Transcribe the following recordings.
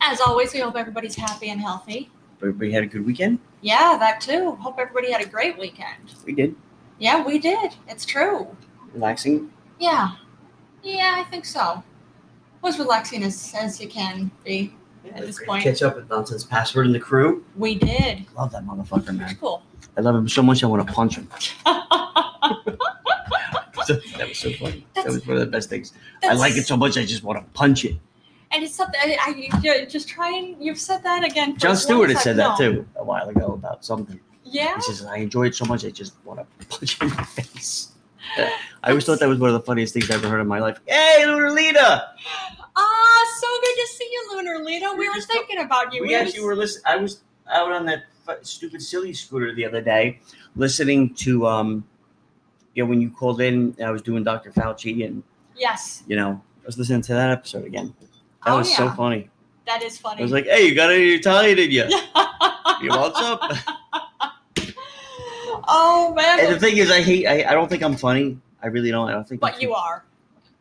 As always, we hope everybody's happy and healthy. Everybody had a good weekend? Yeah, that too. Hope everybody had a great weekend. We did. Yeah, we did. It's true. Relaxing? Yeah. Yeah, I think so. Was relaxing as, as you can be. At Like, this point. Catch up with Nonsense Password and the crew. We did. Love that motherfucker, It was man. cool. I love him so much I want to punch him. So- that was so funny. That That's- was one of the best things. I like it so much I just want to punch it. And it's something I, I you just try and you've said that again. for John one Stewart had sec- said that no. too a while ago about something. Yeah. He says, I enjoy it so much I just want to punch him in the face. I always thought that was one of the funniest things I ever heard in my life. Hey, Lunarlita! Ah, so good to see you, Lunar Lita. We We were just- thinking about you. We We actually were- were listening. I was out on that fu- stupid silly scooter the other day, listening to um, you know, when you called in. I was doing Dr. Fauci, and Yes, you know, I was listening to that episode again. That Oh, was so yeah. funny. that is funny. I was like, "Hey, you got any Italian in you? you want some?" oh man. And the thing is, I hate. I, I don't think I'm funny. I really don't. I don't think. But you are.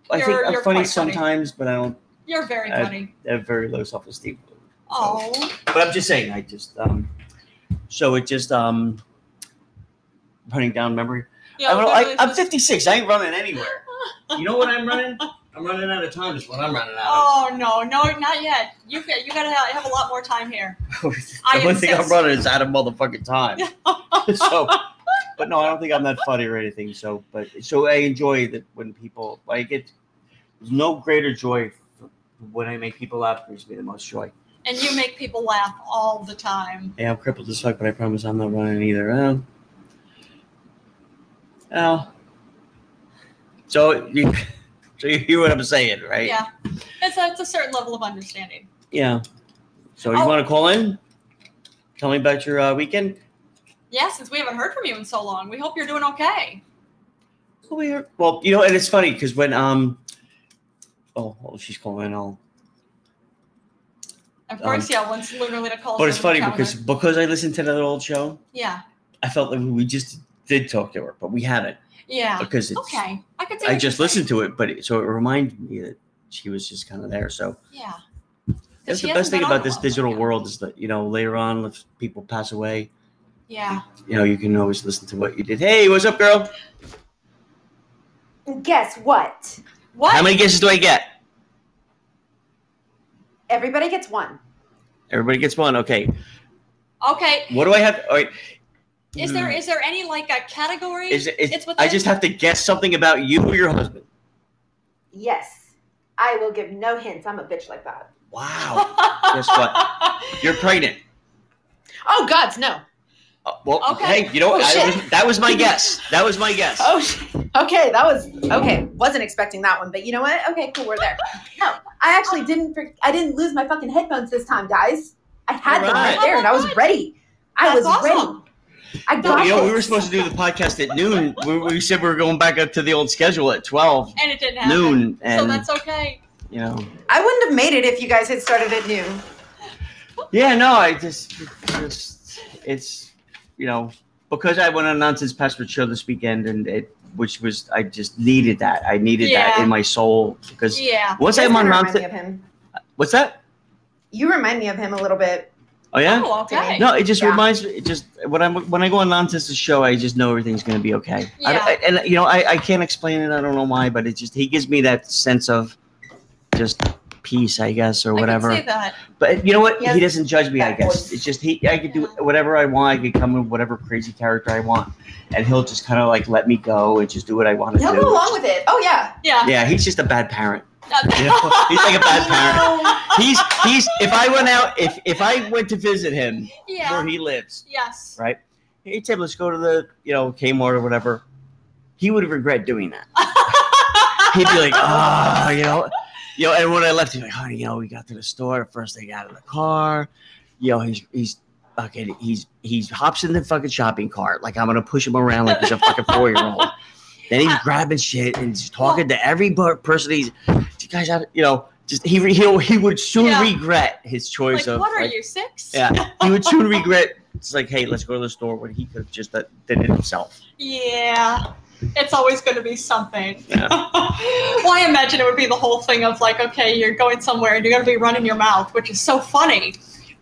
I think you're- I'm you're funny quite funny. sometimes, but I don't. You're very I- funny. I have very low self-esteem. Oh, But I'm just saying, I just um, so it just um, running down memory. yeah. I don't know, literally I, I'm just- 56. I ain't running anywhere. You know what I'm running? I'm running out of time. Is what I'm running out Oh no, no, not yet. You got, you gotta have, have a lot more time here. of. Oh, I the one thing I'm insist. running is out of motherfucking time. so, but no, I don't think I'm that funny or anything. So, but so I enjoy that when people I get there's no greater joy when I make people laugh. Brings me the most joy. And you make people laugh all the time. Hey, I'm crippled as fuck, but I promise I'm not running either. Um, well, so you, so you hear what I'm saying, right? Yeah, it's a, it's a certain level of understanding. Yeah. So you Oh. want to call in? Tell me about your uh, weekend. Yeah, since we haven't heard from you in so long, we hope you're doing okay. Well, we heard- well, you know, and it's funny because when um, oh, oh, she's calling. I'll. Of course, Um, yeah. Once literally to call. But it's funny because because I listened to that old show, yeah, I felt like we just did talk to her, but we haven't yeah. because it's. Ah, Okay, I could. see what I you're just saying. listened to it, but it, so it reminded me that she was just kind of there. So Yeah. 'Cause that's she the hasn't best thing been on about a this while. digital world is that you know later on, if people pass away, Yeah. you know you can always listen to what you did. Hey, what's up, girl? Guess what? What? How many guesses do I get? Everybody gets one. Everybody gets one. Okay. okay. What do I have? All right. Is there is there any like a category? Mm. Is, it- is, It's what I the- just have to guess something about you or your husband. Yes. I will give no hints. I'm a bitch like that. Wow. Guess what? You're pregnant. Oh, gods, no. Uh, well, Okay. hey, you know what? Oh, I shit. was, that was my guess. That was my guess. Oh, sh- okay. That was okay. Wasn't expecting that one, but you know what? Okay, cool. We're there. No, I actually didn't. For- I didn't lose my fucking headphones this time, guys. I had them right Alright. there, and I was ready. I That's was awesome. ready. I No, got you know, it. we were supposed to do the podcast at noon. We, we said we were going back up to the old schedule at 12 And it didn't happen. noon. So And, that's okay. you know, I wouldn't have made it if you guys had started at noon. Oh. yeah, no, I just, just, it's, you know, because I went on a Nonsense Password show this weekend and it, which was, I just needed that. I needed that Yeah. in my soul because Yeah. once I'm You on remind me Nonsense, of him. what's that? You remind me of him a little bit. Oh, yeah? Oh, okay. No, it just Yeah. reminds me. It just when I when I go on Lantis' show, I just know everything's going to be okay. I don't- Yeah. I- and you know, I, I can't explain it. I don't know why, but it just he gives me that sense of just peace, I guess, or I whatever. can see that. But you know what? He He, has doesn't judge me. I that guess voice. it's just he. I could do whatever I want. I could come in whatever crazy character I want, and he'll just kind of like let me go and just do what I want to He'll do. go along with it. Oh yeah. Yeah. yeah, he's just a bad parent. You know? Uh, He's like a bad parent. No. He's he's. If I went out, if if I went to visit him where yeah. he lives, Yes. right? Hey Tim, let's go to the you know Kmart or whatever. He would regret doing that. He'd be like, ah, you know, you know. And when I left, he's like, honey, you know, we got to the store. First, I got out of the car. You know, he's he's fucking he's he's hops in the fucking shopping cart like I'm gonna push him around like he's a fucking four year old. Then he's grabbing shit and just talking to every per- person. He's you guys, out, you know, just he re- he he would soon Yeah. regret his choice Like, of what are like, you, six? yeah, he would soon regret. It's like, hey, let's go to the store when he could have just done did it himself. Yeah. It's always going to be something. well, I imagine it would be the whole thing of like, okay, you're going somewhere and you're going to be running your mouth, which is so funny.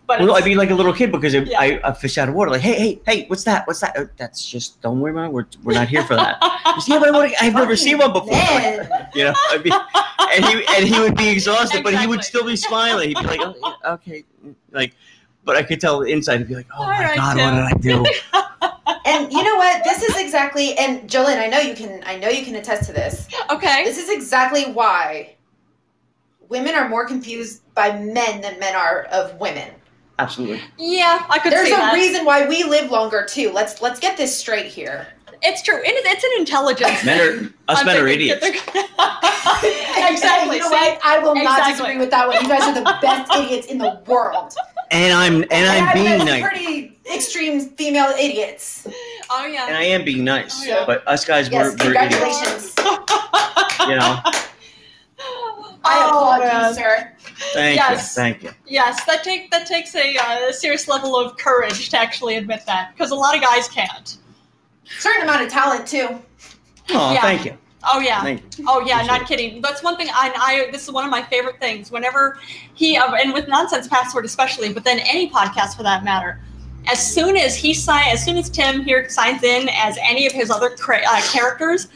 But Well, no, it's- I'd be like a little kid because it, Yeah. I, I fish out of water. Like, hey, hey, hey, what's that? What's that? Uh, That's just don't worry about it. We're, we're not here for that. Just, yeah, but I wanna, I've never seen one before. Man. You know, I'd be, and he and he would be exhausted, but he would Exactly. still be smiling. He'd be like, oh, yeah, okay, like, but I could tell inside he'd be like, oh All my right, god, what did I do? And you know what? This is exactly and Jolene, I know you can I know you can attest to this. okay. This is exactly why women are more confused by men than men are of women. Absolutely. Yeah, I could There's see a that. reason why we live longer too. Let's let's get this straight here. It's true. It is, it's an intelligence. Men thing. are us I'm men are thinking that idiots. they're- exactly. you know See? what? I will not Exactly. disagree with that one. You guys are the best idiots in the world. And I'm and I'm I've met being some nice. Pretty extreme female idiots. Oh yeah. And I am being nice. Oh, yeah. But us guys Yes, were, were idiots. congratulations. You know. I Oh, applaud man. you, sir. Thank Yes. you. Thank you. Yes, that take that takes a uh, serious level of courage to actually admit that, because a lot of guys can't. Certain amount of talent too. Oh, Yeah. thank you. Oh yeah. Thank you. Oh yeah, Appreciate not kidding. That's one thing. I, I this is one of my favorite things. Whenever he uh, and with nonsense password especially, but then any podcast for that matter. As soon as he sign, as soon as Tim here signs in as any of his other cra- uh, characters,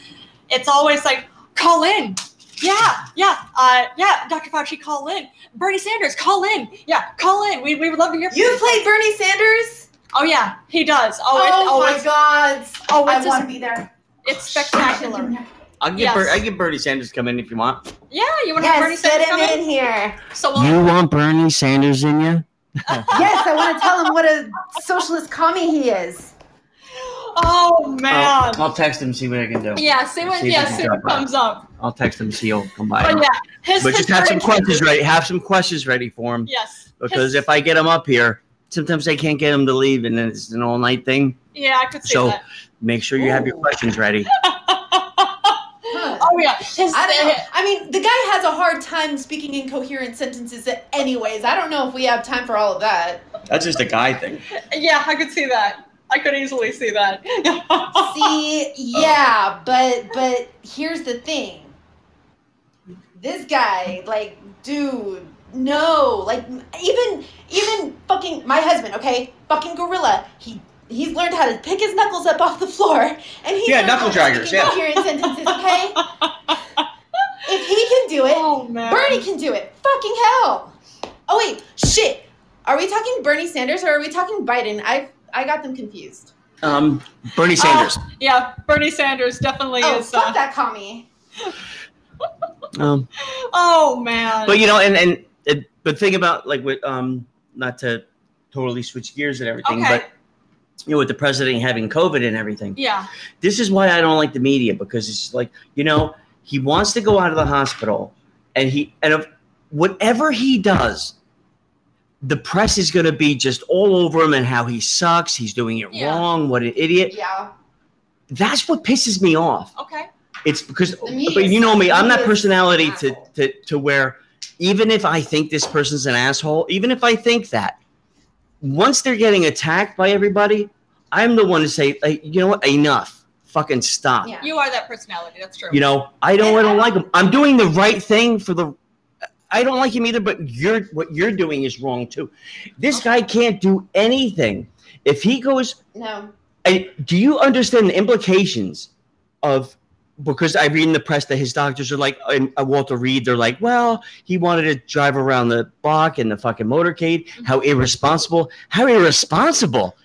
it's always like call in. Yeah, yeah, uh, yeah. Dr. Fauci, call in. Bernie Sanders, call in. Yeah, call in. We, we would love to hear. From You played Bernie Sanders? Oh yeah, he does. Oh, it's, Oh, oh, my it's, god. oh, I it's, just, want to be there. it's spectacular. I'll get Yes. Ber- I get Bernie Sanders to come in if you want. Yeah, you want to have Bernie Yes, Sanders get come him in? in here. So we'll, want Bernie Sanders in you? Yes, I want to tell him what a socialist commie he is. oh man. I'll, I'll text him see what I can do. Yeah, see what See if yeah, it see what comes up. comes up. I'll text him see he'll come by. But Oh, yeah, his but just have some historic- questions ready. Have some questions ready for him Yes. because His- if I get him up here, sometimes I can't get him to leave, and then it's an all night thing. yeah, I could see So- that. Make sure you have your Ooh. questions ready. Huh. Oh yeah, his I don't know. I mean, the guy has a hard time speaking in coherent sentences, anyways. I don't know if we have time for all of that. That's just a guy thing. yeah, I could see that. I could easily see that. See, yeah, but but here's the thing. This guy, like, dude, no, like, even even fucking my husband, okay, fucking gorilla. He he's learned how to pick his knuckles up off the floor, and he's Yeah, learned how knuckle to draggers, speak in yeah. coherent sentences, okay. if he can do it, oh man. Bernie can do it. Fucking hell. Oh wait, shit. Are we talking Bernie Sanders or are we talking Biden? I I got them confused. Um, Bernie Sanders. Uh, Yeah, Bernie Sanders definitely Oh, is. fuck uh, that commie. Um, Oh man. but you know, and and it, but thing about like with um not to totally switch gears and everything, Okay. but you know, with the president having COVID and everything, yeah. this is why I don't like the media because it's like you know he wants to go out of the hospital, and he and if, whatever he does. The press is going to be just all over him and how he sucks. He's doing it Yeah. wrong. What an idiot! Yeah. That's what pisses me off. Okay. It's because, The media but you know me, sucks. I'm The that media personality is an to, to, to where even if I think this person's an asshole, even if I think that, once they're getting attacked by everybody, I'm the one to say, like, you know what, enough, fucking stop. Yeah. You are that personality. That's true. You know, I don't, And I I don't like don't- him. I'm doing the right thing for the. I don't like him either, but you're what you're doing is wrong too. This Oh. guy can't do anything. If he goes No. and do you understand the implications of because I read in the press that his doctors are like, and uh, Walter Reed, they're like, well, he wanted to drive around the block in the fucking motorcade. How irresponsible! How irresponsible!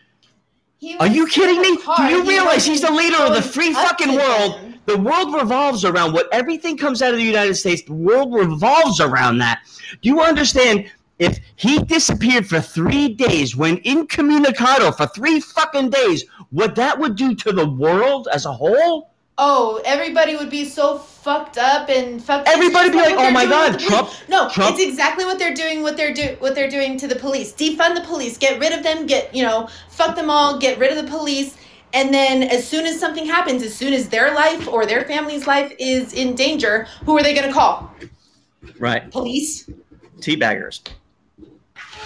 He Are was you in kidding the me? car. Do you He realize wasn't he's the leader of the going free up fucking to world? them. The world revolves around what everything comes out of the United States. The world revolves around that. Do you understand? If he disappeared for three days, went incommunicado for three fucking days, what that would do to the world as a whole? Oh, everybody would be so fucked up and fucked. Everybody It's be like, what "Oh they're my doing God, with the police." Trump- No, Trump- it's exactly what they're doing. What they're do what they're doing to the police. Defund the police. Get rid of them. Get you know, fuck them all. Get rid of the police. And then, as soon as something happens, as soon as their life or their family's life is in danger, who are they going to call? Right. Police. Teabaggers.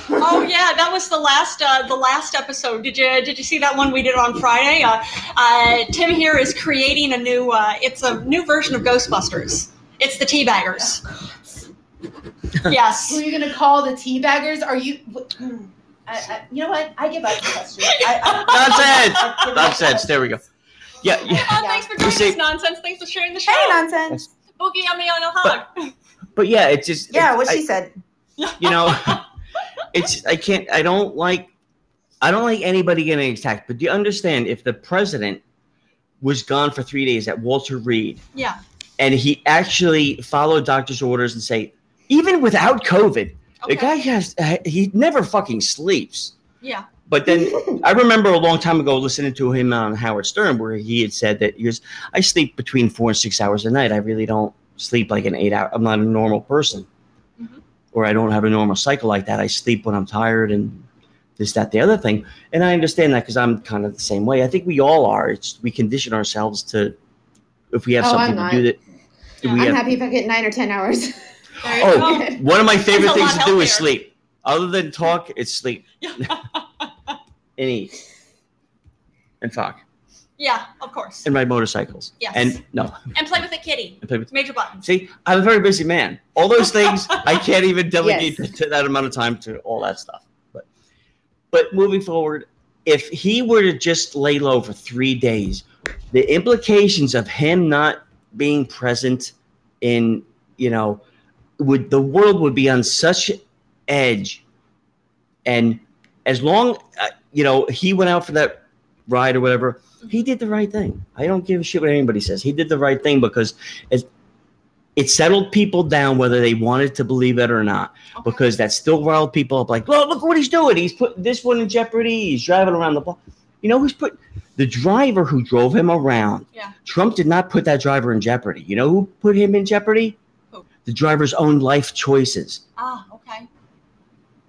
oh yeah, that was the last uh, the last episode. Did you did you see that one we did on Friday? Uh, uh, Tim here is creating a new. Uh, it's a new version of Ghostbusters. It's the Teabaggers. Who are Yes. you gonna call the tea baggers? Are you? wh- mm. I, I, you know what? I give up the question. I, I, Nonsense! I've given up the Nonsense. There we go. Yeah, yeah. Oh, thanks for We joining say- us, nonsense. Thanks for sharing the show. Hey, nonsense. Boogie on me on a hug. But yeah, it's just Yeah, it's- what I- she said. you know it's i can't i don't like i don't like anybody getting attacked but do you understand if the president was gone for three days at walter reed Yeah. and he actually followed doctor's orders and say even without covid the Okay. guy has he never fucking sleeps Yeah. but then I remember a long time ago listening to him on Howard Stern, where he had said that he was, I sleep between four and six hours a night. I really don't sleep like an eight hour. I'm not a normal person, Mhm. or I don't have a normal cycle like that. I sleep when I'm tired and this, that, the other thing. And I understand that because I'm kind of the same way. I think we all are. It's we condition ourselves to if we have Oh, something I'm to do that. Yeah, we I'm have, happy if I get nine or ten hours. There you Oh. go. one of my favorite That's a things to lot do is healthier. sleep. Other than talk, it's sleep and eat and talk yeah, of course. and ride motorcycles. Yes. And no, And play with a kitty. and play with- Major buttons. see, I'm a very busy man. All those things I can't even delegate Yes. to that amount of time to all that stuff. But but moving forward, if he were to just lay low for three days, the implications of him not being present in you know would the world would be on such edge and as long uh, you know he went out for that ride or whatever he did the right thing i don't give a shit what anybody says he did the right thing because it, it settled people down whether they wanted to believe it or not Okay. because that still riled people up like well look what he's doing he's putting this one in jeopardy he's driving around the block you know who's put the driver who drove him around Yeah. trump did not put that driver in jeopardy you know who put him in jeopardy Who? the driver's own life choices Ah, okay.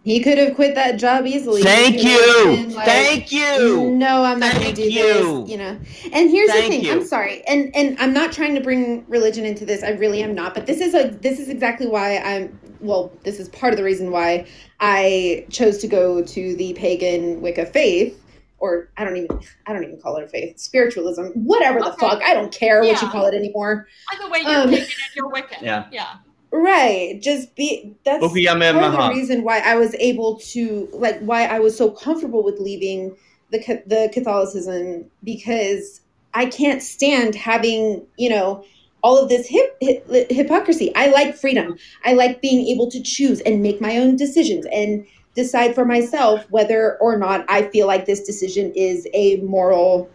He could have quit that job easily. Thank He could have you. been like, Thank you. No, I'm not going Thank to do you. this. You know. And here's Thank the thing. you. I'm sorry. And and I'm not trying to bring religion into this. I really am not. But this is a this is exactly why I'm well, this is part of the reason why I chose to go to the pagan Wicca faith or I don't even I don't even call it a faith. Spiritualism, whatever the Okay. fuck. I don't care what you Yeah. call it anymore. Either way, you're Um, taking it, you're wicked. Yeah. Yeah. Right. Just be that's part of the reason why I was able to like why I was so comfortable with leaving the ca- the Catholicism because I can't stand having you know all of this hip, hip, hypocrisy. I like freedom. I like being able to choose and make my own decisions and decide for myself whether or not I feel like this decision is a moral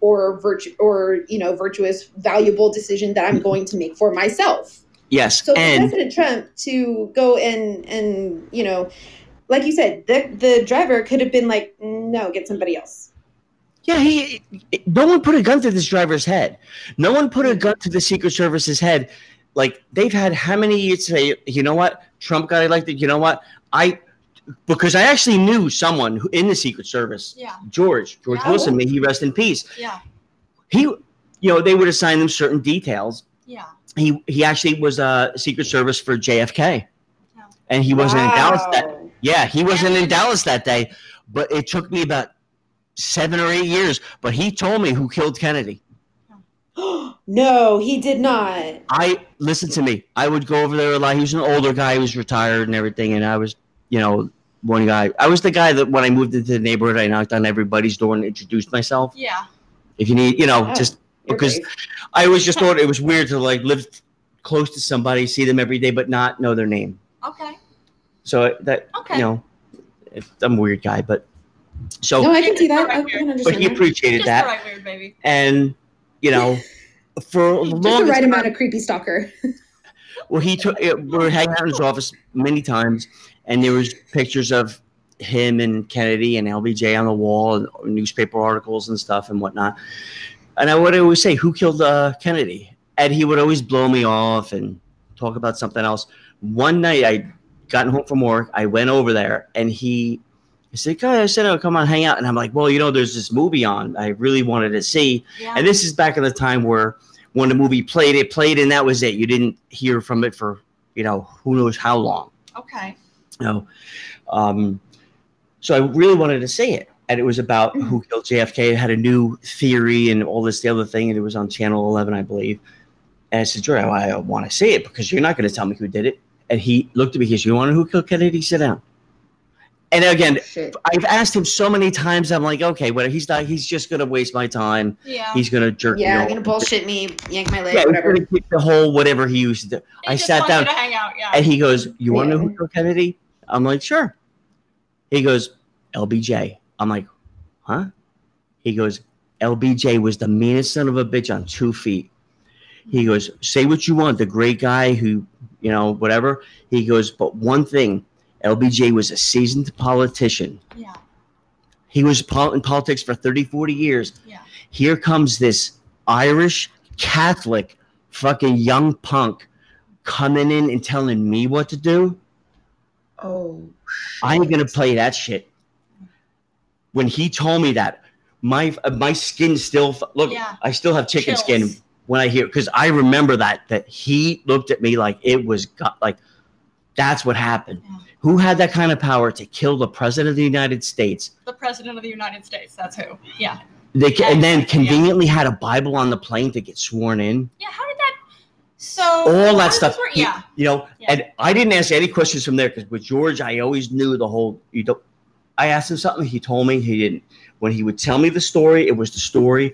or virtu- or you know virtuous valuable decision that I'm going to make for myself. Yes. So for and President Trump to go and and you know, like you said, the the driver could have been like, no, get somebody else. yeah, he no one put a gun to this driver's head. No one put a gun to the Secret Service's head. Like they've had how many years say, you know what? Trump got elected. You know what? I because I actually knew someone who, in the Secret Service, Yeah. George, George Yeah. Wilson, may he rest in peace. Yeah. He you know, they would assign them certain details Yeah. he he actually was a Secret Service for JFK, Yeah. and he wasn't in Dallas that. Wow. Yeah, he wasn't Yeah. in Dallas that day. But it took me about seven or eight years. But he told me who killed Kennedy. no, he did not. I listen to me. I would go over there a lot. He was an older guy. He was retired and everything. And I was, you know, one guy. I was the guy that when I moved into the neighborhood, I knocked on everybody's door and introduced myself. Yeah. If you need, you know, Oh. just You're Because- brave. I always just thought it was weird to like live close to somebody, see them every day, but not know their name. Okay. So that Okay. you know, if- I'm a weird guy, but so, no, I can see All that. right, I weird. can but understand. he that. oh. appreciated Just the that, right weird baby. and you know, for a long Just the right time, amount of creepy stalker. well, he took. it- We were hanging out in his office many times, and there was pictures of him and Kennedy and LBJ on the wall, and newspaper articles and stuff and whatnot. And I would always say, "Who killed uh, Kennedy?" And he would always blow me off and talk about something else. One night, I gotten home from work. I went over there, and he. He said, "Come on," I said, oh, come on, hang out. And I'm like, well, you know, there's this movie on I really wanted to see. Yeah. And this is back in the time where when the movie played, it played and that was it. You didn't hear from it for, you know, who knows how long. okay. You know, um, so I really wanted to see it, and it was about Mm-hmm. who killed JFK. It had a new theory and all this the other thing, and it was on Channel Eleven, I believe. And I said, Joy, I, I want to see it because you're not going to tell me who did it. And he looked at me. He said, "You want to know who killed Kennedy? Sit down." And again, Shit. I've asked him so many times. I'm like, okay, well, he's not. He's just gonna waste my time. Yeah. He's gonna jerk me. Oh. Yeah, you're off. gonna bullshit me, yank my leg, Yeah, he's whatever. gonna keep the whole whatever he used to do. He I just sat wants you down to hang out. Yeah. and he goes, "You want to know Yeah. who killed Kennedy?" I'm like, "Sure." He goes, "LBJ." I'm like, "Huh?" He goes, "LBJ was the meanest son of a bitch on two feet." He goes, "Say what you want, the great guy who, you know, whatever." He goes, "But one thing, LBJ was a seasoned politician." yeah. He was pol- in politics for 30, 40 years. Yeah. Here comes this Irish Catholic fucking young punk coming in and telling me what to do. Oh, I ain't going to play that shit. When he told me that, my uh, my skin still f- look. Yeah. I still have chicken skin Chills. when I hear because I remember that that he looked at me like it was got like that's what happened. Yeah. Who had that kind of power to kill the president of the United States The president of the United States. That's who. Yeah. They ca- and then Yeah. conveniently had a Bible on the plane to get sworn in. Yeah. How did that? So All how that did stuff. this work? He- Yeah. You know, Yeah. and I didn't ask any questions from there because with George, I always knew the whole. You don't. I asked him something. He told me he didn't. When he would tell me the story, it was the story.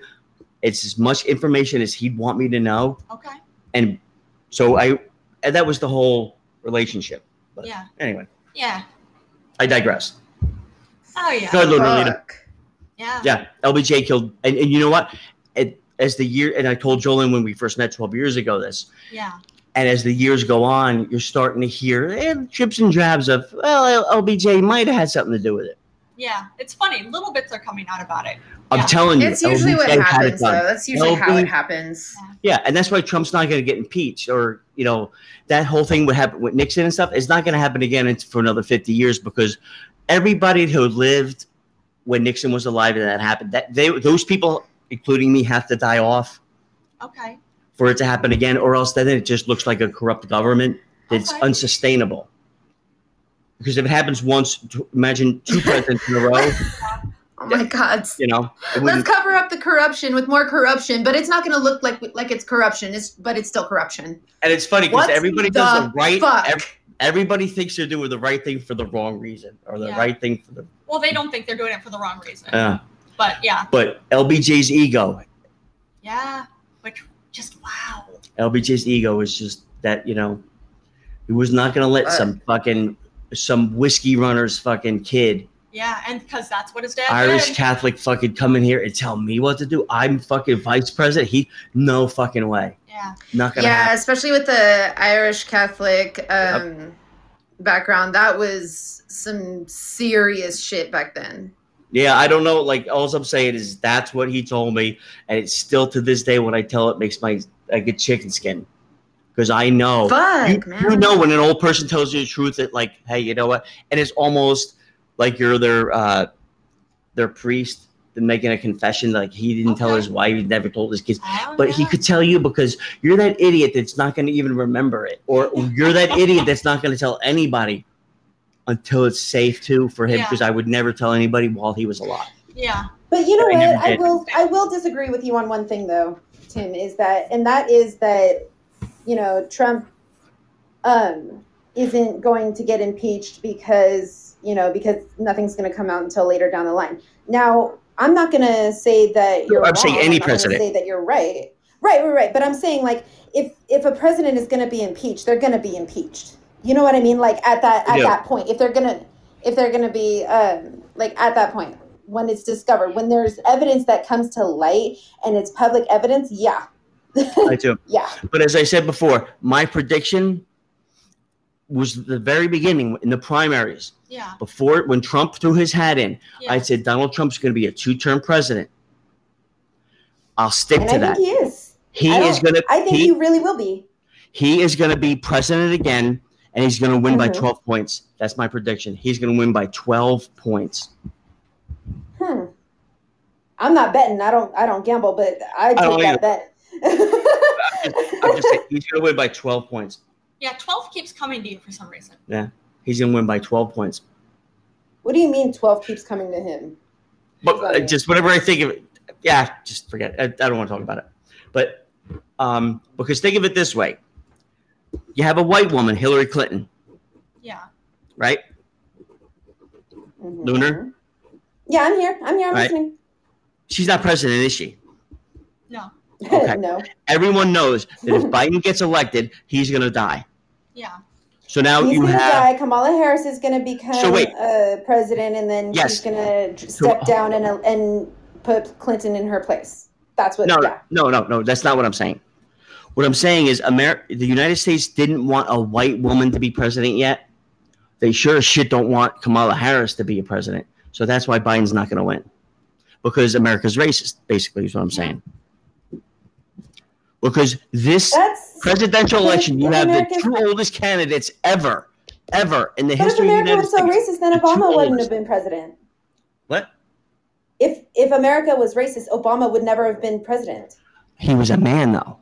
It's as much information as he'd want me to know, Okay. and so I. And that was the whole relationship. But Yeah. anyway, Yeah. I digress. Oh yeah. Good Lord, Lolita. fuck. Yeah. Yeah, LBJ killed, and, and you know what? It, as the year, and I told Jolene when we first met twelve years ago this. Yeah. And as the years go on, you're starting to hear eh, drips and drabs of, well, L- LBJ might have had something to do with it. Yeah. It's funny. Little bits are coming out about it. I'm Yeah. telling you, That's usually what LBJ had it happens, though. done. That's usually how LB it happens. Yeah, and that's why Trump's not going to get impeached, or you know, that whole thing would happen with Nixon and stuff. It's not going to happen again it's- for another 50 years because everybody who lived when Nixon was alive and that happened, that they those people, including me, have to die off Okay. for it to happen again, or else then it just looks like a corrupt government. It's Okay. unsustainable. Because if it happens once, t- imagine two presidents in a row. Oh my god. You know, Let's it wouldn't- cover up the corruption with more corruption, but it's not gonna look like like it's corruption. It's but it's still corruption. and it's funny because What everybody the does the right. fuck? ev- everybody thinks they're doing the right thing for the wrong reason, or the Yeah. right thing for the. Well, they don't think they're doing it for the wrong reason. Uh, but yeah. but LBJ's ego, Yeah. Which just wow. LBJ's ego is just that you know, he was not going to let Fuck. some fucking some whiskey runner's fucking kid Yeah. And because that's what his dad Irish did. Catholic fucking come in here and tell me what to do. I'm fucking vice president. He no fucking way. Yeah. Not gonna Yeah, happen. especially with the Irish Catholic um, background. That was some serious shit back then. Yeah, I don't know. Like all I'm saying is that's what he told me, and it's still to this day when I tell it makes my I get chicken skin because I know Fuck, Oh, you, man. you know when an old person tells you the truth that like hey you know what and it's almost like you're their uh their priest making a confession like he didn't tell Okay. his wife he never told his kids Oh, but he yeah. could tell you because you're that idiot that's not going to even remember it or you're that idiot that's not going to tell anybody until it's safe to for him Yeah. because i would never tell anybody while he was alive Yeah. But you know I what? never I did. will I will disagree with you on one thing though, Tim, is that and that is that you know, Trump um isn't going to get impeached because, you know, because nothing's going to come out until later down the line. Now, I'm not going to say that No, you're I'm saying wrong. any not gonna president. Say that you're right. Right, right, right. But I'm saying like if if a president is going to be impeached, they're going to be impeached. You know what I mean? Like at that at Yeah. that point, if they're going to if they're going to be um, like at that point when it's discovered when there's evidence that comes to light and it's public evidence yeah i do yeah but as i said before my prediction was the very beginning in the primaries Yeah. before when trump threw his hat in Yeah. i said donald trump's going to be a two-term president i'll stick and to i that think he is he I don't- is going to i think he, he, really will be He is going to be president again, and he's going to win by Mhm. 12 points. That's my prediction. He's going to win by 12 points. hmm i'm not betting i don't i don't gamble but i don't take that bet I'm just saying, he's going to win by 12 points. Yeah. Twelve keeps coming to you for some reason. he's going to win by 12 points. What do you mean 12 keeps coming to him? But uh, just whatever I think of it, yeah, just forget. it. I, I don't want to talk about it. But um, because think of it this way you have a white woman, Hillary Clinton, Yeah. right? Mhm. Lunar? Yeah, I'm here. I'm here. I'm Right. listening. She's not president, is she? No. Okay. no. Everyone knows that if Biden gets elected, he's going to die. Yeah. So now he's Oh, you gonna have. die. Kamala Harris is gonna become So wait. uh, president, and then Yes. she's gonna d- So- oh. step down and uh, and put Clinton in her place. That's what. No, yeah. no, no, no. That's not what I'm saying. What I'm saying is, Amer- the United States didn't want a white woman to be president yet. They sure as shit don't want Kamala Harris to be a president. So that's why Biden's not going to win, because America's racist. Basically, is what I'm saying. Because this That's. presidential But if- election, you if have America- the two oldest candidates ever, ever in the But if history of the America United was so States. racist, then the two Obama wouldn't oldest. have been president. What? If if America was racist, Obama would never have been president. He was a man, though.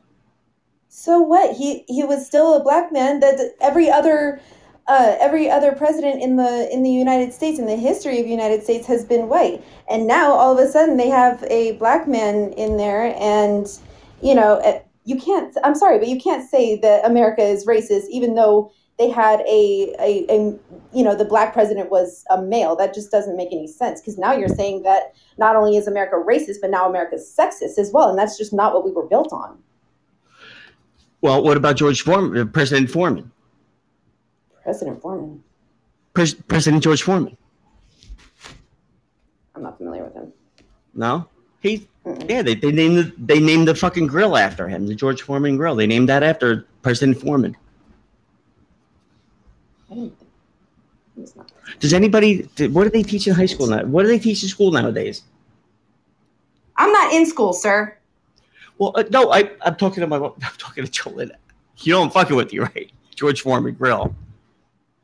So what? He he was still a black man. That every other uh, every other president in the in the United States in the history of the United States has been white, and now all of a sudden they have a black man in there, and you know uh, you can't. I'm sorry, but you can't say that America is racist, even though they had a a, a you know the black president was a male. That just doesn't make any sense because now you're saying that not only is America racist, but now America's sexist as well, and that's just not what we were built on. Well, what about George Foreman, uh, President Foreman, President Foreman. Pres- President George Foreman? I'm not familiar with him. No, he. Mm-mm. Yeah, they, they named the, they named the fucking grill after him, the George Foreman Grill. They named that after President Foreman. He's not. Does anybody? did- What do they teach in high school now? What do they teach in school nowadays? I'm not in school, sir. Well, uh, no, I I'm talking to my I'm talking to Jolene. You know I'm fucking with you, right? George Foreman Grill.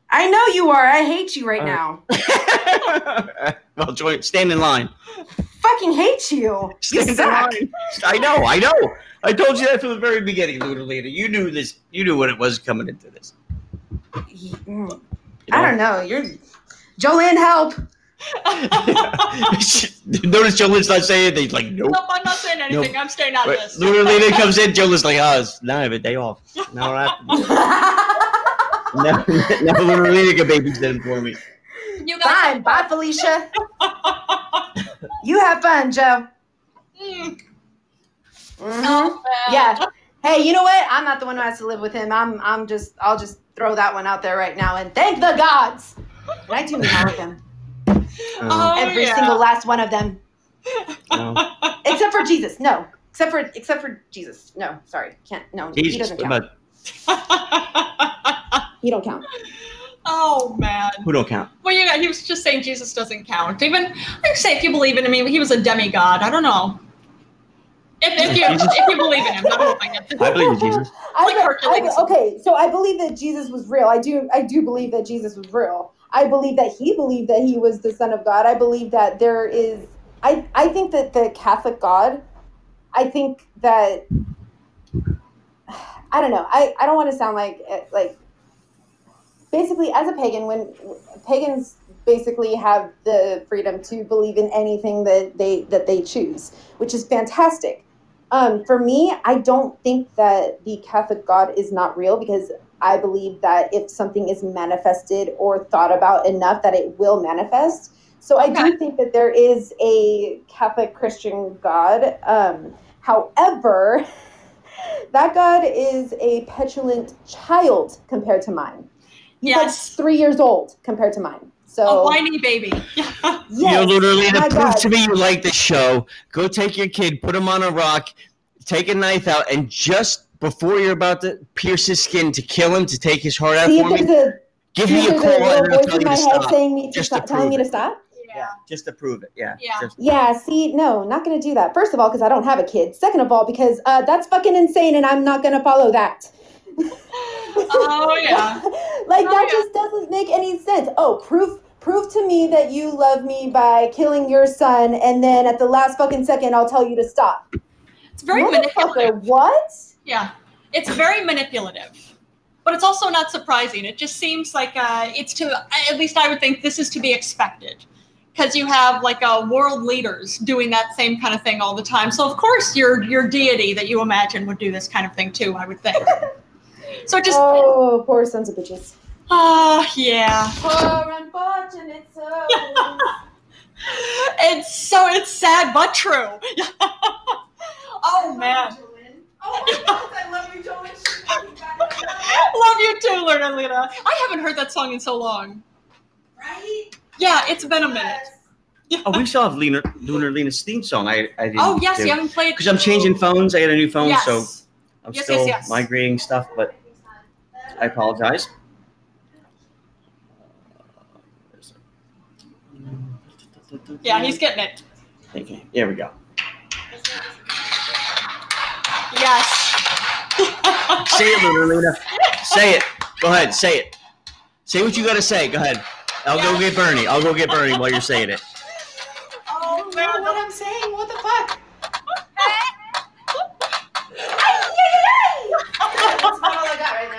I know you are. I hate you right All right. now. well, Jolene, stand in line. Fucking hate you. You Stand in suck. line. I know, I know. I told you that from the very beginning, Lunar Leader. You knew this. You knew what it was coming into this. He- mm. you I don't know. You're Jolene. Help. Notice Jolin's not saying anything. He's like, nope. Nope, I'm not saying anything. I'm staying out Right. of this. Lunar Leader comes in, Jolin's like, oh, it's not have a day off. No, I- no, no Lunar Leader can babysit him for me. You guys. Fine. Bye, Felicia. You have fun, Joe. Mm, Oh, Mhm. Yeah. Hey, you know what? I'm not the one who has to live with him. I'm. I'm just. I'll just throw that one out there right now and thank the gods. And I do hang out with him. Um, Oh, Mm-hmm. Every yeah. single last one of them. no. except for Jesus. No, except for except for Jesus. No, sorry, can't. No, he Jesus, doesn't what count. about- He don't count. oh man. who don't count? Well, you know, he was just saying Jesus doesn't count. Even I say if you believe in him, he- he was a demigod. I don't know. If, if you Jesus? if you believe in him, I don't think it- I believe in Jesus. I, Like be- Hercules. I be- okay, so I believe that Jesus was real. I do. I do believe that Jesus was real. I believe that he believed that he was the Son of God. I believe that there is. I I think that the Catholic God. I think that. I don't know. I, I don't want to sound like eh, like. Basically, as a pagan, when pagans basically have the freedom to believe in anything that they that they choose, which is fantastic. Um, for me, I don't think that the Catholic God is not real because I believe that if something is manifested or thought about enough, that it will manifest. So I Okay. do think that there is a Catholic Christian God. Um, however, that God is a petulant child compared to mine. He's like Yes, Oh, three years old compared to mine. a So whiny baby. yes, you know, Lunar Leader, my prove God. to me you like the show. Go take your kid, put him on a rock, take a knife out, and just before you're about to pierce his skin to kill him, to take his heart out See for if me, there's a give see me if a there's call a and I'll little voice tell in you to my head stop. saying me to Just stop, to telling me prove to it. stop. yeah. just to prove it. Yeah. Yeah. Just- Yeah, see, no, not gonna do that. First of all, because I don't have a kid. Second of all, because uh, that's fucking insane, and I'm not gonna follow that. Oh yeah. like Oh, that yeah. just doesn't make any sense. Oh, proof prove to me that you love me by killing your son, and then at the last fucking second, I'll tell you to stop. It's very Motherfucker, manipulative. what? Yeah. It's very manipulative. but it's also not surprising. It just seems like uh, it's to, at least I would think this is to be expected because you have like uh, world leaders doing that same kind of thing all the time. So of course your your deity that you imagine would do this kind of thing too. I would think. so just oh, poor sons of bitches. Ah, uh, yeah. Poor unfortunate souls. it's so it's sad but true. oh man. Oh my God, I love you, Joel. Love you too, Lorna Lena. I haven't heard that song in so long. Right? Yeah, it's been a minute. Yeah. Oh, we still have Lunar, Lunar Lena's theme song. I, I didn't oh yes, you haven't played because I'm changing phones. I got a new phone, Yes. so I'm Yes, still yes, yes. migrating stuff. But I apologize. yeah, he's getting it. Okay, there we go. Yes. Say it, Lunar Lena. Say it. Go ahead. Say it. Say what you gotta say. Go ahead. I'll go get Bernie. I'll go get Bernie while you're saying it. Oh, man. man. what I'm saying? What the fuck? That's about all I got right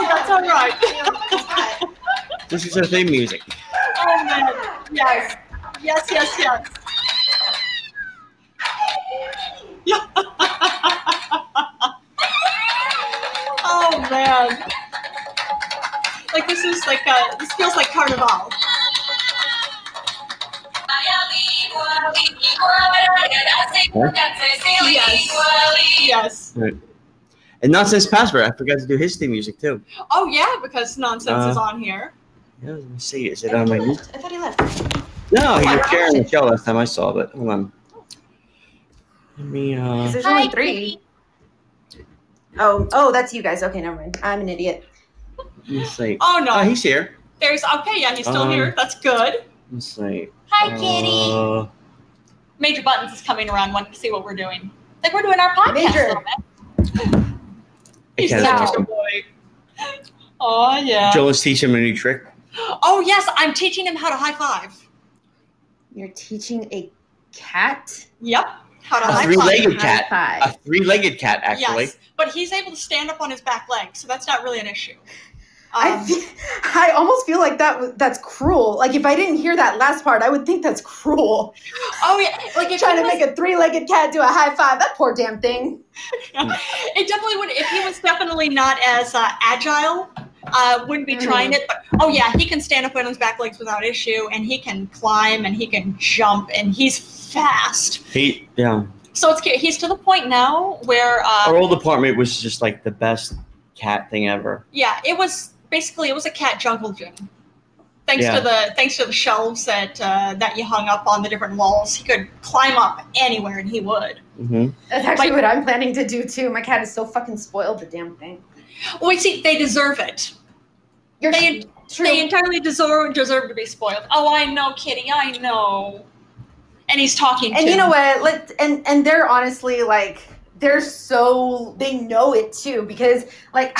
now. That's all right. This is our theme music. Oh man. Yes. Yes. Yes. Yes. oh man. Like this is like uh this feels like carnival. Yes. And Nonsense Password. I forgot to do his theme music too. Oh yeah, because nonsense is Uh, on here. Yeah, let me see. Is it on my? I thought he left. No, he was sharing the show last time I saw, but hold on. Let me. Uh, There's only three. Oh, oh, that's you guys. Okay, never mind. I'm an idiot. let me see. Oh Oh, no. he's here. There's okay, yeah, he's still Um, here. That's good. Let's see. Hi, Uh, Major Buttons is coming around wanting to see what we're doing. Like we're doing our podcast Major. a little bit. I He's can't such ask a him. boy. Oh yeah. Joel is teaching him a new trick. Oh yes, I'm teaching him how to high five. You're teaching a cat Yep. How to high A five. three-legged high cat. five. A three-legged cat, actually. Yes, but he's able to stand up on his back leg, so that's not really an issue. I, Um, feel, I almost feel like that was- that's cruel. Like if I didn't hear that last part, I would think that's cruel. oh yeah, like if Trying he to was, make a three-legged cat do a high five. That poor damn thing. it definitely would. If he was definitely not as uh, agile, uh, wouldn't be trying it. But oh yeah, he can stand up on his back legs without issue, and he can climb, and he can jump, and he's fast. He, yeah. So it's ca- he's to the point now where uh, Our old apartment was just like the best cat thing ever. yeah, it was basically it was a cat jungle gym. Thanks Yeah. to the thanks to the shelves that uh, that you hung up on the different walls, he could climb up anywhere, and he would. hmm That's actually what I'm planning to do too. My cat is so fucking spoiled. The damn thing. Well, you Oh, see, they deserve it. You're They- true. They entirely deserve deserve to be spoiled. Oh, I know, Kitty. I know. And he's talking. and to you know what let and and they're honestly like they're so they know it too because like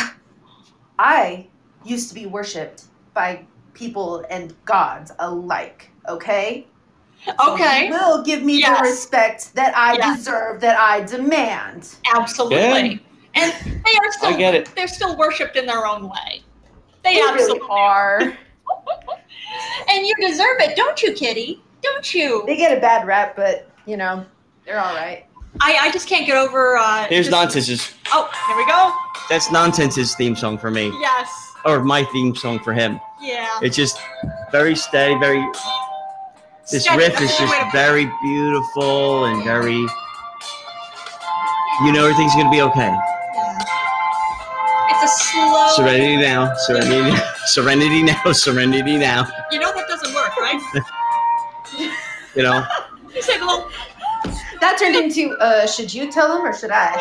i used to be worshipped by people and gods alike okay Okay. will give me Yes. the respect that i Yes. deserve that i demand Absolutely. Yeah. And they are still. I get it. They're still worshipped in their own way. they They absolutely really are And you deserve it, don't you, Kitty? Don't you? they get a bad rap but you know they're all right I, I just can't get over. Uh, Here's just- Nonsense's. Oh, here we go. That's Nonsense's theme song for me, Yes. or my theme song for him. Yeah. It's just very steady, very. This Steady, riff that's is the way to- just very beautiful and very. You know everything's gonna be okay. Yeah. It's a slow. Serenity now, serenity, serenity now, serenity now. You know that doesn't work, right? You know, you say the little. that turned into uh should you tell them or should i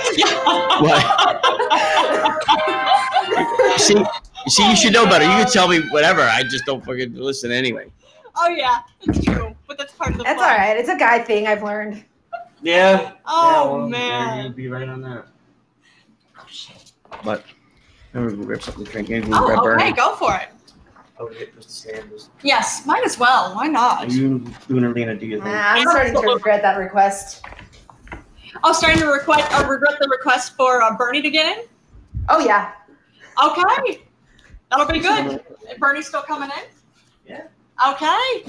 what? see, you see, you should know better. You can tell me whatever. I just don't fucking listen anyway. Oh yeah, it's true, but that's part of the. that's fun. all right it's a guy thing i've learned Yeah. Oh man. Oh, be right on that. But I'm gonna grab something to drink. I'm gonna grab Oh, okay, Bernie. go for it. I'll get Mr. Sanders. Yes, might as well. Why not? You, Luna, Lena, do your Nah, thing. i'm starting to regret that request Oh, starting to request, uh, regret the request for uh, Bernie to get in. oh yeah Okay, That'll be good. Bernie's still coming in. Yeah. Okay.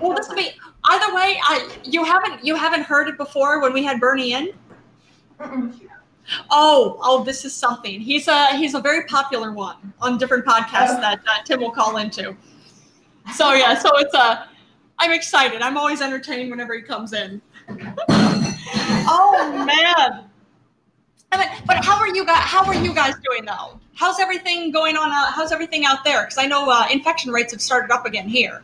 Well, this will be either way. I you haven't you haven't heard it before when we had Bernie in. Oh, oh, this is something. He's a he's a very popular one on different podcasts that uh, Tim will call into. So yeah, so it's a. I'm excited. I'm always entertained whenever he comes in. oh man. I mean, but how are you guys? How are you guys doing though? How's everything going on? Uh, how's everything out there? Because I know uh, infection rates have started up again here.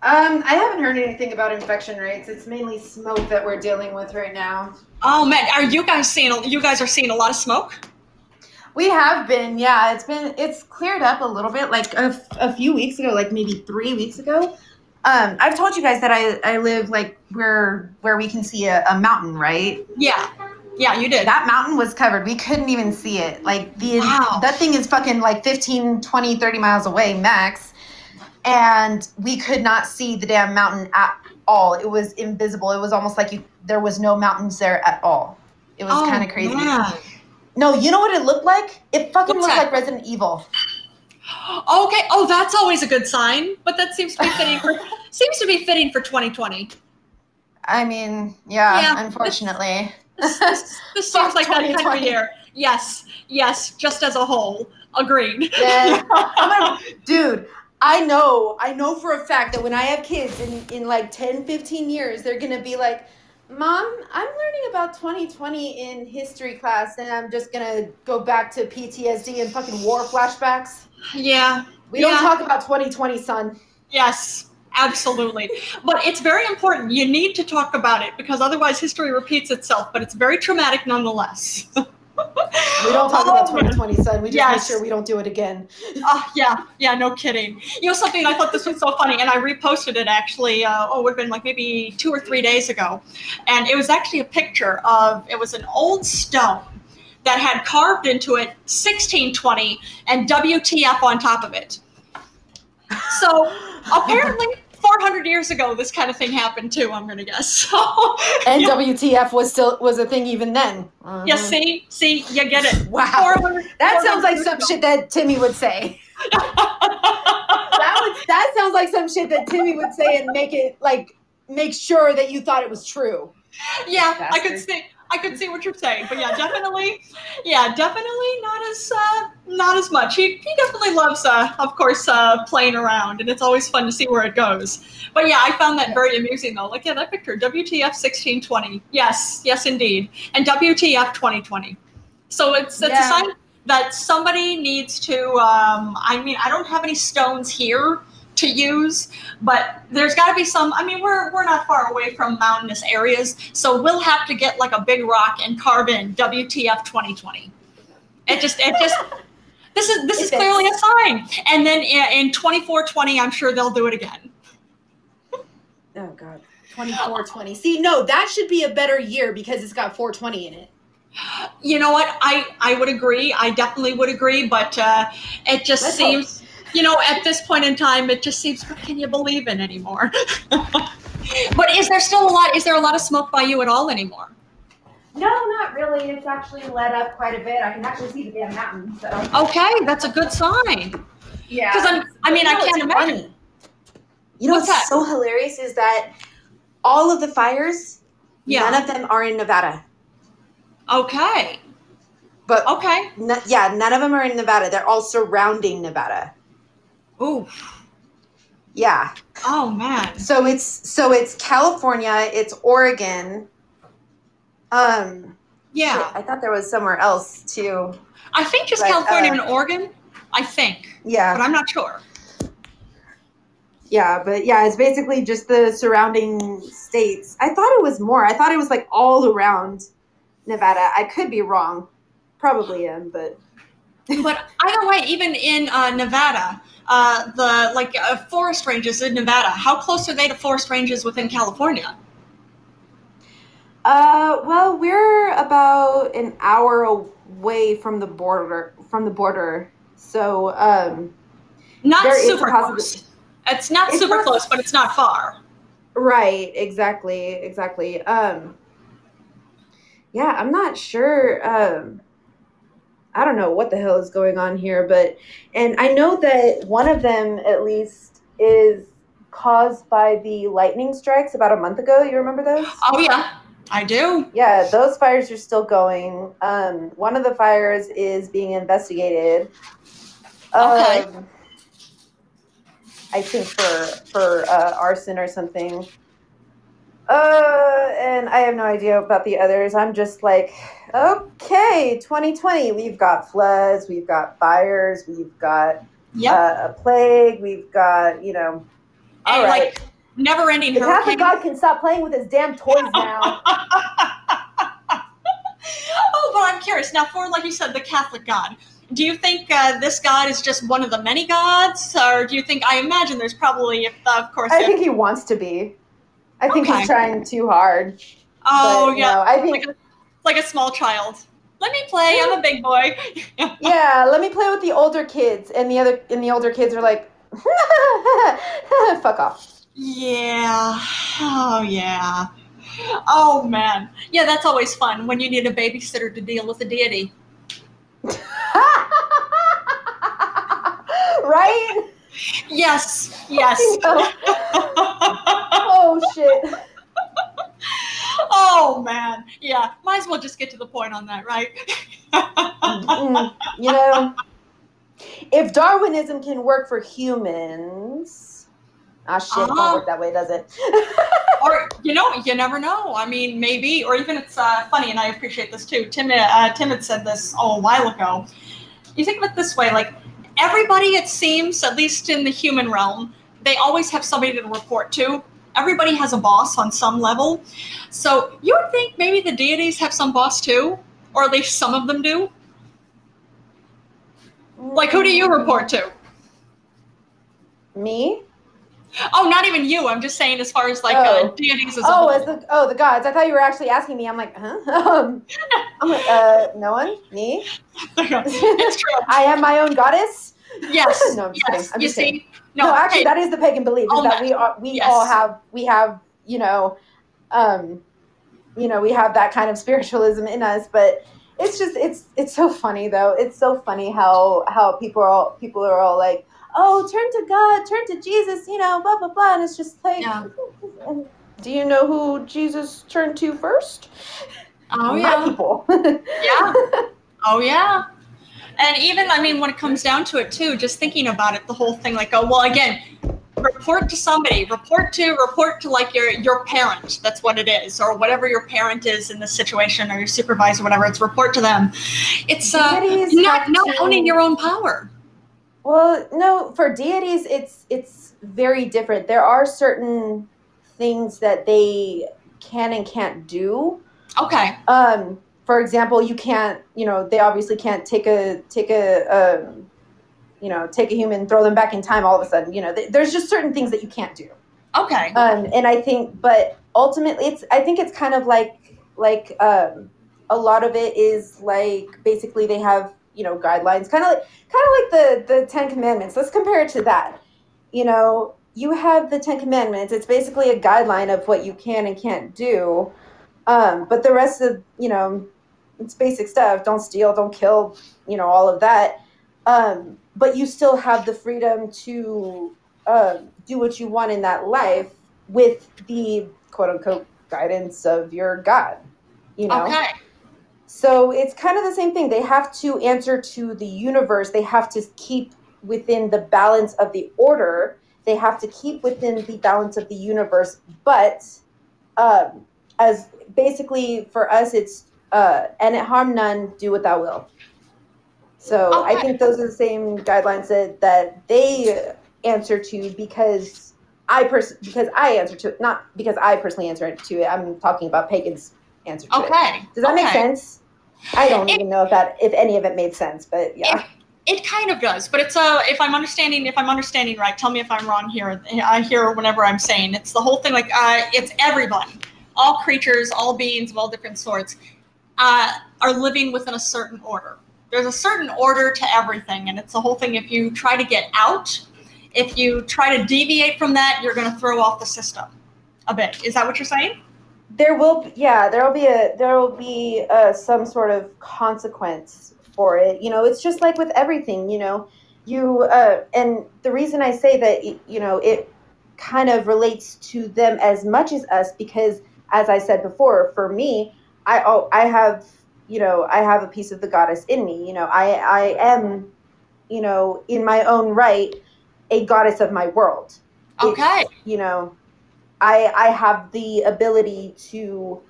Um, I haven't heard anything about infection rates. It's mainly smoke that we're dealing with right now. Oh man, are you guys seeing? You guys are seeing a lot of smoke. We have been, yeah. It's been it's cleared up a little bit, like a, f- a few weeks ago, like maybe three weeks ago. Um, I've told you guys that I, I live like where where we can see a, a mountain, right? Yeah, yeah, you did. That mountain was covered. We couldn't even see it. Like the Wow. that thing is fucking like 15, 20, 30 miles away max. And we could not see the damn mountain at all. It was invisible. It was almost like you there was no mountains there at all. It was oh, kind of crazy. man. No, you know what it looked like? It fucking What's looked that? like Resident Evil. Okay. Oh, that's always a good sign. But that seems to be fitting for seems to be fitting for 2020. I mean, yeah, Yeah, it's- unfortunately. This, this, this seems Fuck like that time of 2020. year. Yes. Yes. Just as a whole, agreed. Yeah. oh I'm gonna- Dude, I know, I know for a fact that when I have kids in, in like 10, 15 years, they're going to be like, Mom, I'm learning about 2020 in history class, and I'm just going to go back to PTSD and fucking war flashbacks. Yeah. We Yeah. don't talk about 2020, son. Yes. Absolutely. But it's very important. You need to talk about it because otherwise history repeats itself. But it's very traumatic nonetheless. we We don't talk about 2020, son. We just Oh. Yes. make sure we don't do it again. Oh yeah, yeah, no kidding. You know something? I thought this was so funny, and I reposted it actually. Uh, oh, it would have been like maybe two or three days ago, and it was actually a picture of it was an old stone that had carved into it 1620 and WTF on top of it. So apparently, 400 years ago, this kind of thing happened too. I'm gonna guess. So And WTF was still was a thing even then. Mhm. yeah, see, see, you get it. Wow. 400 That 400 sounds like years some ago. shit that Timmy would say. That would, that sounds like some shit that Timmy would say and make it like make sure that you thought it was true. yeah, I could Bastard. see. I could see what you're saying, but yeah, definitely, yeah, definitely not as uh, not as much. He, he definitely loves, uh, of course, uh, playing around, and it's always fun to see where it goes. But yeah, I found that very amusing though. Like yeah, that picture, WTF sixteen twenty. Yes, yes, indeed, and WTF twenty twenty. So it's it's Yeah. a sign that somebody needs to. Um, I mean, I don't have any stones here to use, but there's got to be some i mean we're we're not far away from mountainous areas so we'll have to get like a big rock and carve in wtf 2020 it just it just this is this It is clearly a sign and then i- in 2420 i'm sure they'll do it again Oh god. 2420. See, no, that should be a better year because it's got 420 in it. you know what i i would agree i definitely would agree but uh it just Let's hope. seems you know at this point in time it just seems what can you believe in anymore but is there still a lot is there a lot of smoke by you at all anymore No, not really. It's actually let up quite a bit. I can actually see the damn mountain. So okay that's a good sign yeah. Because I'm, I mean, I can't imagine. You know What's what's, that? so hilarious is that all of the fires, Yeah. none of them are in Nevada. Okay. But Okay. no- yeah, none of them are in Nevada. They're all surrounding Nevada. Ooh. Yeah. Oh man. So it's so it's California, it's Oregon. Um Yeah. shit, I thought there was somewhere else too. I think just But, California uh, and Oregon. I think, Yeah. but I'm not sure. Yeah, but yeah, it's basically just the surrounding states. I thought it was more. I thought it was like all around Nevada. I could be wrong. Probably am, but But either way, even in uh, Nevada, uh, the like uh, forest ranges in Nevada. How close are they to forest ranges within California? uh well, we're about an hour away from the border from the border. So, um Not There is a super possibility. close. It's not It's super not- close, but it's not far. right, exactly, exactly. Um Yeah, I'm not sure um I don't know what the hell is going on here, but and I know that one of them at least is caused by the lightning strikes about a month ago. You remember those? Oh yeah, I do. Yeah, those fires are still going. Um, one of the fires is being investigated. Okay. Um, I think for for uh, arson or something. Uh, and I have no idea about the others. I'm just like, okay, 2020. We've got floods. We've got fires. We've got Yep. uh, a plague. We've got you know. all and right. like never ending If half of hurricane. God can stop playing with his damn toys now. oh, but I'm curious now. For like you said, the Catholic God. Do you think uh, this God is just one of the many gods, or do you think? I imagine there's probably, if of course, I if- think he wants to be. I think Okay. he's trying too hard. oh but, yeah, no, I think Like like a small child. Let me play. I'm a big boy. yeah. Let me play with the older kids, and the other and the older kids are like, fuck off. Yeah. Oh, yeah. Oh, man. Yeah, that's always fun when you need a babysitter to deal with a deity. right? Yes. Yes. oh, Oh shit. man. Yeah. Might as well just get to the point on that, right? Mm, you know, if Darwinism can work for humans, ah shit, it Uh-huh. don't work that way, does it? or, you know, you never know. I mean, maybe. Or even it's uh, funny, and I appreciate this too. Tim, uh, Tim had said this oh, a while ago. You think of it this way like, everybody, it seems, at least in the human realm, they always have somebody to report to. Everybody has a boss on some level. So you would think maybe the deities have some boss too, or at least some of them do. Like, who do you report to? Me? Oh, not even you. I'm just saying, as far as like uh, Oh. deities as a Oh, whole. as the oh the gods. I thought you were actually asking me. I'm like, huh? Um, I'm like, uh, no one, me. it's true. I am my own goddess. Yes. No, I'm just yes. kidding. I'm you just see? kidding. No, actually, hey, that is the pagan belief Oh, is that no. we are we Yes. all have we have you know, um, you know we have that kind of spiritualism in us, but. It's just it's it's so funny though. It's so funny how how people are all people are all like, oh, turn to God, turn to Jesus, you know, blah blah blah, and it's just like, Yeah. do you know who Jesus turned to first? oh my yeah. people. Yeah. Oh yeah. And even I mean when it comes down to it too, just thinking about it, the whole thing like, oh well again, report to somebody, report to report to like your your parent. That's what it is, or whatever your parent is in this situation or your supervisor, whatever, it's report to them. It's uh Deities not have not to- owning your own power. Well, no, for deities, it's it's very different. There are certain things that they can and can't do. Okay. Um, for example, you can't, you know, they obviously can't take a take a, um, you know, take a human, throw them back in time all of a sudden. You know, th- there's just certain things that you can't do. Okay. um, and I think, but ultimately, it's I think it's kind of like like um, a lot of it is like basically they have you know guidelines, kind of like kind of like the the Ten Commandments. Let's compare it to that. You know, you have the Ten Commandments. It's basically a guideline of what you can and can't do, um, but the rest of you know, it's basic stuff. Don't steal. Don't kill. You know, all of that. Um, but you still have the freedom to um, do what you want in that life with the quote unquote guidance of your God, you know? Okay. So it's kind of the same thing. They have to answer to the universe, they have to keep within the balance of the order, they have to keep within the balance of the universe. But um, as basically for us, it's uh, and it harm none, do what thou will. So I Okay. think those are the same guidelines that, that they answer to because I pers- because I answer to it, not because I personally answer to it. I'm talking about pagans answer to it. Okay. Does that make Okay. sense? I don't It- even know if that if any of it made sense, but yeah. It kind of does, but it's a. If I'm understanding, if I'm understanding right, tell me if I'm wrong here. I hear whenever I'm saying it's the whole thing. Like uh, it's everybody, all creatures, all beings of all different sorts, uh, are living within a certain order. There's a certain order to everything, and it's the whole thing. If you try to get out, if you try to deviate from that, you're going to throw off the system a bit. Is that what you're saying? There will yeah, there will be a there will be uh, some sort of consequence for it. You know, it's just like with everything, you know. You uh and the reason I say that you know, it kind of relates to them as much as us because as I said before, for me, I oh, I have, you know, I have a piece of the goddess in me. You know, I I am, you know, in my own right a goddess of my world. Okay. It's, you know, I I have the ability to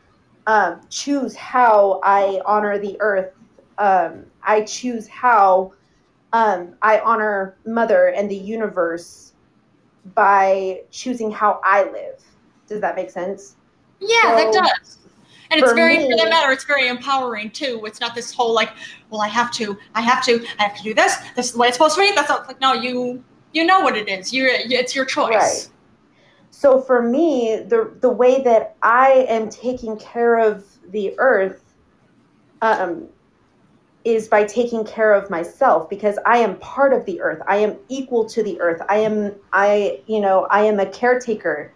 um, choose how I honor the earth. Um, I choose how um, I honor Mother and the universe by choosing how I live. Does that make sense? Yeah, so, that does. And it's very, me, for that matter, it's very empowering too. It's not this whole like, well, I have to, I have to, I have to do this. This is the way it's supposed to be. That's not like, no, you, you know what it is. You're, it's your choice. Right. So for me, the the way that I am taking care of the earth, um, is by taking care of myself because I am part of the earth. I am equal to the earth. I am, I, you know, I am a caretaker,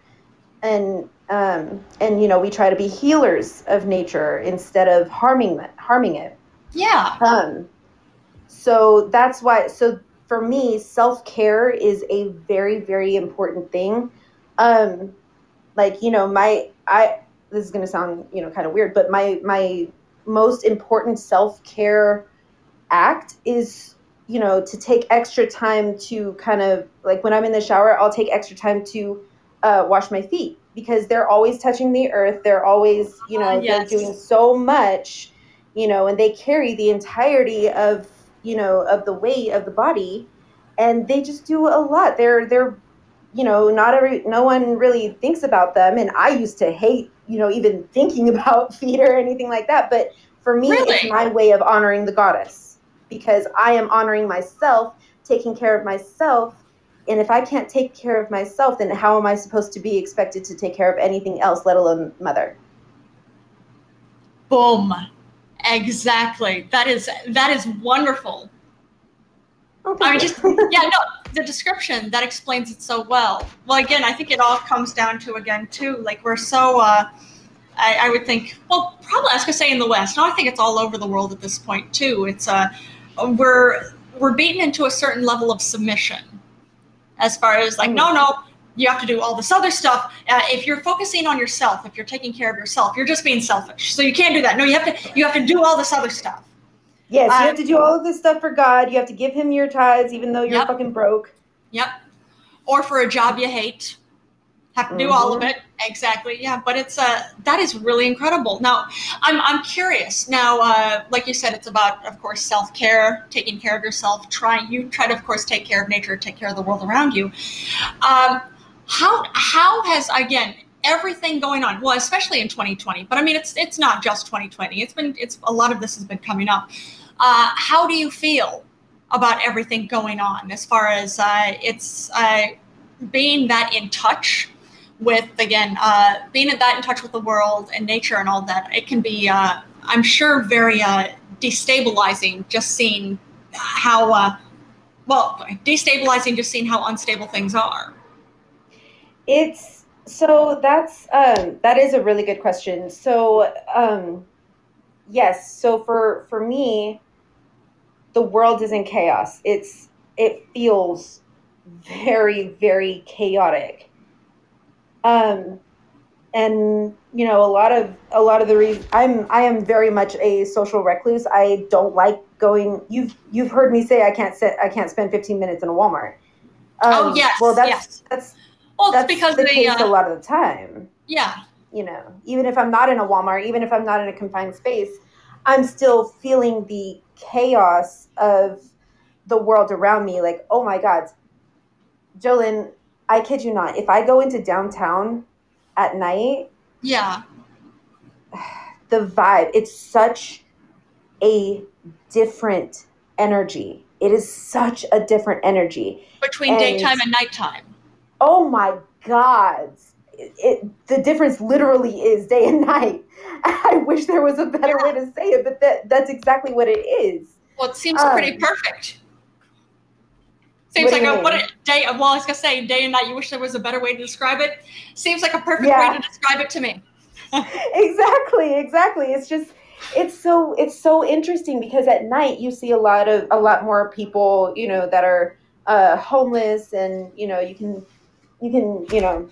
and um, and you know we try to be healers of nature instead of harming it, harming it. Yeah. Um, so that's why. So for me, self care is a very very important thing. Um, like you know my I this is gonna sound you know kind of weird, but my my most important self care act is you know to take extra time to kind of like when I'm in the shower, I'll take extra time to uh, wash my feet because they're always touching the earth. They're always, you know, uh, yes. they're doing so much, you know, and they carry the entirety of, you know, of the weight of the body, and they just do a lot. They're they're, you know, not every no one really thinks about them, and I used to hate, you know, even thinking about feet or anything like that. But for me, really? it's my way of honoring the goddess because I am honoring myself, taking care of myself, and if I can't take care of myself, then how am I supposed to be expected to take care of anything else, let alone mother? Boom. Exactly. That is that is wonderful. Okay. I mean, just yeah, no, the description that explains it so well. Well, again, I think it all comes down to again too, like we're so. Uh, I, I would think, well, probably I was gonna say in the West. No, I think it's all over the world at this point too. It's uh, we're we're beaten into a certain level of submission as far as like, no, no, you have to do all this other stuff. Uh, if you're focusing on yourself, if you're taking care of yourself, you're just being selfish. So you can't do that. No, you have to. You have to do all this other stuff. Yes, um, you have to do all of this stuff for God. You have to give Him your tithes, even though you're yep. fucking broke. Yep. Or for a job you hate, have to mm-hmm. do all of it. Exactly. Yeah, but it's uh, that is really incredible. Now, I'm I'm curious. Now, uh, like you said, it's about, of course, self care, taking care of yourself. Trying you try to, of course, take care of nature, take care of the world around you. Um, how how has again everything going on? Well, especially in 2020, but I mean, it's it's not just 2020. It's been it's a lot of this has been coming up. Uh, how do you feel about everything going on as far as uh, it's uh, being that in touch? with again uh, being that in touch with the world and nature and all that it can be uh, i'm sure very uh, destabilizing just seeing how uh, well destabilizing just seeing how unstable things are it's so that's um, that is a really good question so um, yes so for for me the world is in chaos it's it feels very very chaotic um, and you know a lot of a lot of the reason i'm i am very much a social recluse i don't like going you've you've heard me say i can't sit i can't spend 15 minutes in a walmart um, oh yes well that's yes. that's well that's because the they, case uh, a lot of the time yeah you know even if i'm not in a walmart even if i'm not in a confined space i'm still feeling the chaos of the world around me like oh my god jolyn I kid you not, if I go into downtown at night, yeah, the vibe, it's such a different energy. It is such a different energy between and, daytime and nighttime. Oh my god. It, it, the difference literally is day and night. I wish there was a better yeah. way to say it, but that that's exactly what it is. Well, it Uh, seems um, pretty perfect. Seems what like a what a day. Well, I was gonna say day and night. You wish there was a better way to describe it. Seems like a perfect yeah. way to describe it to me. exactly, exactly. It's just it's so it's so interesting because at night you see a lot of a lot more people you know that are uh, homeless and you know you can you can you know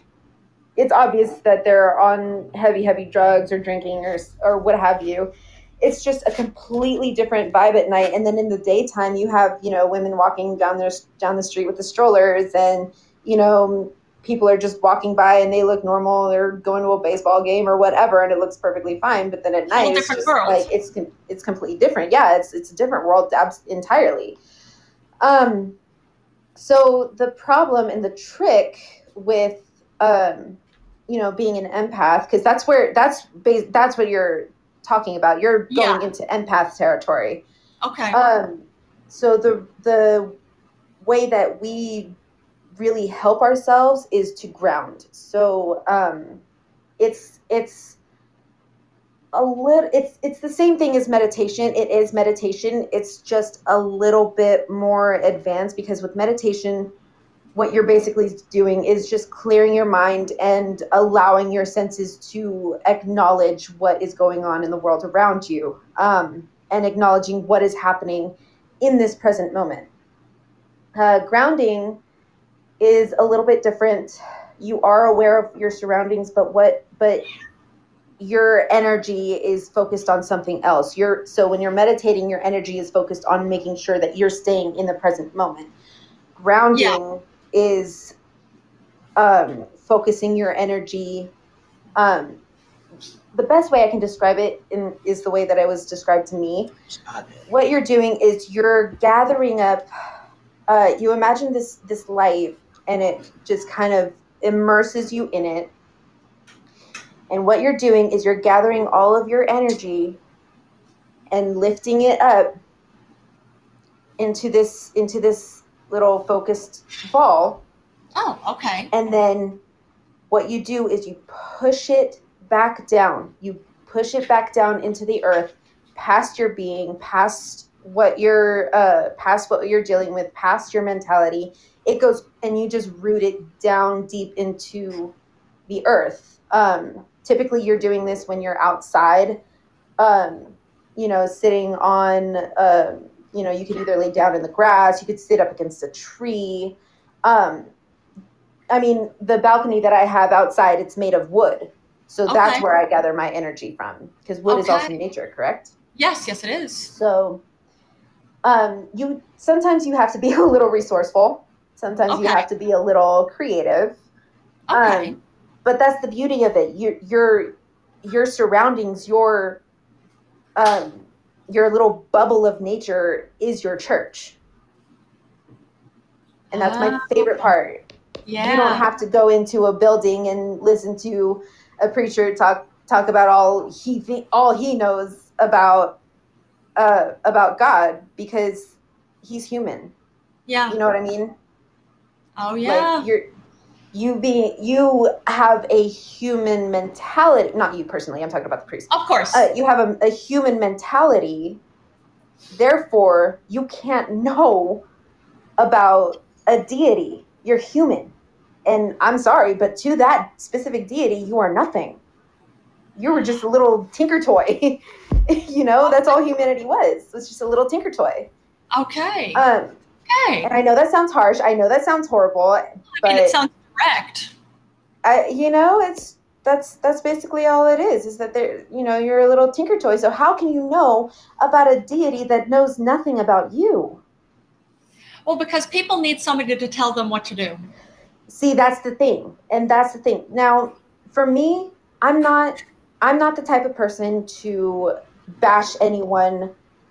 it's obvious that they're on heavy heavy drugs or drinking or or what have you it's just a completely different vibe at night and then in the daytime you have you know women walking down their down the street with the strollers and you know people are just walking by and they look normal they're going to a baseball game or whatever and it looks perfectly fine but then at night it's just world. like it's it's completely different yeah it's it's a different world entirely um so the problem and the trick with um you know being an empath because that's where that's bas- that's what you're talking about you're going yeah. into empath territory okay um so the the way that we really help ourselves is to ground. So um, it's it's a little it's it's the same thing as meditation. It is meditation. It's just a little bit more advanced because with meditation, what you're basically doing is just clearing your mind and allowing your senses to acknowledge what is going on in the world around you um, and acknowledging what is happening in this present moment. Uh, grounding is a little bit different. You are aware of your surroundings, but what but your energy is focused on something else. You're so when you're meditating, your energy is focused on making sure that you're staying in the present moment. Grounding yeah. is um, focusing your energy. Um, the best way I can describe it in, is the way that it was described to me. What you're doing is you're gathering up uh, you imagine this this light and it just kind of immerses you in it and what you're doing is you're gathering all of your energy and lifting it up into this into this little focused ball oh okay and then what you do is you push it back down you push it back down into the earth past your being past what you're uh, past what you're dealing with past your mentality it goes and you just root it down deep into the earth um, typically you're doing this when you're outside um, you know sitting on uh, you know you could either lay down in the grass you could sit up against a tree um, i mean the balcony that i have outside it's made of wood so okay. that's where i gather my energy from because wood okay. is also nature correct yes yes it is so um, you sometimes you have to be a little resourceful. Sometimes okay. you have to be a little creative. Okay. Um, but that's the beauty of it. Your your your surroundings, your um, your little bubble of nature is your church, and that's my favorite part. Yeah. You don't have to go into a building and listen to a preacher talk talk about all he th- all he knows about uh, about God because he's human. Yeah. You know what I mean? Oh yeah. Like you're you being you have a human mentality not you personally i'm talking about the priest of course uh, you have a, a, human mentality therefore you can't know about a deity you're human and i'm sorry but to that specific deity you are nothing you were just a little tinker toy you know that's all humanity was it was just a little tinker toy okay um, okay and i know that sounds harsh i know that sounds horrible I but mean, it sounds correct I, you know it's that's that's basically all it is is that there you know you're a little tinker toy so how can you know about a deity that knows nothing about you well because people need somebody to tell them what to do see that's the thing and that's the thing now for me i'm not i'm not the type of person to bash anyone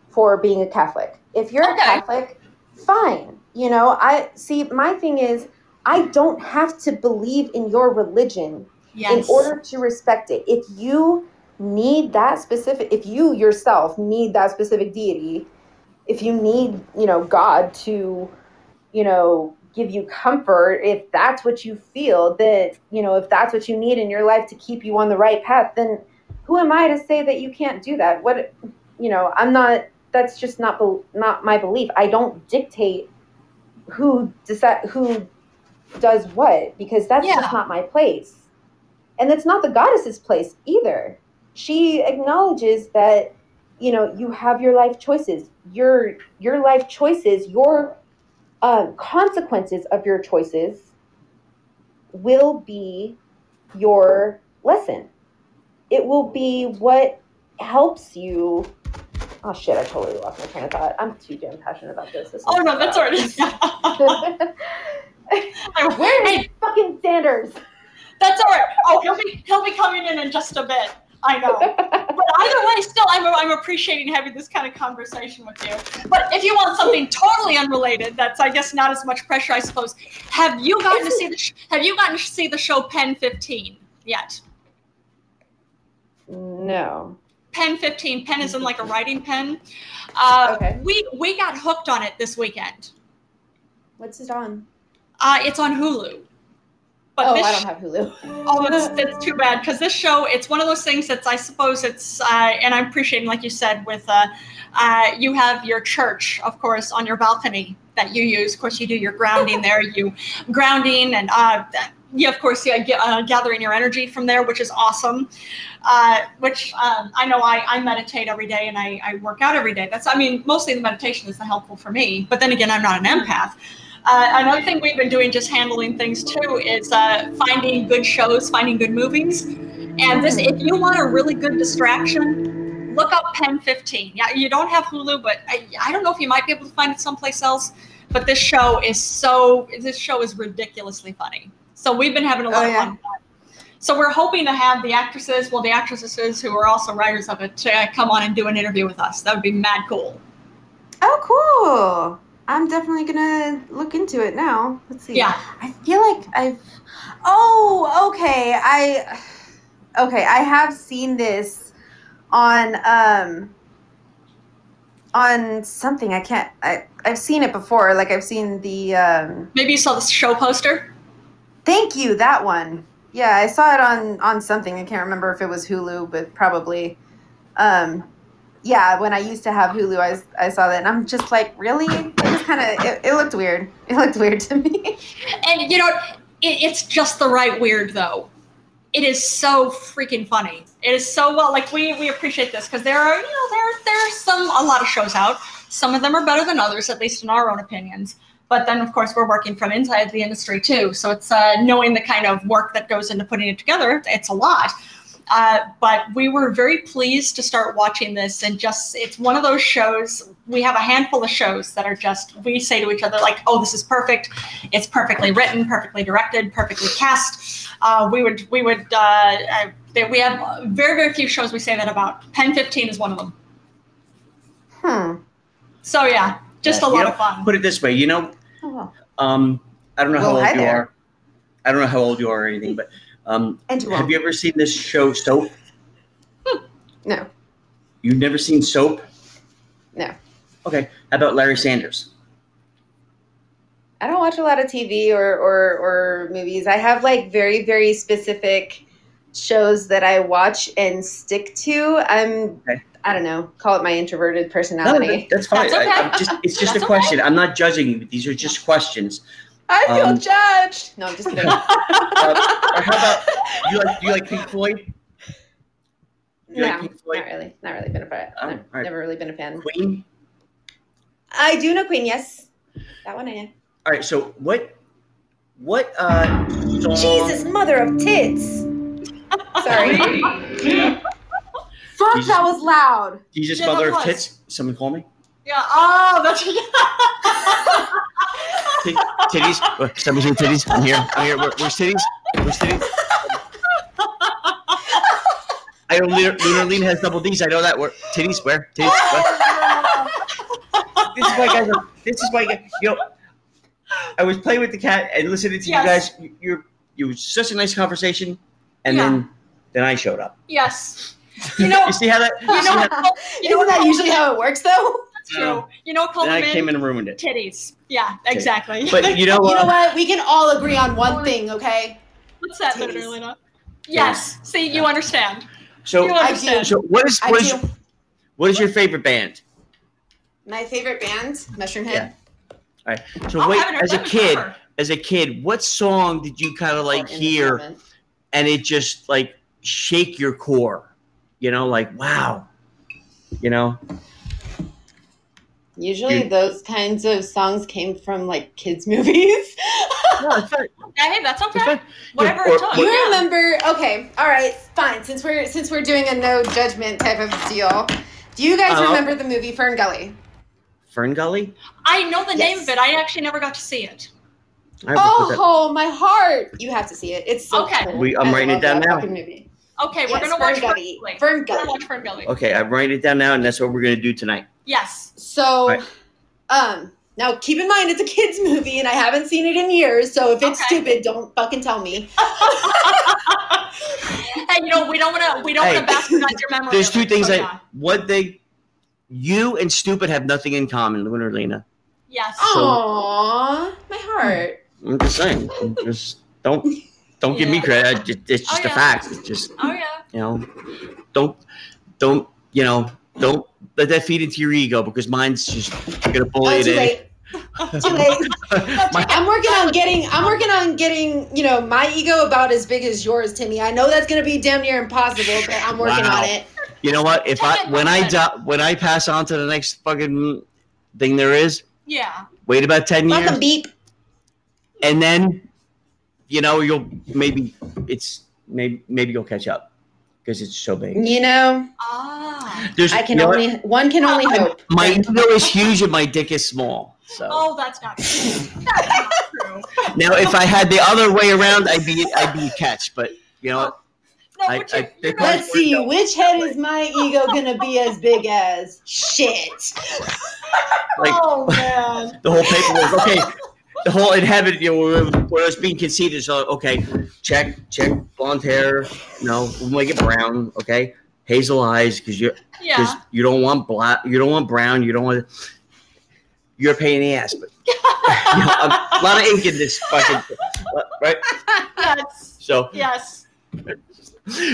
for being a Catholic. If you're okay. a Catholic, fine. You know, I see my thing is I don't have to believe in your religion yes. in order to respect it. If you need that specific if you yourself need that specific deity, if you need, you know, God to, you know, give you comfort, if that's what you feel that, you know, if that's what you need in your life to keep you on the right path, then who am I to say that you can't do that? What, you know, I'm not. That's just not not my belief. I don't dictate who decide who does what because that's yeah. just not my place, and it's not the goddess's place either. She acknowledges that you know you have your life choices your your life choices your uh, um, consequences of your choices will be your lesson it will be what helps you oh shit i totally lost my train of thought i'm too damn passionate about this, this oh no that's all right where is fucking sanders that's all right oh he'll be he'll be coming in in just a bit I know. But either way, still, I'm, I'm appreciating having this kind of conversation with you. But if you want something totally unrelated, that's I guess not as much pressure, I suppose. Have you gotten to see the sh- Have you gotten to see the show Pen 15 yet? No. Pen 15. Pen is in like a writing pen. Uh, okay. We we got hooked on it this weekend. What's it on? Uh, it's on Hulu. But oh, I don't have Hulu. oh, it's, it's too bad because this show, it's one of those things that's, I suppose, it's, uh, and I'm appreciating, like you said, with uh, uh, you have your church, of course, on your balcony that you use. Of course, you do your grounding there, you grounding and, uh, yeah, of course, yeah, get, uh, gathering your energy from there, which is awesome. Uh, which um, I know I, I meditate every day and I, I work out every day. That's, I mean, mostly the meditation is the helpful for me. But then again, I'm not an empath. Uh, another thing we've been doing, just handling things too, is uh, finding good shows, finding good movies. And this, if you want a really good distraction, look up Pen 15. Yeah, you don't have Hulu, but I, I don't know if you might be able to find it someplace else. But this show is so, this show is ridiculously funny. So we've been having a lot oh, yeah. of fun. So we're hoping to have the actresses, well, the actresses who are also writers of it, to uh, come on and do an interview with us. That would be mad cool. Oh, cool. I'm definitely gonna look into it now. Let's see. Yeah. I feel like I've. Oh, okay. I. Okay, I have seen this on um. On something I can't. I I've seen it before. Like I've seen the. um Maybe you saw the show poster. Thank you. That one. Yeah, I saw it on on something. I can't remember if it was Hulu, but probably. Um, yeah, when I used to have Hulu, I, I saw that, and I'm just like, really? It just kind of it, it, looked weird. It looked weird to me. And you know, it, it's just the right weird though. It is so freaking funny. It is so well. Like we we appreciate this because there are you know there there are some a lot of shows out. Some of them are better than others, at least in our own opinions. But then, of course, we're working from inside the industry too, so it's uh, knowing the kind of work that goes into putting it together. It's a lot. Uh, but we were very pleased to start watching this and just it's one of those shows we have a handful of shows that are just we say to each other like oh this is perfect it's perfectly written perfectly directed perfectly cast uh, we would we would uh, we have very very few shows we say that about pen 15 is one of them hmm so yeah just a lot know, of fun put it this way you know oh. um, i don't know well, how old you there. are i don't know how old you are or anything but um, have you ever seen this show Soap? Hmm. No. You've never seen Soap? No. Okay. How about Larry Sanders? I don't watch a lot of TV or, or, or movies. I have like very, very specific shows that I watch and stick to. I'm, okay. I don't know, call it my introverted personality. No, that's fine. That's okay. I, just, it's just that's a question. Okay. I'm not judging you. These are just questions. I feel um, judged. No, I'm just kidding. uh, how about you like you like Pink Floyd? You no, like Pink Floyd? not really. Not really been a fan. Oh, no, right. Never really been a fan. Queen. I do know Queen. Yes, that one I know. All right. So what? What? uh song... Jesus, mother of tits. Sorry. Fuck, Jesus, that was loud. Jesus, mother of tits. Someone call me. Yeah. Oh, that's. T- titties. Somebody say titties. I'm here. I'm here. We're, we're titties. We're titties. I know Lunar, Lunarlene has double D's. I know that. We're titties. Where? Titties. Where? this is why guys. Are, this is why guys, you know. I was playing with the cat and listening to Yes. you guys. You're you was such a nice conversation, and then then I showed up. Yes. You know. you see how that? You You know, what- you know Isn't what that called usually them? how it works, though? That's true. You know, what called Then I them came in and ruined it. titties. Yeah, exactly. But you know You what? know what? We can all agree on one thing, okay? What's that, Titties. literally? not? Yes. See, you understand. You so I understand. so what is I what is do. what is your favorite band? My favorite band, Mushroom Head. All right. So Oh, wait, haven't heard as a that in kid, forever. as a kid, what song did you kind of like In this hear moment. and it just like shake your core? You know, like wow, you know? Usually those kinds of songs came from like kids' movies. No, it's not, Hey, that's it's okay. not- Whatever or- it took. or- You yeah. remember? Okay, all right, fine. Since we're since we're doing a no judgment type of deal, do you guys Uh-huh. remember the movie Fern Gully? Fern Gully? I know the name Yes. of it. I actually never got to see it. I will put that- Oh, my heart! You have to see it. It's so Okay. cool. We- I'm I writing it love down that now. fucking Movie. Okay, we're Yes, gonna watch Fern Fern Gully. Gully. Fern We're gonna Gully. watch Fern Gully. Okay, I'm writing it down now, and that's what we're going to do tonight. Yes. So, Right. um, now keep in mind it's a kids movie, and I haven't seen it in years. So if it's Okay. stupid, don't fucking tell me. Hey, you know we don't want to we don't Hey, want to bastardize your memory. There's of two it, things so that yeah. what they you and stupid have nothing in common, Winterlina. Yes. Oh. So- Aww, my heart. I'm just saying, just don't don't give me Yeah. credit. I just, it's Oh, just a yeah. fact. It's just Oh yeah. you know, don't don't you know, don't let that feed into your ego because mine's just gonna bully Oh, it too in. late. Too late. My- I'm working on getting. I'm working on getting. You know, my ego about as big as yours, Timmy. I know that's gonna be damn near impossible, but I'm working Wow. on it. you know what? If I Kevin, when I listen. die, when I pass on to the next fucking thing there is, Yeah. wait about ten years, Fucking beep. and then you know you'll maybe it's maybe maybe you'll catch up because it's so big. You know, Ah. There's, I can you know what? only one can only hope. My ego is huge and my dick is small. So Oh, that's not true. That's not true. now, if I had the other way around, I'd be I'd be a catch. But you know, No, I- but you, I you're right. think I- Let's see, which head is my ego gonna be as big as? Shit. like Oh man. the whole paperwork. Okay, the whole inhabit. You know, where I was being conceited. So okay, check check blonde hair. No, we'll make it brown. Okay, hazel eyes because you because yeah. you don't want black. You don't want brown. You don't want. You're a pain in the ass, but you know, a lot of ink in this fucking right. Yes. So Yes.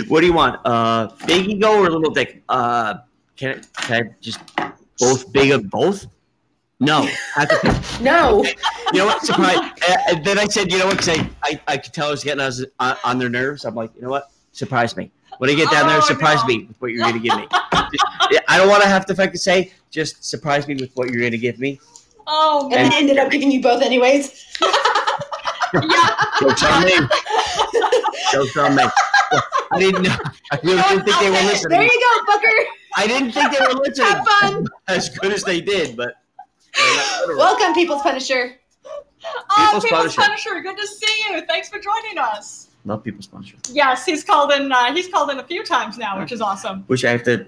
What do you want? Uh, big ego or little dick? Uh, can I, can I just both big of both? No, I have to pick. No. you know what? Surprise! Eh, And, and then I said, you know what? 'Cause I, I, I could tell I was getting I was on, on their nerves. I'm like, you know what? Surprise me. When I get down there, Oh, surprise no. me with what you're gonna give me. Yeah, I don't want to have to fucking say. Just surprise me with what you're gonna give me. Oh man. And I ended up giving you both anyways. Yeah. Jokes on me. Jokes on me. I didn't know. I really didn't think they were Okay, There listening. you go, fucker. I didn't think they were listening. Have fun. as good as they did, but they're not literal. Welcome, People's Punisher. Oh, People's People's Punisher. Punisher. Good to see you. Thanks for joining us. love people sponsor, Yes, he's called in. Uh, he's called in a few times now, which is awesome. which I have to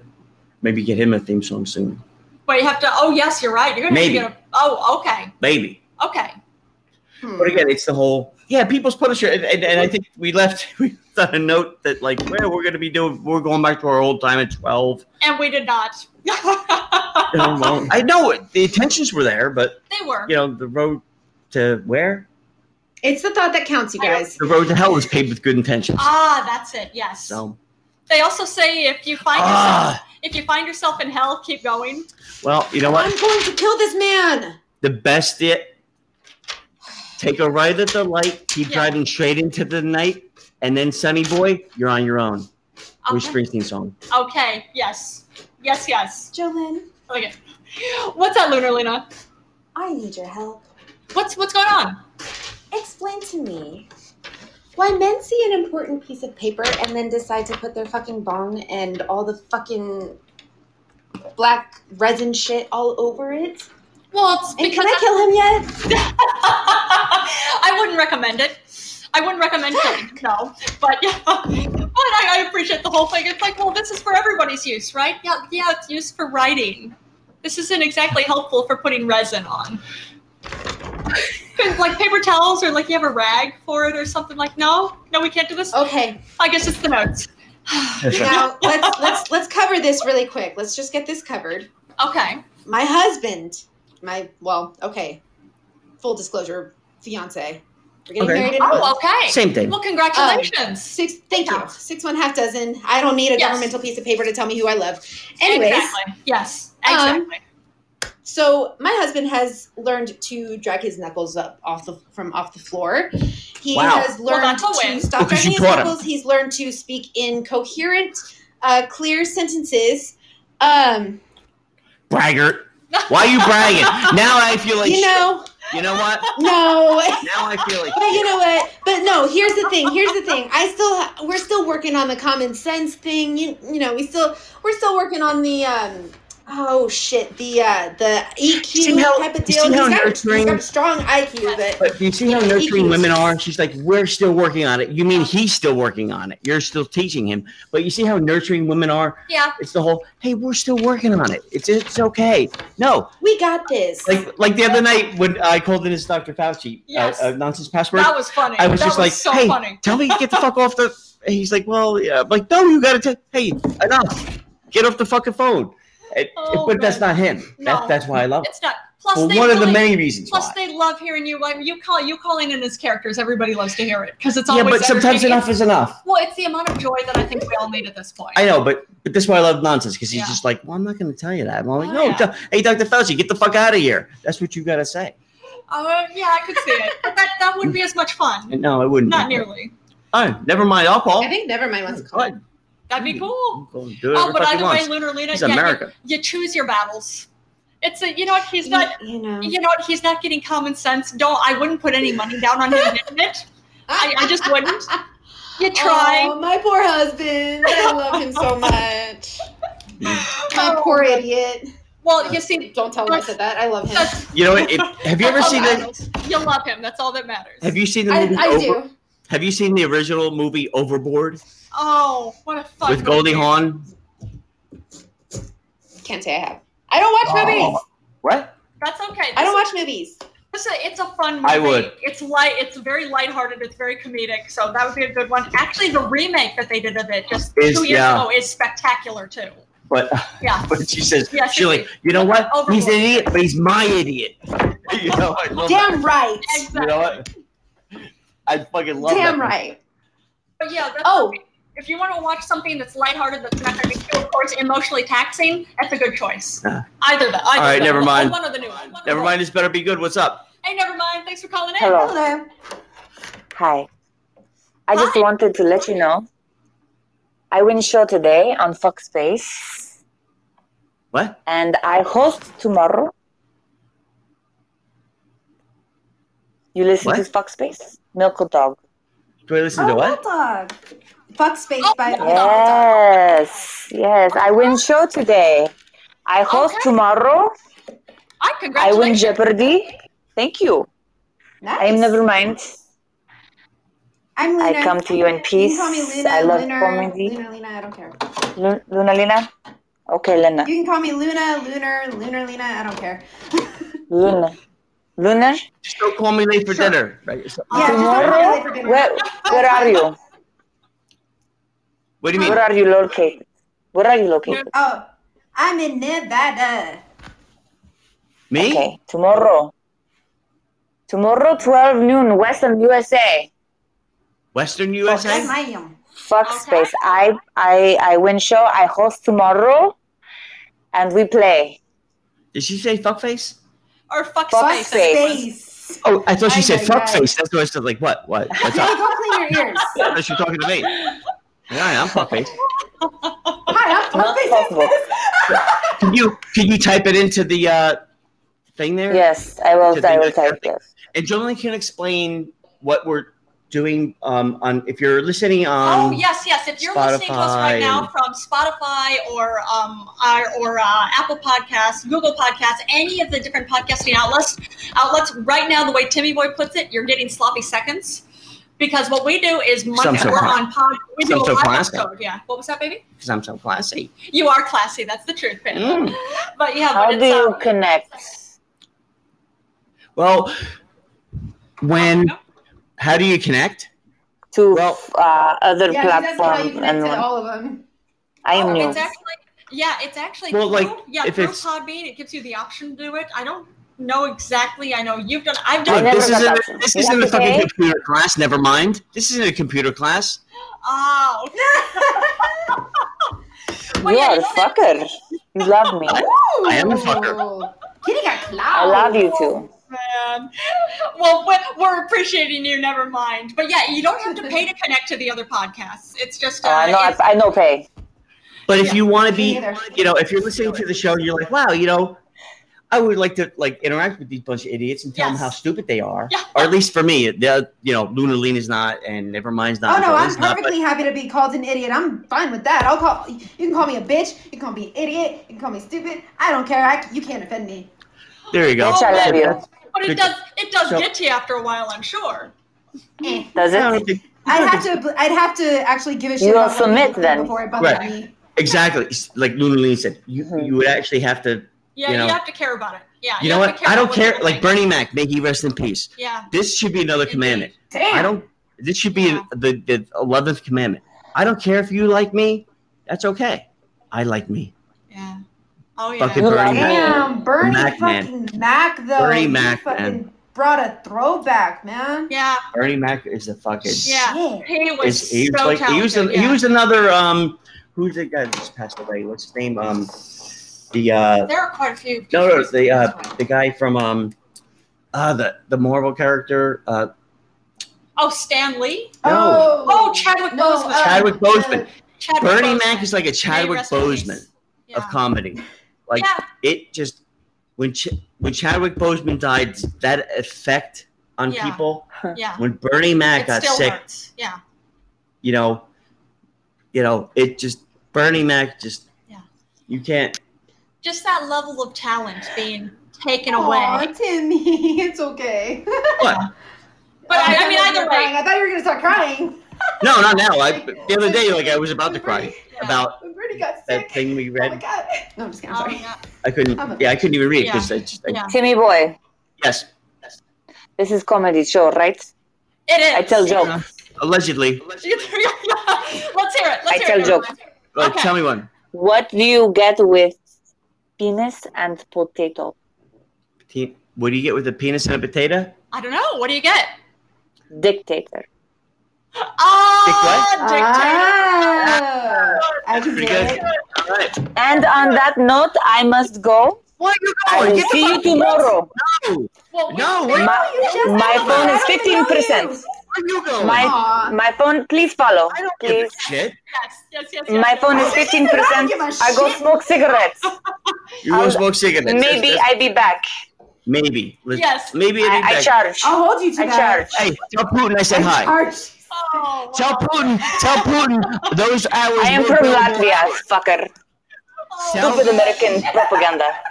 maybe get him a theme song soon. But you have to. Oh, yes, you're right. You're gonna Maybe. Have to get a, oh, okay, Maybe, okay. Hmm. but again, it's the whole yeah, people's Punisher, and, and, and I think we left we left a note that like, well, we're gonna be doing, we're going back to our old time at twelve. And we did not. You know, well, I know it, the intentions were there, but they were. you know, the road to where It's the thought that counts, you guys. the road to hell is paved with good intentions. Ah, that's it. Yes. So They also say if you find yourself ah, if you find yourself in hell, keep going. well, you know what? I'm going to kill this man. the best it take a right at the light keep Yeah. driving straight into the night and then sunny boy you're on your own Bruce Okay. springsteen song Um, okay. Yes. Yes. Yes. Jolyn, Okay. What's that, Lunar Luna? I need your help. What's what's going on? Explain to me why men see an important piece of paper and then decide to put their fucking bong and all the fucking black resin shit all over it. Well, it's And because can I kill him yet? I wouldn't recommend it. I wouldn't recommend killing, no. But yeah, but I, I appreciate the whole thing. It's like, well, this is for everybody's use, right? Yeah, yeah, it's used for writing. This isn't exactly helpful for putting resin on. 'Cause, like paper towels or like you have a rag for it or something like no no we can't do Oh. this Okay, i guess it's the notes now let's let's let's cover this really quick. Let's just get this covered. Oh, okay My husband, my well, okay, full disclosure, fiance. We're getting Okay. married in a month. oh okay same thing well congratulations Six, thank you. Yeah. Six, one half dozen. I don't need a Yes. governmental piece of paper to tell me who I love. um, Anyways, exactly. yes Um, exactly so my husband has learned to drag his knuckles up off the from off the floor. He Wow. has Well, learned that's a win. to stop Because dragging you his taught him. knuckles. He's learned to speak in coherent, uh, clear sentences. Um, braggart. Why are you bragging? now I feel like you know, shit. you know what? no. Now I feel like But you know what? But no, here's the thing. Here's the thing. I still ha- we're still working on the common sense thing. You you know, we still we're still working on the um oh shit, the uh the EQ See how- type of you deal. see how he's, got, he's nurturing- got a strong IQ, but But do you see how nurturing women are? She's like, we're still working on it. You mean he's still working on it? You're still teaching him. But you see how nurturing women are? Yeah. It's the whole, hey, we're still working on it. It's it's okay. No, we got this. like like the other night when I called in as Dr. Fauci, uh, Yes. uh, nonsense password. That was funny. I was that just was like, so hey, funny. tell me to get the fuck off the. And he's like, well, yeah. I'm like, no, you gotta. T- hey, enough. Get off the fucking phone. And- Oh, but that's man. not him. No. That, that's why I love. him. It's not. Plus, But they one of the really- many reasons Plus, why. they love hearing you. Like you call you calling in as characters. Everybody loves to hear it because it's yeah, always. but sometimes entertaining. enough is enough. Well, it's the amount of joy that I think we all need at this point. I know, but but that's why I love nonsense because he's Yeah. just like, well, I'm not gonna tell you that. I'm like, Oh, no, yeah. tell- hey, Dr. Fauci, get the fuck out of here. That's what you gotta say. Uh, yeah, I could see it, but that that wouldn't be as much fun. And no, it wouldn't. Not be. nearly. Oh, never mind. I'll call. I think Nevermind wants to Go call. ahead. That'd be cool. Go and Do Oh, whatever but the fuck he either way, wants. Lunar Luna, He's yeah, you- America. You, choose your battles. It's a, you know what? He's you, not. you know. Mm-hmm. You know what? He's not getting common sense. Don't. I wouldn't put any money down on him getting it. I, I just wouldn't. You try. Oh, my poor husband. I love him so much. My Oh. poor idiot. Well, you see, Don't tell him I said that. I love him. that's, You know, what? it, have you ever Oh, seen the? You love him. That's all that matters. Have you seen the I, movie? I Over- do. Have you seen the original movie Overboard Oh, what a fun with Goldie movie. Hawn? Can't say I have. I don't Oh. watch movies. What? That's okay. I don't watch movies. This is- it's a fun movie. I would. It's light. It's very lighthearted. It's very comedic. So that would be a good one. Actually, the remake that they did of it just Is- two years yeah. ago is spectacular too. But Yeah. but she says Yes, she it like is. you know what? Overboard. He's an idiot, but he's my idiot. you know I love that. Damn right. Exactly. You know what? I fucking love Damn that. right. But yeah. That's Oh. If you want to watch something that's lighthearted, that's not going to be too, of course, emotionally taxing, that's a good choice. Yeah. Either that. Either All right, that. never Or mind. One of the new one. Never mind. This better be good. What's up? Hey, never mind. Thanks for calling in. Hello. Hello. Hi. I just Hi. wanted to let you know I win show today on Fox Space What? and I host tomorrow. You listen to What? Fox Space? Milk Dog. Do I listen to what? Bulldog. Fuck space Oh, by Milk Dog. Yes. Yes. I win show today. I host Okay. tomorrow. I I win congratulations. Jeopardy. Thank you. Nice. I'm never mind. I'm I Luna. come to you in You peace. can call me Luna. I love Lunar, comedy. Luna, Luna. I don't care. Lu- Luna Lina? Okay, Lena. You can call me Luna, Lunar, Lunar Lena. I don't care. Luna. Lunar? Just don't call me late for dinner. Right? So- Yeah, just don't call me late for dinner. Where, where are you? What do you mean? Where are you located? Where are you located? Oh, I'm in Nevada. Me? Okay, tomorrow. Tomorrow, 12 noon, Western USA. Western USA? Yes, I am. Fuck Okay. space. I, I, I win show. I host tomorrow, and we play. Did she say fuckface? Or fuck, Fuck space. space. Space. Oh, I thought she Ay, said ay, fuckface. That's why I said like what? What? What's Hey, up? go clean your ears. Unless you're talking to me. All right, I'm fuckface. Hi, I'm Not Puppet possible. Can you can you type it into the uh, thing there? Yes, I will. Did they I will make type everything? it. And Jolene can explain what we're doing um, on if you're listening Oh on. yes, yes. If you're listening to us right Spotify now and- from Spotify or um our, or uh, Apple Podcasts, Google Podcasts, any of the different podcasting outlets, outlets right now, the way Timmy Boy puts it, you're getting sloppy seconds. Because what we do is Monday so we're cla- on pod. We do some a so live classy. episode. Yeah. What was that, baby? Because I'm so classy. You are classy. That's the truth, baby. Mm. But yeah, How but do it's, you um, connect? Well, when how do you connect? To Well- uh, other Yeah, he doesn't know you platform connect and to one. all of them. I am new. Oh, It's actually yeah, it's actually Well, like, through- yeah if through it's- Podbean. It gives you the option to do it. I don't know exactly. I know you've done. I've I done. Look, never this got isn't that. this You isn't have a to fucking pay? computer class. Never mind. This isn't a computer class. Oh. Well, you yeah, are you a don't have- fucker. You love me. I am a fucker. Kitty got clout. I love you too. Man. Well, we- we're appreciating you. Never mind. But yeah, you don't have to pay to connect to the other podcasts. It's just uh, Uh, I know. I, it's- I know. Pay. But if you want to be, Me neither. you know, if you're listening to the show and you're like, wow, you know, I would like to like interact with these bunch of idiots and tell Yes. them how stupid they are, Yeah. or at least for me, the you know, Luna Lean is not, and Nevermind's Oh not. no, I'm Jolene's not, but- perfectly happy to be called an idiot. I'm fine with that. I'll call you can call me a bitch, you can call me idiot, you can call me stupid. I don't care. I, you can't offend me. there you go. Bitch, I love you. But it Good. does it does So- get to you after a while, I'm sure. Eh. Does I it? don't think- I'd have to I'd have to actually give a shit You about will what submit people then. before it bothers Right. me. exactly It's like Luna Lean said. You Mhm. you would actually have to. Yeah, You you, know- have to care about it. Yeah. You know have to what? I don't about care. people Like think. Bernie Mac, may he rest in peace. Yeah. This should be another Indeed. commandment. Damn. I don't. This should be Yeah. the the eleventh commandment. I don't care if you like me. That's okay. I like me. Yeah. Oh yeah. Fucking You like Bernie Mac. Damn, Bernie Mac man. fucking Mac though. Bernie You Mac fucking man. brought a throwback, man. Yeah. Bernie Mac is a fucking. Yeah. Shit. He was Is, he was so like talented. he was an, yeah. he was another um who's the guy that just passed away? What's his name? Um, the uh there are quite a few. no no pictures. the That's uh why. the guy from um uh the the Marvel character uh Oh, Stan Lee? no Oh, Oh, Chadwick No, Boseman. uh, Chadwick Boseman. Chadwick Bernie Boseman. Mac is like a Chadwick May rest in peace. Boseman Yeah. of comedy. Like yeah. it just when Ch- when Chadwick Boseman died, that effect on Yeah. people. Yeah. When Bernie Mac It got still sick, hurts. Yeah. you know, you know, it just Bernie Mac just Yeah. you can't. Just that level of talent being taken Aw, away. Timmy, it's okay. What? But I, I mean, thought you either way. were crying. I thought you were gonna start crying. No, not now. I, the other day, like I was about to cry Yeah. about When Bernie got sick. that thing we Oh my read. god. No, I'm just kidding. I'm Oh, sorry. yeah. I couldn't. I'm a- Yeah, I couldn't even read because I just. I, Yeah. Timmy boy, Yes, this is comedy show, right? It is. I tell jokes. allegedly. Let's hear it. Let's hear it. I tell everyone. Like, Okay. tell me one. What do you get with penis and potato? Te- What do you get with a penis and a potato? I don't know. What do you get? Dictator. Ah, Ah, dictator. I can Pretty feel good. it. All right. And on that note, I must go. What you I will Get see the you fuck- No, tomorrow. Well, we- no. Where My, You just my said phone that. is I don't even know 15%. you. you going? My- Aw. my phone, please follow. I don't give Please. a shit. Yes, yes, yes, yes. Oh, My phone is I don't 15%. give a I go shit. smoke cigarettes. You want to I'll- smoke cigarettes? That's- Maybe that's- I be back. Maybe. Let's- Yes. Maybe it'll be I, I back. charge. I'll hold you to I that. charge. Hey, tell Putin I said hi. Arch. Oh, Tell wow. Putin. Tell Putin those hours. I am were from billable Latvia, hours. fucker. Oh, Tell- Stupid American propaganda. oh,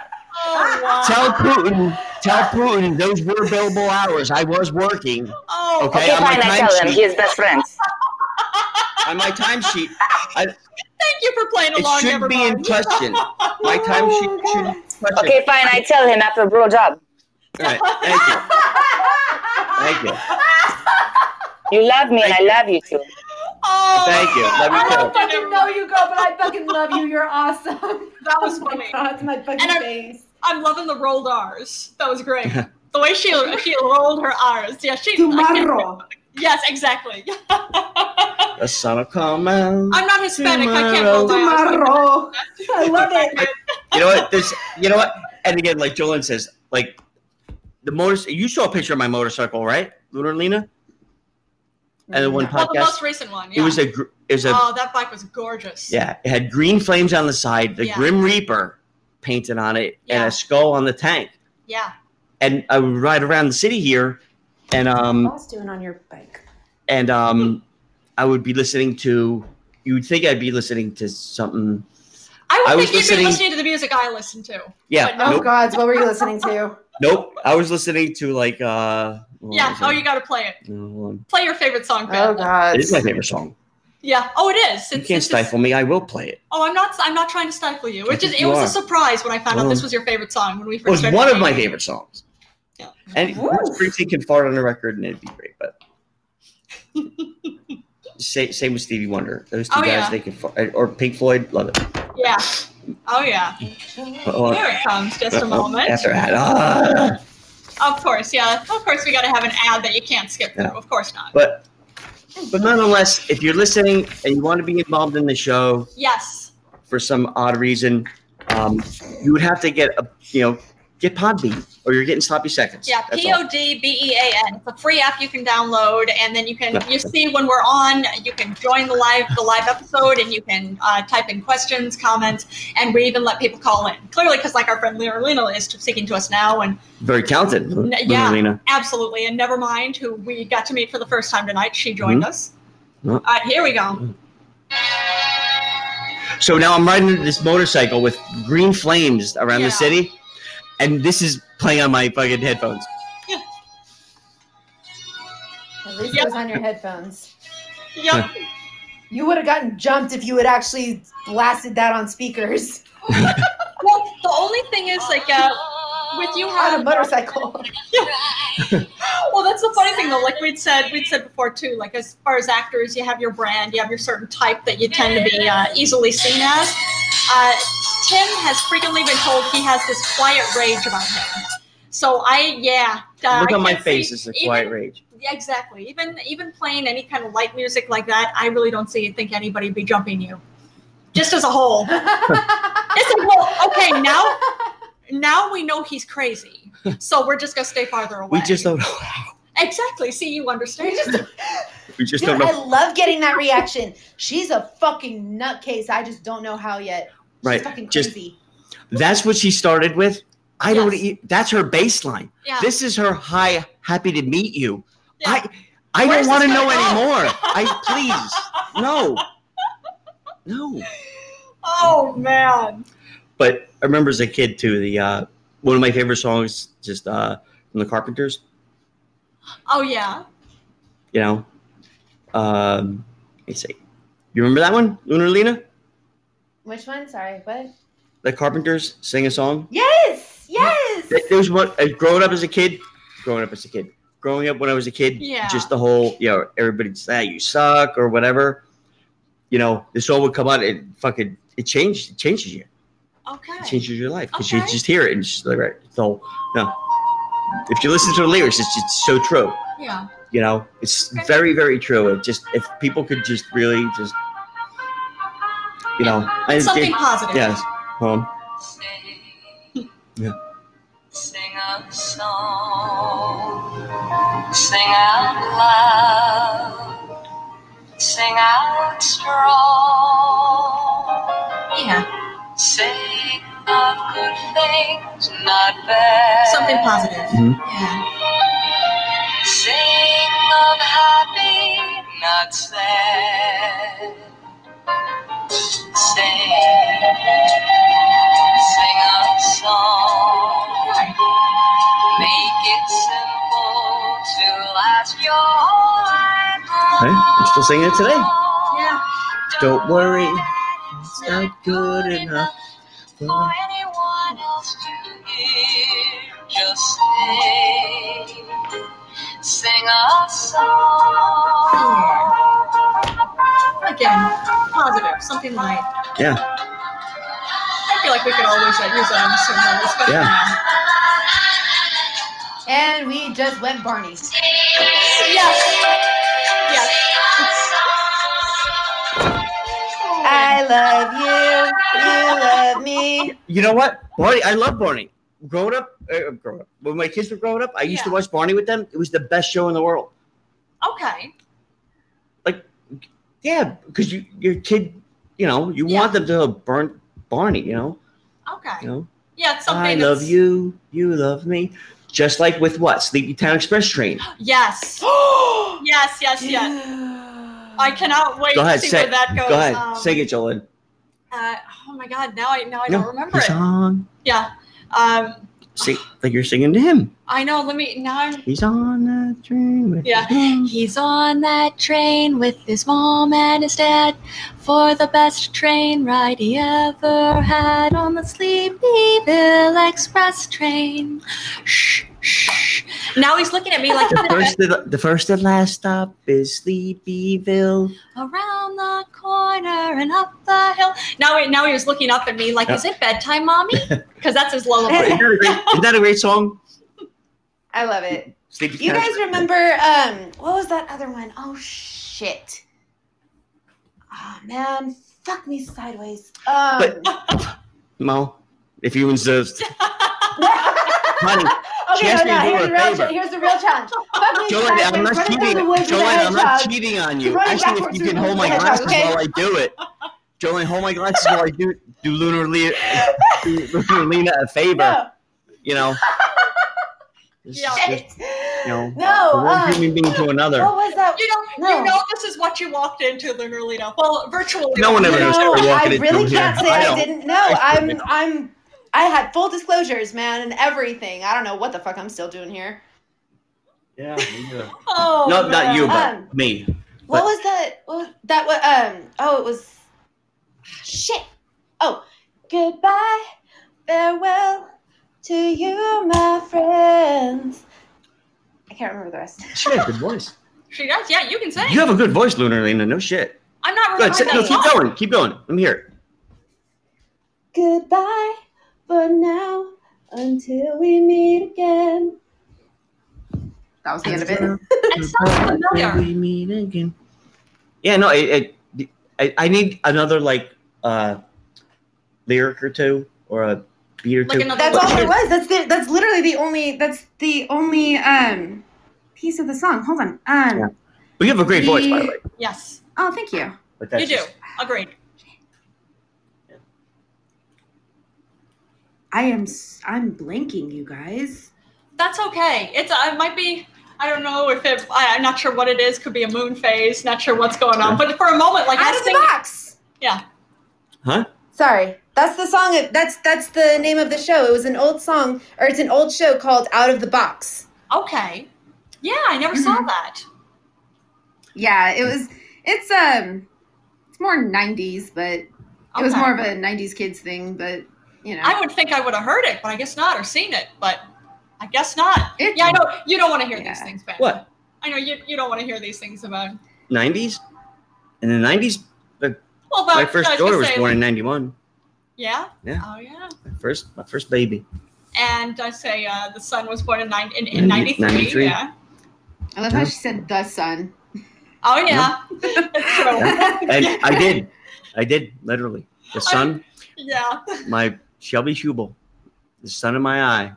wow. Tell Putin. Tell Putin those were billable hours. I was working Oh, Okay, Okay, I'm a fine, I time tell him. sheep. He is best friends. on my timesheet. thank you for playing It along. shouldn't be in everybody. question. My timesheet shouldn't be in question. Oh, Okay, fine, I tell him after blowjob. All right. Thank you. Thank you. You love me and I love you too. Oh, Thank you. Let me I go. don't fucking know you, girl, but I fucking love you. You're awesome. That was Oh my funny. God, it's my fucking And I- face. I'm loving the rolled R's. That was great. The way she she rolled her R's. Yeah, she. I can't- Tomorrow. Yes, exactly. The sun will come out. I'm not Hispanic. I can't Tomorrow. roll my R's. Tomorrow. I love it. You know what? This. You know what? And again, like Jolene says, like the motor. You saw a picture of my motorcycle, right, Lunar Lena? And the one Well, the podcast. most recent one. It Yeah. was a. gr- It was a. oh, that bike was gorgeous. Yeah, it had green flames on the side, the Yeah. Grim Reaper painted on it, and Yeah. a skull on the tank. Yeah. And I would ride around the city here, and um, What's doing on your bike? and um, I would be listening to. You would think I'd be listening to something. I would I think was you'd be listening- listening to the music I listen to. Yeah, But no. Oh nope, gods, what were you listening to? nope. I was listening to like. uh what Yeah. was it? Oh, you got to play it. No, hold on. Play your favorite song, Oh Pam. god. It is my favorite song. yeah. Oh, it is. You It's- can't it's just- stifle me. I will play it. Oh, I'm not. I'm not trying to stifle you. I Which is, think it you was are. a surprise when I found out Oh. this was your favorite song when we first. It was started one of my dating. favorite songs. Yeah. And Woo. Bruce Springsteen can fart on the record, and it'd be great. But same, same with Stevie Wonder. Those two Oh, guys, yeah. they can fart. Or Pink Floyd, love it. Yeah. Oh yeah. Hold on. Here it comes. Just a Uh, moment. After that, ah. Of course. Yeah. Of course, we got to have an ad that you can't skip through. Yeah. Of course not. but but nonetheless, if you're listening and you want to be involved in the show, Yes. for some odd reason, um, you would have to get a you know get Podbean or you're getting sloppy seconds. Yeah, That's P all. O D B E A N. It's a free app you can download, and then you can Yeah. you see when we're on. You can join the live the live episode, and you can uh, type in questions, comments, and we even let people call in. Clearly, because like our friend Lena Lena is speaking to us now, and Very talented, Lu- N- yeah. Lena. absolutely, and never mind who we got to meet for the first time tonight. She joined Mm-hmm. us. Yeah. All right, here we go. Mm-hmm. So now I'm riding this motorcycle with green flames around Yeah. the city, and this is playing on my fucking headphones. At least Yeah. it was on your headphones. Yep. You would have gotten jumped if you had actually blasted that on speakers well, the only thing is like uh, with you on a having motorcycle. well, that's the funny thing though. Like we'd said, we'd said before too. Like as far as actors, you have your brand, you have your certain type that you tend to be uh, easily seen as. Uh, Tim has frequently been told he has this quiet rage about him. So I, yeah. Uh, Look I on my can't face; see- it's a even- quiet rage. yeah, Exactly. Even even playing any kind of light music like that, I really don't see think anybody be jumping you. Just as a whole, it's like, well, okay, now now we know he's crazy, so we're just gonna stay farther away. We just don't. Exactly. See, you understand. We just- We just Dude, don't I know. love getting that reaction. She's a fucking nutcase. I just don't know how yet. She's Right, fucking just- crazy. That's what she started with. I don't. Yes. e- That's her baseline. yeah. This is her high. Happy to meet you. yeah. I. I Where's don't want to this know gonna go? anymore. I please no, no. oh man. But I remember as a kid too. The uh, one of my favorite songs, just uh, from the Carpenters. Oh yeah. You know, um, let me see. You remember that one, Lunar Lena? Which one? Sorry, what? The Carpenters sing a song. Yes, yes. Th- There's what uh, growing up as a kid. Growing up as a kid. Growing up when I was a kid. Yeah. Just the whole, you know, everybody's that you suck or whatever. You know, the song would come out. It fucking it changed. It changes you. It Okay. changes your life because you Okay. just hear it and it's just like right. So no. If you listen to the lyrics, it's just so true. Yeah. You know, it's very, very true. It just if people could just really just, you know, I, Something it- positive. yes, um, Sing, Yeah. sing a song, sing out loud, sing out strong, Yeah. sing of good things, not bad. Something positive. Mhm. Yeah. Sing of happy, not sad. Sing, sing a song. Right. Make it simple to last your life long. Hey, I'm still singing it today. Yeah. Don't worry, that it's uh, not good enough for anyone else to hear. Just sing, sing a song. Again, positive. Something light. Yeah. I feel like we could always like, use that on a certain level, especially Yeah. now. And we just went Barney. Yes. Yes. I love you. You love me. You know what, Barney? I love Barney. Growing up, uh, growing up, when my kids were growing up, I used to Yeah. watch Barney with them. It was the best show in the world. Okay. Yeah, because you, your kid, you know, you Yeah. want them to burn Barney. You know, you Okay. know. Yeah. It's something. I that's- love you. You love me. Just like with what Sleepy Town Express train. Yes. yes. Yes. Yes. I cannot wait Go to ahead, see say- where that goes. Go ahead, Um, sing it, Jolene. Uh, oh my God! Now I now I No, don't remember it. on. Yeah. Um, Sing, like you're singing to him. I know. Let me now. I'm. He's on that train. With Yeah. his He's on that train with his mom and his dad for the best train ride he ever had on the Sleepyville Express train. Shh, shh. Now he's looking at me like. The first, and- the first and last stop is Sleepyville. Around the corner and up the hill. now, he- now he was looking up at me like, Yeah. "Is it bedtime, mommy?" Because that's his lullaby. Isn't that a great, isn't that a great song? I love it. Sleepy You Town guys Express. remember um what was that other one? Oh shit. Ah man, fuck me sideways. Um Mo? If you insist. I honey, Okay, Yes, no, no. you do Here's the real. her a favor. Cha- here's the real challenge. Fuck me Jolene, sideways, I'm not running through the cheating. woods with a Jolene, I'm not hedgehog. cheating on you. You're running Actually, if backwards you through the can hold my hedgehog, glasses okay? while I do it. Jolene, hold my glasses while I do do Lunar Lena, do Lunar Lena a favor. No, You know. This is Yeah. just, you know, no. Oh, from one uh, um, human being to another. what was that? You know, No. you know, this is what you walked into, Lunar Lena. Well, virtually. No one No, ever knows what we're walking I into really here. can't say I I, don't. didn't know. I'm, I'm, I had full disclosures, man, and everything. I don't know what the fuck I'm still doing here. Yeah, Oh, no, not man. you, but Um, me. What But- was that? What was, that was um. Oh, it was. Shit. Oh, goodbye, farewell to you, my friends. I can't remember the rest. She has a good voice. She does. Yeah, you can sing. You have a good voice, Lunar Lena. No shit. I'm not Good. remembering sit- No, that song. keep going. Keep going. Let me hear it. Goodbye for now until we meet again. That was the end of it. It sounds familiar. Yeah, no, it, it, I, I need another like uh lyric or two or a beat or Like two. another. That's one. all there was. That's the. That's literally the only. That's the only um piece of the song. Hold on. Um. Yeah. but you have a great voice, by the way. Yes, Oh, thank you. But that's you do. just- Agreed. I am. s- I'm blanking, you guys. That's okay. It's. I might be. I don't know if it. I, I'm not sure what it is. Could be a moon phase. Not sure what's going on. But for a moment, like I Out was of the thinking, box. huh? Sorry, that's the song. That's that's the name of the show. It was an old song, or it's an old show called Out of the Box. okay. Yeah, I never saw Mm-hmm. that. Yeah, it was. It's um, it's more '90s, but it was Okay. more of a '90s kids thing. But you know, I would think I would have heard it, but I guess not, or seen it, but I guess not. It's- yeah, I know you don't want to hear these Yeah. things, Ben. What? I know you, you don't want to hear these things about. Nineties? In the nineties, Well, about my first I was gonna daughter was say- born in ninety one. Yeah. Yeah. Oh yeah. My first, my first baby. And I say uh, the son was born in nine in, in Ninety- 93, 93. Yeah. I love how she said the sun. Oh yeah. It's true. And I did, I did literally. The sun, yeah. my Shelby Schubel, the sun in my eye.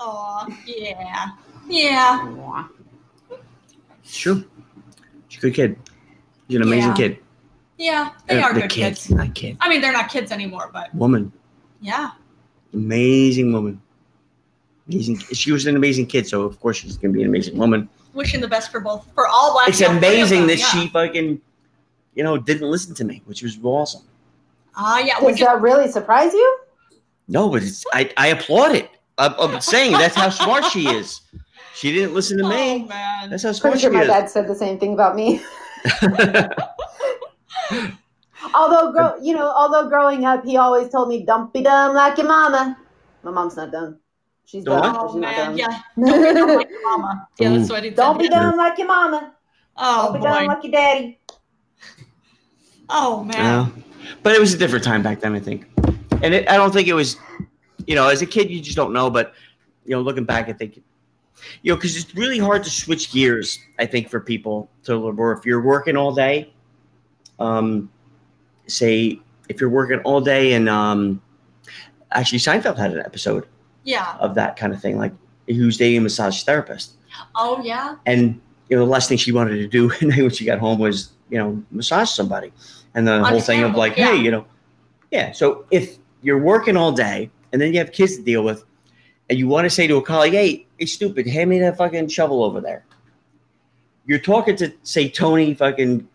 Oh yeah. Yeah. Aw. It's true. She's a good kid. She's an amazing Yeah. kid. Yeah. They Uh, are the good kid, kids. Not kid. I mean, they're not kids anymore, but Woman. yeah. Amazing woman. Amazing. She was an amazing kid, so of course she's gonna be an amazing woman. Wishing the best for both for all black. It's all three of amazing them, that yeah. she fucking, you know, didn't listen to me, which was awesome. Ah yeah. Does Which is, that really surprise you? No, but it's, I I applaud it. I'm, I'm saying that's how smart she is. She didn't listen to oh me. man. That's how Pretty smart she sure my is. dad said the same thing about me. Although, grow, you know, although growing up, he always told me, "Don't be dumb like your mama." My mom's not dumb. She's Don't dumb. what? but Oh she's not man. dumb. Yeah. Don't be dumb like your mama. Yeah, Mm. that's what he said. Don't be dumb like your mama. Oh Don't be dumb boy. like your daddy. Oh man. Yeah. But it was a different time back then, I think. And it, I don't think it was, you know, as a kid, you just don't know. But, you know, looking back, I think, you know, because it's really hard to switch gears, I think, for people to or if you're working all day. Um, say, if you're working all day, and um, actually, Seinfeld had an episode Yeah. of that kind of thing, like who's dating a massage therapist. Oh yeah. And, you know, the last thing she wanted to do when she got home was, you know, massage somebody. And the whole thing of Understandable, like, yeah. hey, you know, yeah. So if you're working all day and then you have kids to deal with and you want to say to a colleague, hey, it's stupid, hand me that fucking shovel over there. You're talking to, say, Tony fucking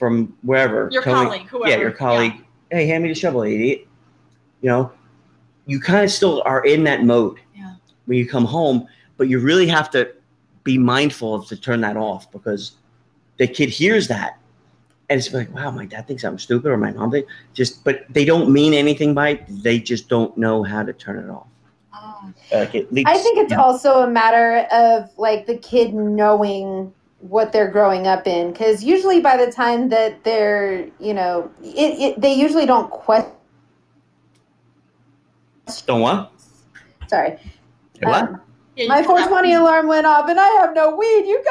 from wherever. Your Tony, colleague, whoever. yeah, your colleague. Hey, hand me the shovel, idiot. You know, you kind of still are in that mode Yeah. when you come home, but you really have to be mindful of to turn that off because the kid hears that and it's like, wow, my dad thinks I'm stupid or my mom thinks just, but they don't mean anything by it. They just don't know how to turn it off. Ah. Like it leaks. I think it's also a matter of like the kid knowing what they're growing up in because usually by the time that they're you know it, it they usually don't question don't want. sorry Uh, What? Um, Yeah, you my can have- 420 alarm went off and i have no weed you guys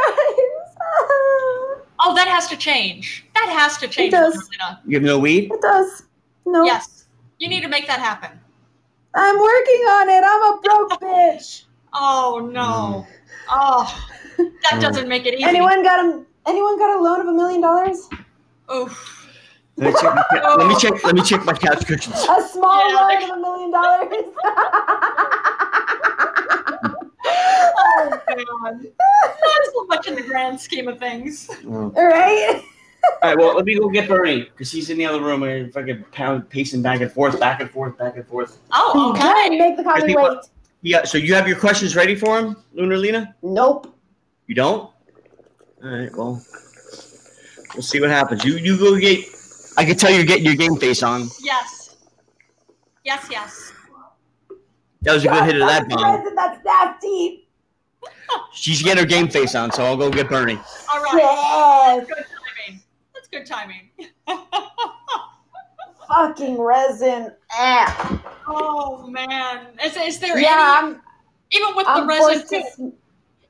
Oh, that has to change. That has to change. does. Marlena. you have no weed? it does no Yes. You need to make that happen. I'm working on it. I'm a broke bitch. Oh Mm. no. Oh, that doesn't make it easy. Anyone got a anyone got a loan of a million dollars? Oof. Oh, Let me check. My, ca- let me check. Let me check my couch cushions. A small Yeah, loan they- of a million dollars. Oh god. Not so much in the grand scheme of things. All right? right. Well, let me go get Bernie because he's in the other room and fucking pound pacing back and forth, back and forth, back and forth. Oh, Try and okay. Make the coffee think wait. what- Yeah. So you have your questions ready for him, Lunar Lena? Nope. You don't. All right. Well, we'll see what happens. You you go get. I can tell you're getting your game face on. Yes. Yes, yes. That was a good hit of that I'm surprised bomb. that That's nasty. She's getting her game face on, so I'll go get Bernie. All right. Yes. Good timing. That's good timing. Fucking resin. Ah. Oh man. Is, is there Yeah, I'm, any, even with I'm the resin forced too, to. sm-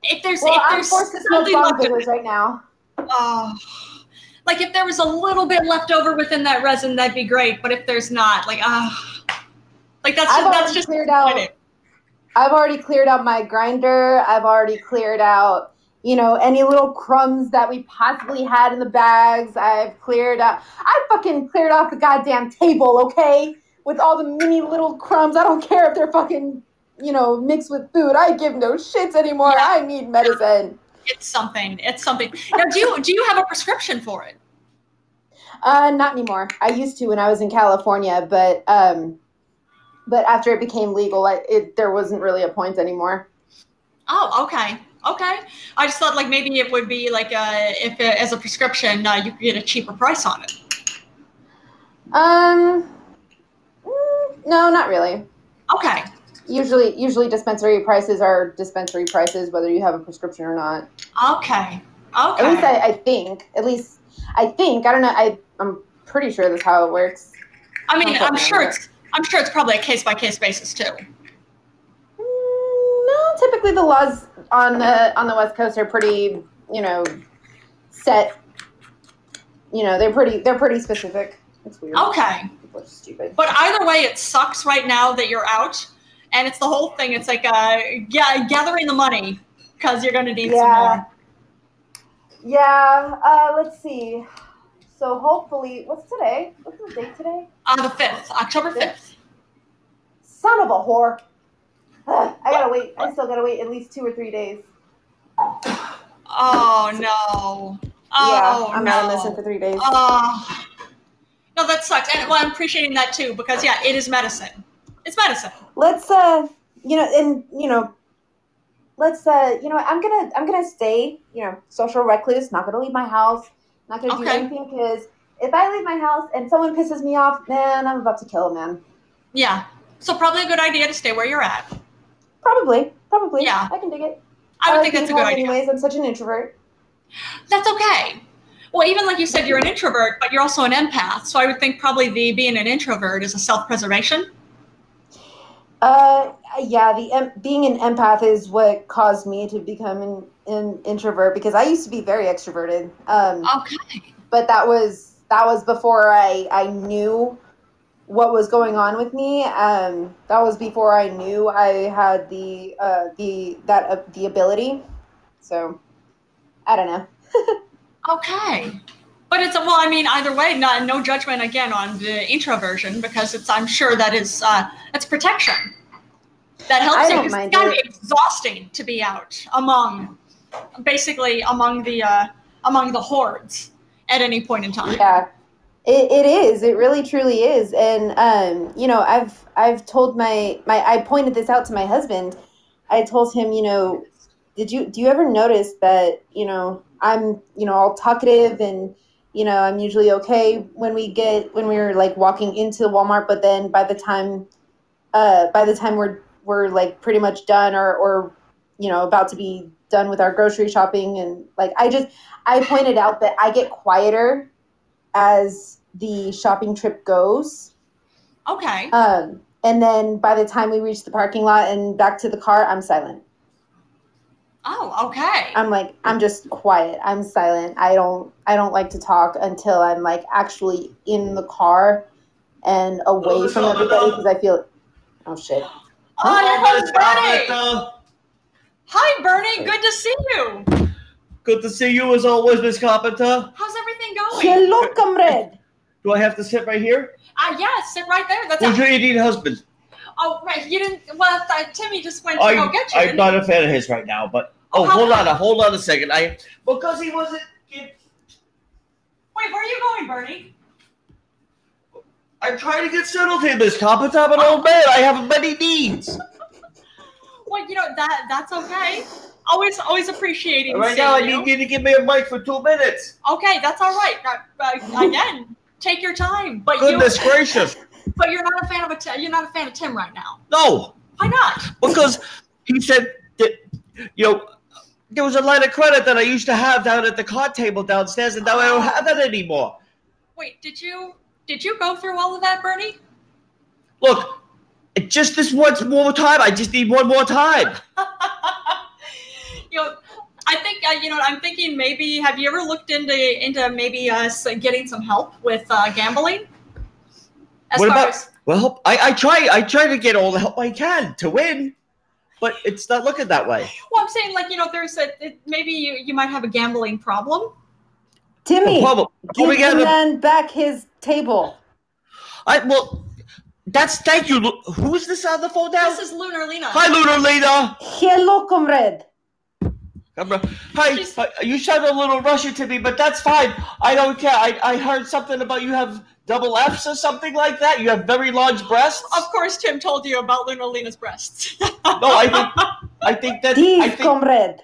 if there's Well, if I'm there's forced to smoke something bomb left in fillers right now. Oh, like if there was a little bit left over within that resin, that'd be great. But if there's not, like ah, like that's I've just, already that's just cleared out. I've already cleared out my grinder. I've already cleared out, you know, any little crumbs that we possibly had in the bags. I've cleared out. I fucking cleared off the goddamn table, okay? With all the mini little crumbs. I don't care if they're fucking, you know, mixed with food. I give no shits anymore. I need medicine. It's something. It's something. Now, do you do you have a prescription for it? Uh, not anymore. I used to when I was in California, but um, but after it became legal, I, it there wasn't really a point anymore. Oh, okay, okay. I just thought like maybe it would be like uh, if uh as a prescription, uh, you could get a cheaper price on it. Um, mm, no, not really. Okay. Usually, usually dispensary prices are dispensary prices, whether you have a prescription or not. Okay. Okay. At least I, I think. At least I think. I don't know. I I'm pretty sure that's how it works. I mean, Okay. I'm sure it's I'm sure it's probably a case by case basis too. Mm, no, typically the laws on the on the West Coast are pretty, you know, set. You know, they're pretty. They're pretty specific. It's weird. Okay. People are stupid. But either way, it sucks right now that you're out, and it's the whole thing. It's like uh, yeah, gathering the money because you're gonna need Yeah. some more. Yeah. Uh, let's see. So hopefully, what's today? What's the date today? On Uh, the fifth, October fifth. Son of a whore. Ugh, I gotta wait. I still gotta wait at least two or three days. Oh no. Oh yeah, I'm no. not missing for three days. Oh. No, that sucks. And well, I'm appreciating that too because yeah, it is medicine. It's medicine. Let's uh, you know, and you know, let's uh, you know, I'm gonna I'm gonna stay, you know, social recluse. Not gonna leave my house. Not gonna do Okay. anything because if I leave my house and someone pisses me off, man, I'm about to kill a man. Yeah. So probably a good idea to stay where you're at. Probably, probably. Yeah. I can dig it. I would think like being that's a good home idea. Anyways, I'm such an introvert. That's okay. Well, even like you said, you're an introvert, but you're also an empath. So I would think probably the being an introvert is a self-preservation. Uh, yeah, the em- being an empath is what caused me to become an, an introvert because I used to be very extroverted. Um, Okay. but that was that was before I I knew what was going on with me. Um, that was before I knew I had the uh the that uh, the ability. So, I don't know. Okay. But it's well, I mean, either way, not, no judgment again on the introversion because it's I'm sure that is uh, that's protection. That helps I you. don't 'cause mind it's gotta it. be exhausting to be out among, basically among the uh, among the hordes at any point in time. Yeah, it, it is. It really truly is. And um, you know, I've I've told my my I pointed this out to my husband. I told him, you know, did you do you ever notice that you know I'm you know all talkative and you know I'm usually okay when we get when we're like walking into Walmart, but then by the time uh, by the time we're we're like pretty much done or or you know about to be done with our grocery shopping and like I just I pointed out that I get quieter as the shopping trip goes. Okay. Um, and then by the time we reach the parking lot and back to the car, I'm silent. Oh, okay. I'm like, I'm just quiet. I'm silent. I don't, I don't like to talk until I'm like actually in the car and away from everybody because I feel, Oh shit. Oh, your host, Bernie. Roberto. Hi, Bernie. Good to see you. Good to see you as always, Miss Carpenter. How's everything going? Hello, comrade. Do I have to sit right here? Ah, yeah, sit right there. That's Would it. you need a husband? Oh, right. You didn't. Well, I- Timmy just went to I, go get you. I'm didn't not a fan of his right now, but oh, Oh, how hold come? on, a hold on a second. I because he wasn't. he? Wait, where are you going, Bernie? I'm trying to get settled here, Miss Carpenter. I'm an old oh, man. I have many needs. Well, you know that that's okay. Always, always appreciating. Right seeing now, I you. need you to give me a mic for two minutes. Okay, that's all right. Now, uh, again, take your time. But Goodness gracious, you, but you're not a fan of a Ti- you're not a fan of Tim right now. no, Why not? because he said that you know. There was a line of credit that I used to have down at the card table downstairs, and now I don't have that anymore. Wait, did you did you go through all of that, Bernie? Look, just this once more time. I just need one more time. you know, I think uh, you know. I'm thinking maybe. Have you ever looked into into maybe uh, s- getting some help with uh, gambling? As What far about- as Well, I, I try I try to get all the help I can to win, but it's not looking that way. well, I'm saying like you know, there's a it, maybe you you might have a gambling problem. The Timmy, problem. Oh, give we got the a- man back his table. I well, that's thank you. Lu- Who's this on the phone now? This is Lunar Lena. Hi, Lunar Lena. Hello, comrade. Come on. Hi, She's- hi, you sound a little Russian to me, but that's fine. I don't care. I, I heard something about you have double F's or something like that. You have very large breasts. Of course, Tim told you about Lunar Lena's breasts. No, I think I think that I Thief, think comrade.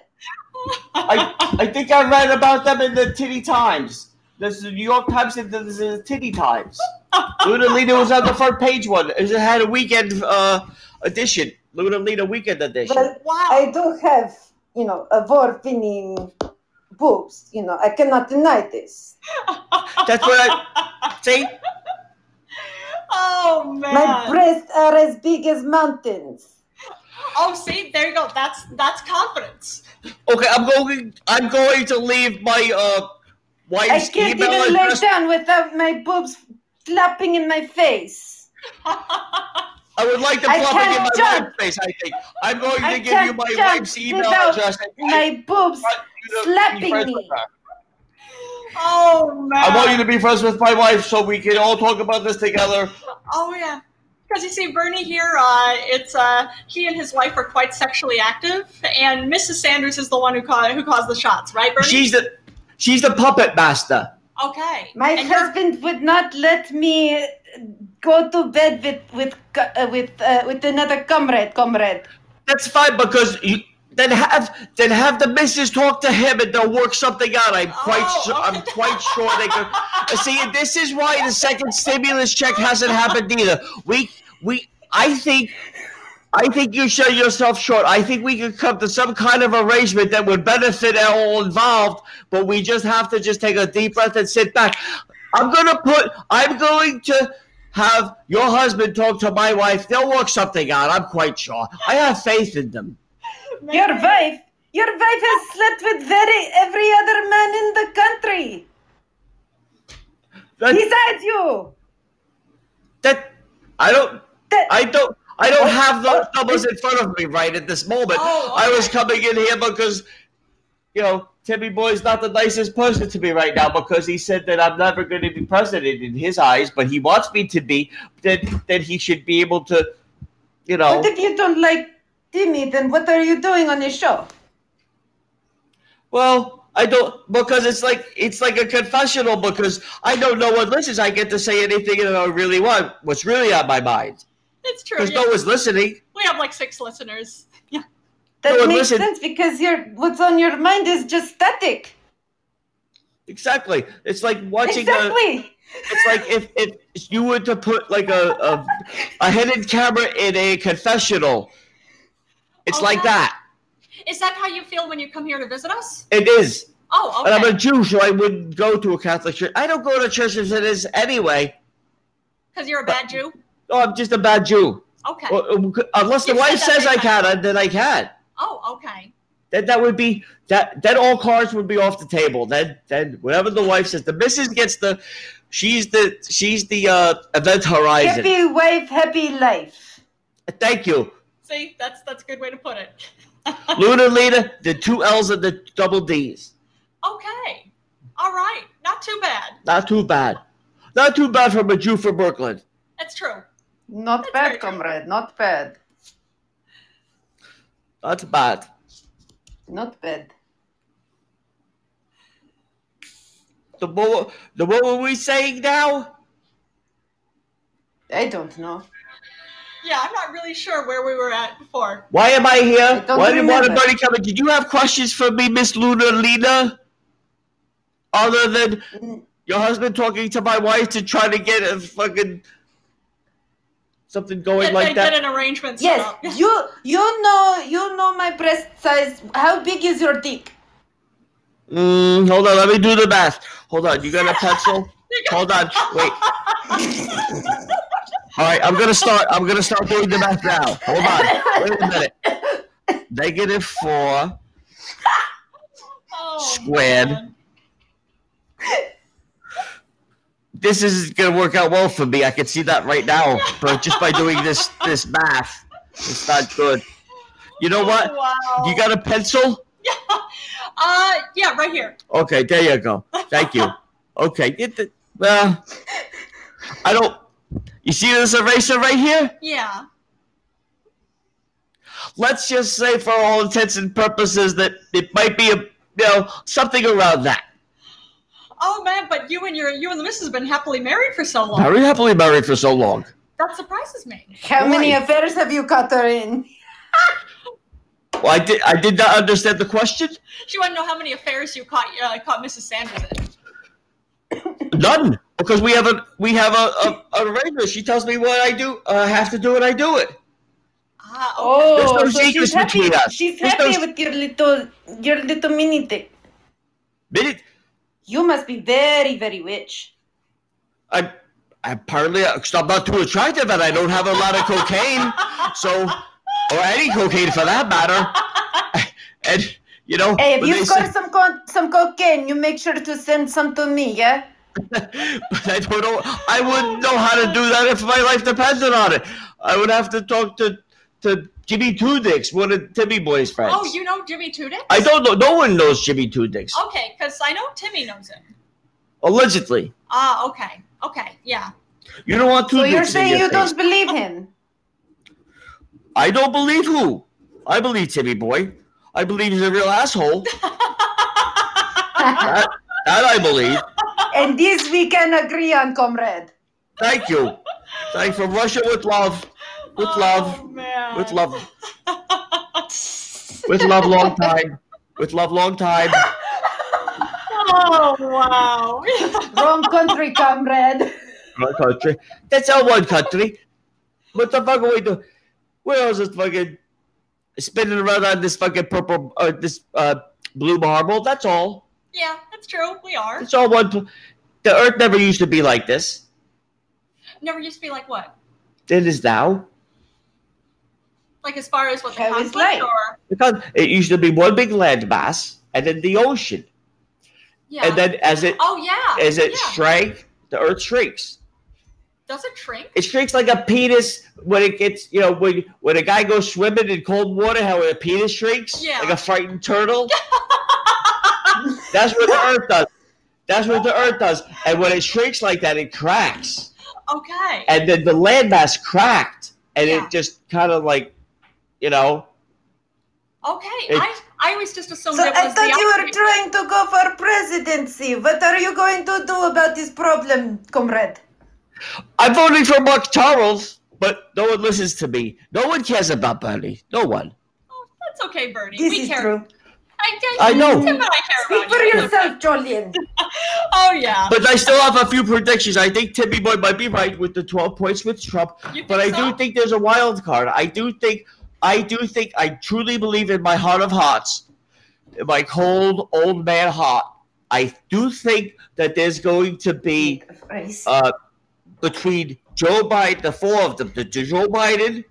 I, I think I read about them in the Titty Times. This is the New York Times and this is the Titty Times. Luna Lena was on the front page one. It had a weekend uh, edition. Luna Lena weekend edition. Well, wow. I do have, you know, a war winning boobs. You know, I cannot deny this. That's what I see. Oh man. My breasts are as big as mountains. oh, see, there you go. That's that's confidence. Okay, I'm going. I'm going to leave my uh, I wife's can't email even lay address. down without my boobs slapping in my face. I would like to I plug it in can't my jump. wife's face. I think I'm going to I give you can't my jump wife's email without address. and I My boobs. want you to be slapping friends me. with her. Oh man. I want you to be friends with my wife so we can all talk about this together. Oh yeah, because you see, Bernie here, uh, it's uh, he and his wife are quite sexually active, and Mrs. Sanders is the one who ca- who caused the shots, right, Bernie? She's the she's the puppet master. okay. My and you're- husband would not let me go to bed with with co- uh, with uh, with another comrade. Comrade. That's fine because you then have then have the missus talk to him and they'll work something out. I'm quite Oh, su- I'm okay. quite sure they could. Uh, See, this is why the second stimulus check hasn't happened either. We we I think. I think you show yourself short. I think we could come to some kind of arrangement that would benefit all involved, but we just have to just take a deep breath and sit back. I'm gonna put. I'm going to have your husband talk to my wife. They'll work something out. I'm quite sure. I have faith in them. Your wife. Your wife has slept with very every other man in the country. That, Besides you. that I don't. That- I don't. I don't have those oh, numbers in front of me right at this moment. Oh, I was coming in here because, you know, Timmy Boy's not the nicest person to me right now because he said that I'm never going to be president in his eyes, but he wants me to be. Then, then he should be able to, you know. What if you don't like Timmy? Then what are you doing on his show? Well, I don't because it's like it's like a confessional because I know no one listens. I get to say anything that I really want, what's really on my mind, It's true. because yeah. no one's listening. We have like six listeners. Yeah. That No, and makes listen- sense because your what's on your mind is just static. Exactly, it's like watching a. Exactly. It's like if, if you were to put like a, a a hidden camera in a confessional. It's Oh, like yeah. that. Is that how you feel when you come here to visit us? It is. Oh, And I'm okay. a Jew, so I wouldn't go to a Catholic church. I don't go to church as it is anyway. Because you're a bad Jew. No, I'm just a bad Jew. Okay. Well, um, Unless the You said wife that says I three times. can, then I can. oh, okay. Then that would be that. Then all cards would be off the table. Then then whatever the wife says, the missus gets the. She's the she's the uh, event horizon. Happy wife, happy life. Thank you. See, that's that's a good way to put it. Luna Lita, the two L's and the double D's. Okay. All right. Not too bad. Not too bad. Not too bad from a Jew from Brooklyn. That's true. Not That's very bad, true. comrade. Not bad. Not bad. Not bad. The what, the what were we saying now? I don't know. Yeah, I'm not really sure where we were at before. Why am I I here? don't Why did remember. Water Bunny come? in? Did you have questions for me, Miss Luna Lena? Other than N- your husband talking to my wife to try to get a fucking something going Get, like get that. an arrangement set Yes, up. you you know you know my breast size. How big is your dick? Mm, hold on, let me do the math. Hold on, you got a pencil? hold on, wait. All right, I'm gonna start. I'm gonna start doing the math now. Hold on, wait a minute. Negative four Oh, squared. man. this is gonna work out well for me. I can see that right now, but just by doing this this math, it's not good. You know what? Oh, Wow. You got a pencil? Uh, yeah, right here. Okay, there you go. Thank you. Okay, get the well. I don't. You see this eraser right here? Yeah. Let's just say, for all intents and purposes, that it might be a you know something around that. Oh man, but you and your you and the missus have been happily married for so long. Very happily married for so long. That surprises me. How many Right. affairs have you, Catherine? Well, I did. I did not understand the question. She wanted to know how many affairs you caught uh, caught Mrs. Sanders in. None, because we have a we have a a, a regular. She tells me what I do. uh, I have to do it. I do it. Ah, oh, Oh, There's so no she's secrets happy. between us. She's There's happy no- with your little your little mini dick. Minute. You must be very very rich. I apparently I'm not too attractive, and I don't have a lot of cocaine, so or any cocaine for that matter. And you know, Hey, if when they you've got say- some con- some cocaine, you make sure to send some to me, yeah? but I don't know. I wouldn't know how to do that if my life depended on it. I would have to talk to to Jimmy Two Dicks, one of Timmy Boy's friends. oh, you know Jimmy Two Dicks? I don't know. No one knows Jimmy Two Dicks. Okay, because I know Timmy knows him. Allegedly, Ah, okay, okay, yeah. you don't want Two So Dicks. you're in saying your you face. don't believe him? I don't believe who. I believe Timmy Boy. I believe he's a real asshole. that, that I believe. And this we can agree on, comrade. Thank you. Thank from Russia with love. With oh, love. man. With love. With love long time. With love long time. Oh wow. Wrong country, comrade. One country. That's all one country. What the fuck are we doing? Where else is fucking spinning around on this fucking purple uh, this uh blue marble? That's all. yeah, that's true. We are. It's all one pl- the earth never used to be like this. Never used to be like what? It is now. Like as far as what the How is conflict life? or Because it used to be one big land mass and then the ocean. yeah. And then as it oh yeah. as it yeah. shrank, the earth shrinks. Does it shrink? It shrinks like a penis when it gets you know, when when a guy goes swimming in cold water, how a penis shrinks? Yeah. Like a frightened turtle. That's what the earth does. That's what the earth does. And when it shrinks like that, it cracks. Okay. And then the landmass cracked and Yeah. it just kind of like you know Okay. It- I I always just assumed So it I was the thought you were opposite. trying to go for presidency. What are you going to do about this problem, comrade? I'm voting for Mark Charles, but no one listens to me. No one cares about Bernie. No one. Oh, that's okay, Bernie. This we is care. true. I, I know. Tim and I care Speak about for you. yourself, Julian. Oh yeah. But I still have a few predictions. I think Timmy Boy might be right with the 12 points with Trump, You but I think do so? think there's a wild card. I do think, I do think, I truly believe in my heart of hearts, in my cold old man heart. I do think that there's going to be Christ. uh, between Joe Biden, the four of them, the the Joe Biden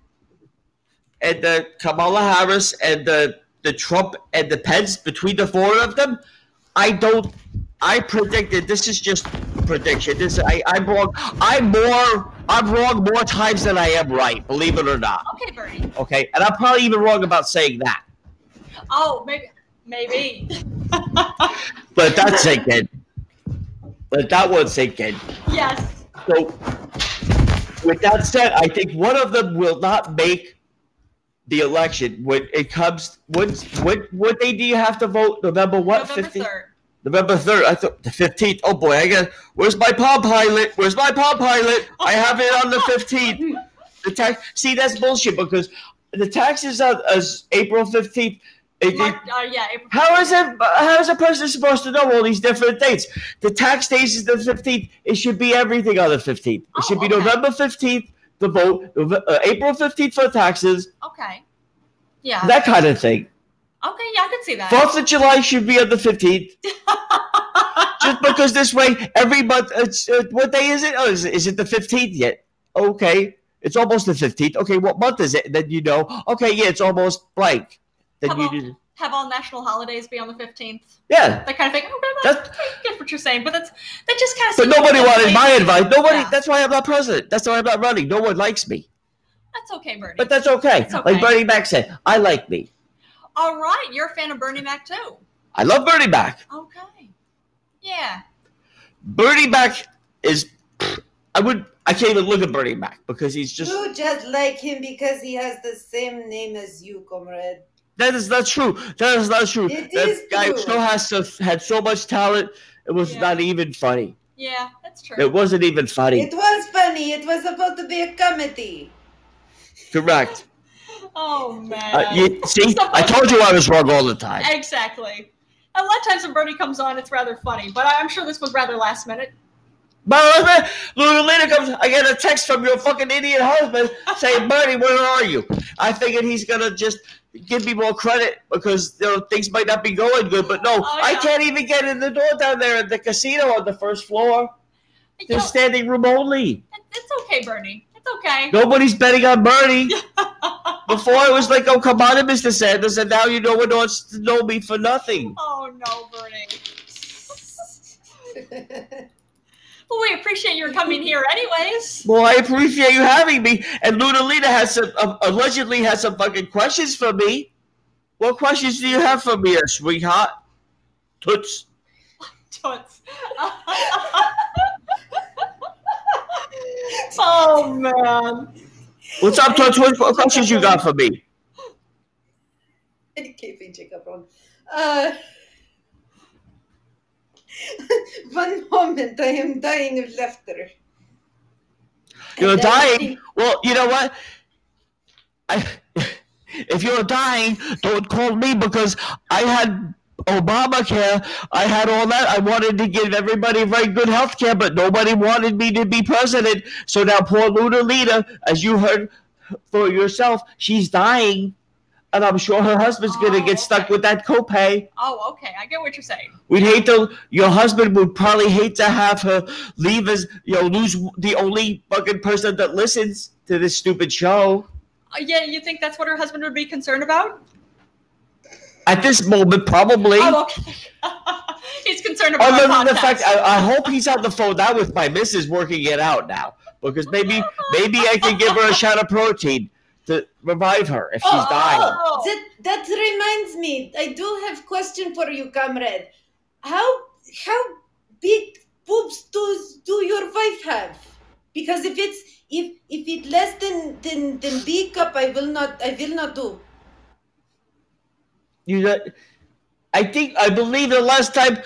and the Kamala Harris and the the Trump and the Pence, between the four of them, I don't. I predicted. This is just prediction. This I, I'm wrong. I'm more. I'm wrong more times than I am right. Believe it or not. Okay, Okay, and I'm probably even wrong about saying that, Oh, maybe. Maybe. but that's in. But that one's in. yes. So, with that said, I think one of them will not make the election when it comes. What what what day do you have to vote? November what? November 15th? 3rd. November third. I thought the fifteenth. Oh boy, I got. Where's my palm pilot? Where's my palm pilot? I have it on the fifteenth. The tax. See, that's bullshit because the taxes on is April fifteenth. Mar- uh, yeah, April. How is it? How is a person supposed to know all these different dates? The tax days is the fifteenth. It should be everything on the fifteenth. It should be Oh, okay. November fifteenth to vote, Nove- uh, April fifteenth for taxes, Okay. Yeah. that kind of thing. okay, yeah, I could see that. Fourth of July should be on the fifteenth. Just because this way, every month. It's, uh, what day is it? Oh, is, it- is it the fifteenth yet? Okay, it's almost the fifteenth. Okay, what month is it? Then you know. Okay, yeah, it's almost blank. Then How you. about- do- Have all national holidays be on the 15th. yeah, That kind of thing. Okay, that's, that's I get what you're saying, but that's that just kind of. But seems nobody like wanted my advice. Nobody. Yeah. That's why I'm not president. That's why I'm not running. No one likes me. That's okay, Bernie. But that's okay. It's okay. Like Bernie Mac said, I like me. all right, you're a fan of Bernie Mac too. I love Bernie Mac. Okay. Yeah. Bernie Mac is. I would. I can't even look at Bernie Mac because he's just. you just like him because he has the same name as you, comrade. That is not true. That is not true. It that is guy true. so has so, had so much talent. It was Yeah. not even funny. Yeah, that's true. It wasn't even funny. It was funny. It was supposed to be a comedy. Correct. oh man. Uh, you, see, I told you I was wrong all the time. exactly. A lot of times when Bernie comes on, it's rather funny, but I'm sure this was rather last minute. My husband, little later comes. I get a text from your fucking idiot husband saying, "Bernie, where are you?" I figured he's gonna just give me more credit because you know things might not be going good. But no, Oh, I yeah. can't even get in the door down there at the casino on the first floor. You They're know, standing room only. it- it's okay, Bernie. It's okay. Nobody's betting on Bernie. Before it was like, "Oh, come on, in, Mr. Sanders," and now you know one wants to know me for nothing. Oh no, Bernie. well, we appreciate your coming here, anyways. Well, I appreciate you having me. And Lunalina has some uh, allegedly has some fucking questions for me. What questions do you have for me, sweetheart? Toots. Toots. oh man. What's up, Toots? What, what questions you got for me? keeping Jacob on. Uh, One moment, I am dying of laughter. You're dying. Well, you know what? I, if you're dying, don't call me because I had Obamacare. I had all that. I wanted to give everybody very good health care, but nobody wanted me to be president. So now poor Luna Lita, as you heard for yourself, she's dying. And I'm sure her husband's going Oh, to get stuck okay. with that copay. Oh, okay. I get what you're saying. We'd hate to. Your husband would probably hate to have her leave as you know lose the only fucking person that listens to this stupid show. Uh, yeah, you think that's what her husband would be concerned about? At this moment, probably. Oh, okay. He's concerned about Other our than the podcast. fact, I, I hope he's on the phone now with my missus working it out now because maybe maybe I can give her a shot of protein to revive her if she's Oh, dying. Oh. That, that reminds me, I do have question for you, comrade. How how big boobs does do your wife have? Because if it's if if it less than than than B cup, I will not I will not do. You know, I think I believe the last time.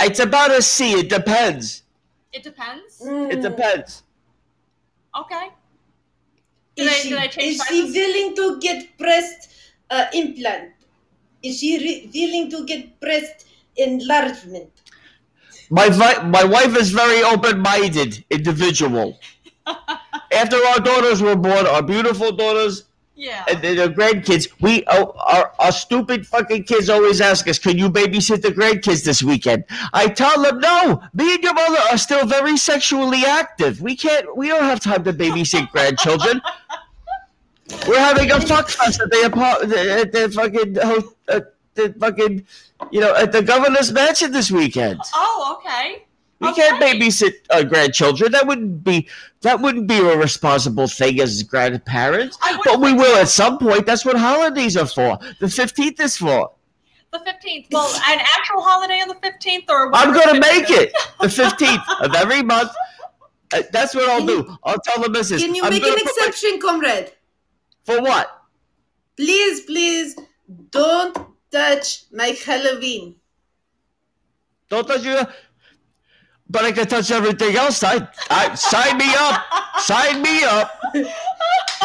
It's about a C. It depends. It depends. Mm. It depends. Okay. Did Is I- she, did I change is she sizes? willing to get breast uh, implant? Is she re- willing to get breast enlargement? My, vi- my wife is very open-minded individual. After our daughters were born, our beautiful daughters Yeah. and then their grandkids, we oh, our, our stupid fucking kids always ask us, "Can you babysit the grandkids this weekend?" I tell them, "No, me and your mother are still very sexually active. We can't. We don't have time to babysit grandchildren. We're having a fuck fest at the apart at the fucking ho- at the fucking you know at the governor's mansion this weekend." Oh, okay. We can't babysit uh, grandchildren. That wouldn't be that wouldn't be a responsible thing as grandparents. I would But we think will at some point. That's what holidays are for. The fifteenth is for. the fifteenth. Well, an actual holiday on the fifteenth, or I'm whatever gonna make 15th is. it the fifteenth of every month. Uh, That's what I'll Can do. I'll tell the missus. Can you I'm make gonna an put my- exception, comrade? for what? Please, please don't touch my Halloween. Don't touch your. But I can touch everything else. I, I sign me up. Sign me up.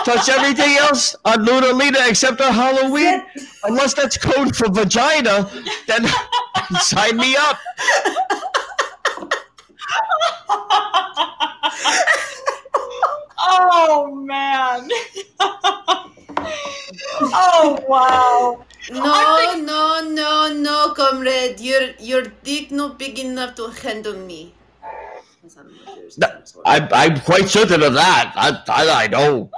Touch everything else on Luna Lina except on Halloween, unless that's code for vagina. Then sign me up. Oh man. oh wow. I No, no, no, no, comrade. Your your dick not big enough to handle me. I'm, I'm quite certain of that. I, I, I know.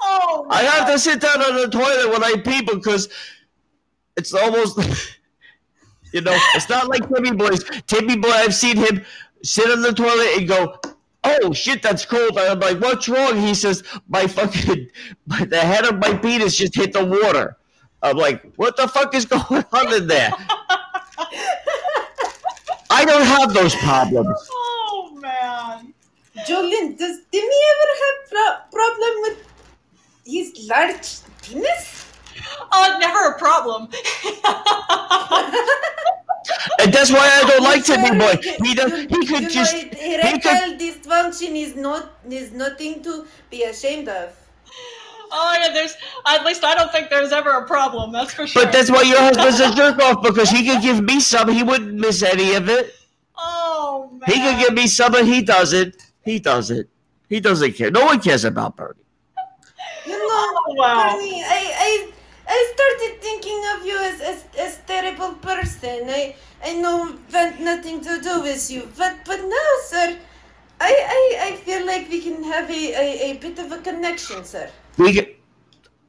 Oh. I have to sit down on the toilet when I pee because it's almost, you know, it's not like Timmy Boy's. Timmy Boy, I've seen him sit on the toilet and go, "Oh shit, that's cold." And I'm like, "What's wrong?" He says, "My fucking, my, the head of my penis just hit the water." I'm like, "What the fuck is going on in there?" I don't have those problems. Oh man. Jolene, does Timmy ever have pro- problem with his large penis? Uh, never a problem. And that's why I don't like Timmy Sorry, Boy. you- He does. He you- could you just. know, it- erectile dysfunction is not is nothing to be ashamed of. oh yeah, there's at least I don't think there's ever a problem. That's for sure. But that's why your husband's a jerk off because he could give me some. He wouldn't miss any of it. oh man. He could give me some, and he doesn't. He doesn't. He doesn't care. No one cares about Bernie. You know, Oh, wow. Bernie, I, I, I started thinking of you as as, as terrible person. I, I know that nothing to do with you, but but now, sir, I, I, I feel like we can have a, a, a bit of a connection, sir. We get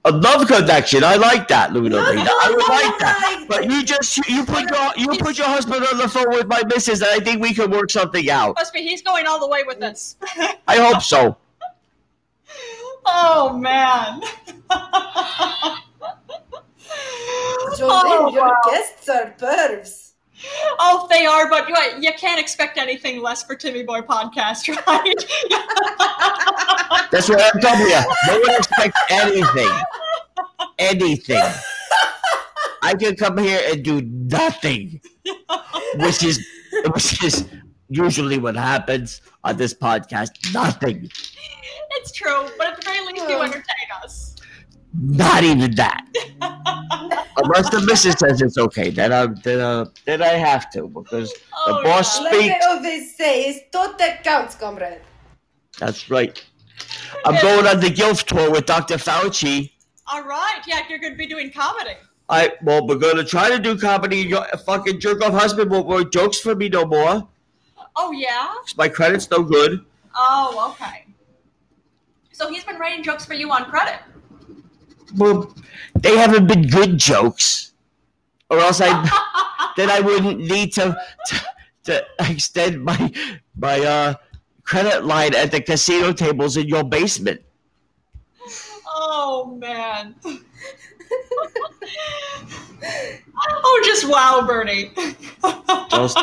a love connection. I like that, Luna. No, Lina. no, I would no, like that. like- But you just you put your you put your husband on the phone with my missus, and I think we can work something out. Must be he's going all the way with this. I hope so. oh man. Jolene, oh, your wow. guests are pervs. Oh, they are, but you, you can't expect anything less for Timmy Boy Podcast, right? That's what I'm telling you. No one expects anything. Anything. I can come here and do nothing, which is which is usually what happens on this podcast. Nothing. it's true, but at the very least, you Oh. entertain us. Not even that. Unless the missus says it's okay, then I then I, then I have to because Oh, boss- yeah. Like I Speak. always say, it's thought that counts, comrade. that's right. I'm going on the guilt tour with Dr. Fauci. All right, yeah, you're going to be doing comedy. I well, we're gonna try to do comedy. and Your fucking jerk off husband won't write jokes for me no more. Oh, yeah? 'cause my credit's no good. Oh, okay. So he's been writing jokes for you on credit. Well, they haven't been good jokes, or else I then I wouldn't need to to, to extend my my uh, credit line at the casino tables in your basement. Oh, man. oh, just wow, Bernie. Just-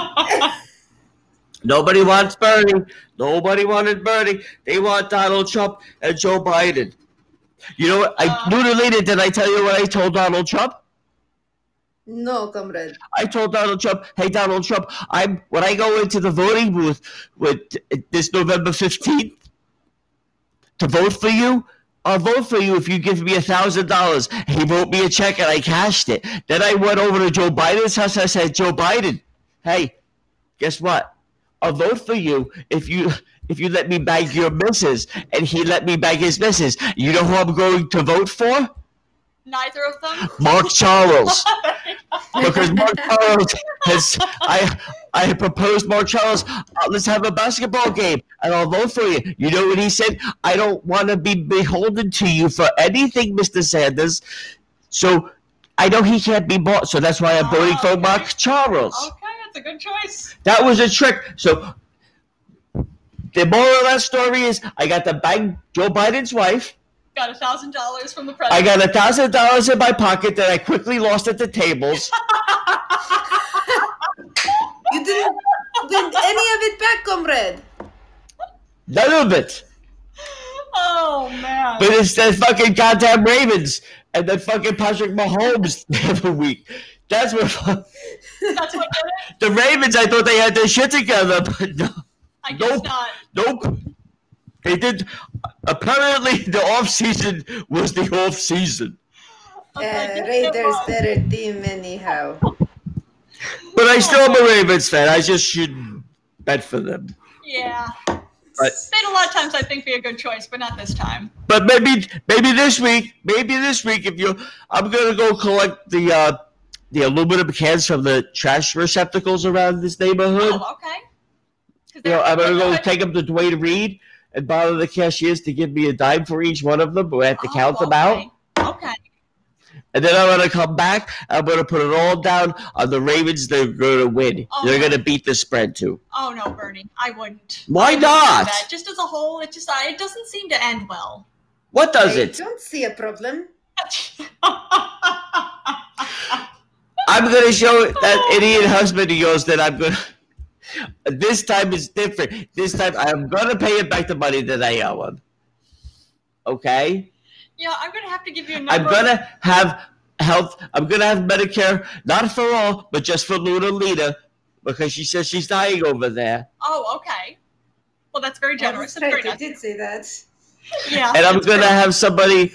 Nobody wants Bernie. Nobody wanted Bernie. They want Donald Trump and Joe Biden. You know what? I Uh. Luna Lena, did I tell you what I told Donald Trump? No, comrade. I told Donald Trump, "Hey, Donald Trump, I'm when I go into the voting booth with this November fifteenth to vote for you, I'll vote for you if you give me a thousand dollars." He wrote me a check and I cashed it. Then I went over to Joe Biden's house. I said, "Joe Biden, hey, guess what? I'll vote for you if you." If you let me bag your missus and he let me bag his missus, you know who I'm going to vote for? Neither of them? Mark Charles. because Mark Charles has I I proposed Mark Charles, uh, let's have a basketball game and I'll vote for you. You know what he said? I don't want to be beholden to you for anything, Mr. Sanders. So I know he can't be bought, so that's why I'm voting for Mark Charles. Okay, It's a good choice. That was a trick. So the moral of that story is I got to bang Joe Biden's wife. Got a thousand dollars from the I president. got a thousand dollars in my pocket that I quickly lost at the tables. You didn't win any of it back, comrade. None of it. oh man. But it's the fucking goddamn Ravens and then fucking Patrick Mahomes the other week. That's what fu- That's what did it. the Ravens. I thought they had their shit together, but no, I guess Nope. not. nope. They did. Apparently, the off season was the off season. I was like, Uh, yes, it Raiders, was. they're a team anyhow. But I still am a Ravens fan. I just shouldn't bet for them. Yeah. But- They'd a lot of times I think be a good choice, but not this time. But maybe, maybe this week, maybe this week, if you, I'm gonna go collect the uh, the aluminum cans from the trash receptacles around this neighborhood. Oh, okay. 'Cause You know, they're- I'm gonna go they're- take them to Dwayne Reed and bother the cashiers to give me a dime for each one of them. We have to Oh, count them out, okay. Okay. and then I'm gonna come back. I'm gonna put it all down on the Ravens. They're gonna win. Oh. They're gonna beat the spread too. Oh no, Bernie, I wouldn't. Why I wouldn't do not? that. Just as a whole, it just I, it doesn't seem to end well. What does I it? don't see a problem. I'm gonna show that idiot husband of yours that I'm gonna. This time is different. This time I'm gonna pay him back the money that I owe him. Okay, yeah, I'm gonna have to give you a number. I'm gonna have health. I'm gonna have Medicare, not for all, but just for Luna Lita, because she says she's dying over there, Oh, okay. Well, that's very I was generous. That's very right, I nice. did say that. Yeah. and I'm that's gonna very- have somebody.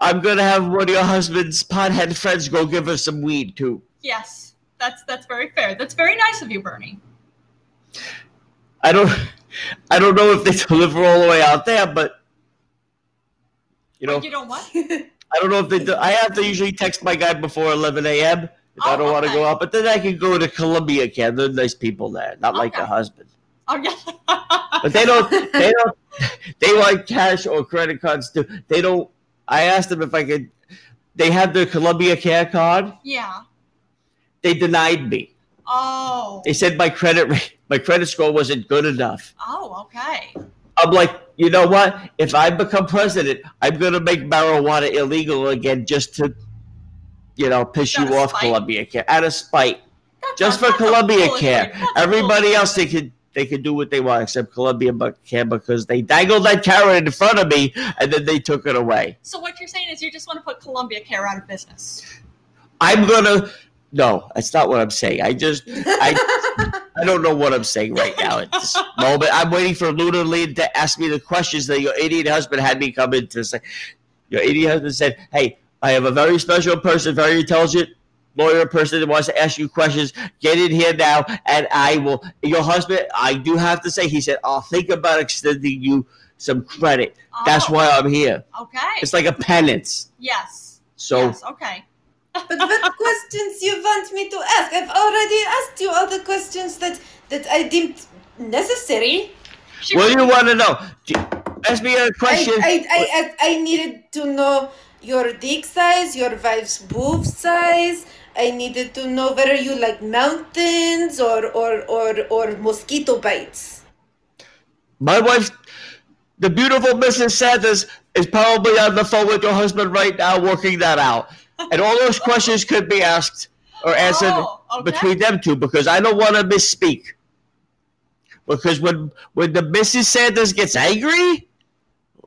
I'm gonna have one of your husband's pothead friends go give her some weed too. Yes, that's that's very fair. That's very nice of you, Bernie. I don't I don't know if they deliver all the way out there, but you know, You don't what? I don't know if they do. I have to usually text my guy before 11 a.m. if I Oh, don't want to okay. go out, but then I can go to Columbia Can. They're nice people there, not like your Okay. husband. Oh yeah. But they don't they don't they like cash or credit cards too. They don't I asked them if I could they have their Columbia Care card. yeah. They denied me. Oh. They said my credit rate, my credit score wasn't good enough. Oh, okay. I'm like, you know what? If I become president, I'm gonna make marijuana illegal again just to, you know, piss Out you of off, spite. Columbia Care, out of spite, That's just not- for that's a Columbia foolish Care. thing. That's a Everybody foolish else, they could they could do what they want except Columbia Bu- Care because they dangled that carrot in front of me and then they took it away. So what you're saying is you just want to put Columbia Care out of business. I'm gonna. No, that's not what I'm saying. I just, I, I don't know what I'm saying right now at this moment. I'm waiting for Lunar Lead to ask me the questions that your idiot husband had me come in to say. Your idiot husband said, "Hey, I have a very special person, very intelligent lawyer person that wants to ask you questions. Get in here now, and I will." Your husband, I do have to say, he said, "I'll think about extending you some credit. That's Oh, why I'm here. Okay. It's like a penance." yes. So. Yes. Okay. But what questions you want me to ask? I've already asked you all the questions that that I deemed necessary. She What do you want to know? Do- Ask me a I, question. I, I, I, I needed to know your dick size, your wife's boob size. I needed to know whether you like mountains or or, or, or mosquito bites. My wife, the beautiful Mrs. Santos, is probably on the phone with your husband right now, working that out. And all those questions could be asked or answered Oh, okay. between them two because I don't want to misspeak. Because when when the Mrs. Santos gets angry,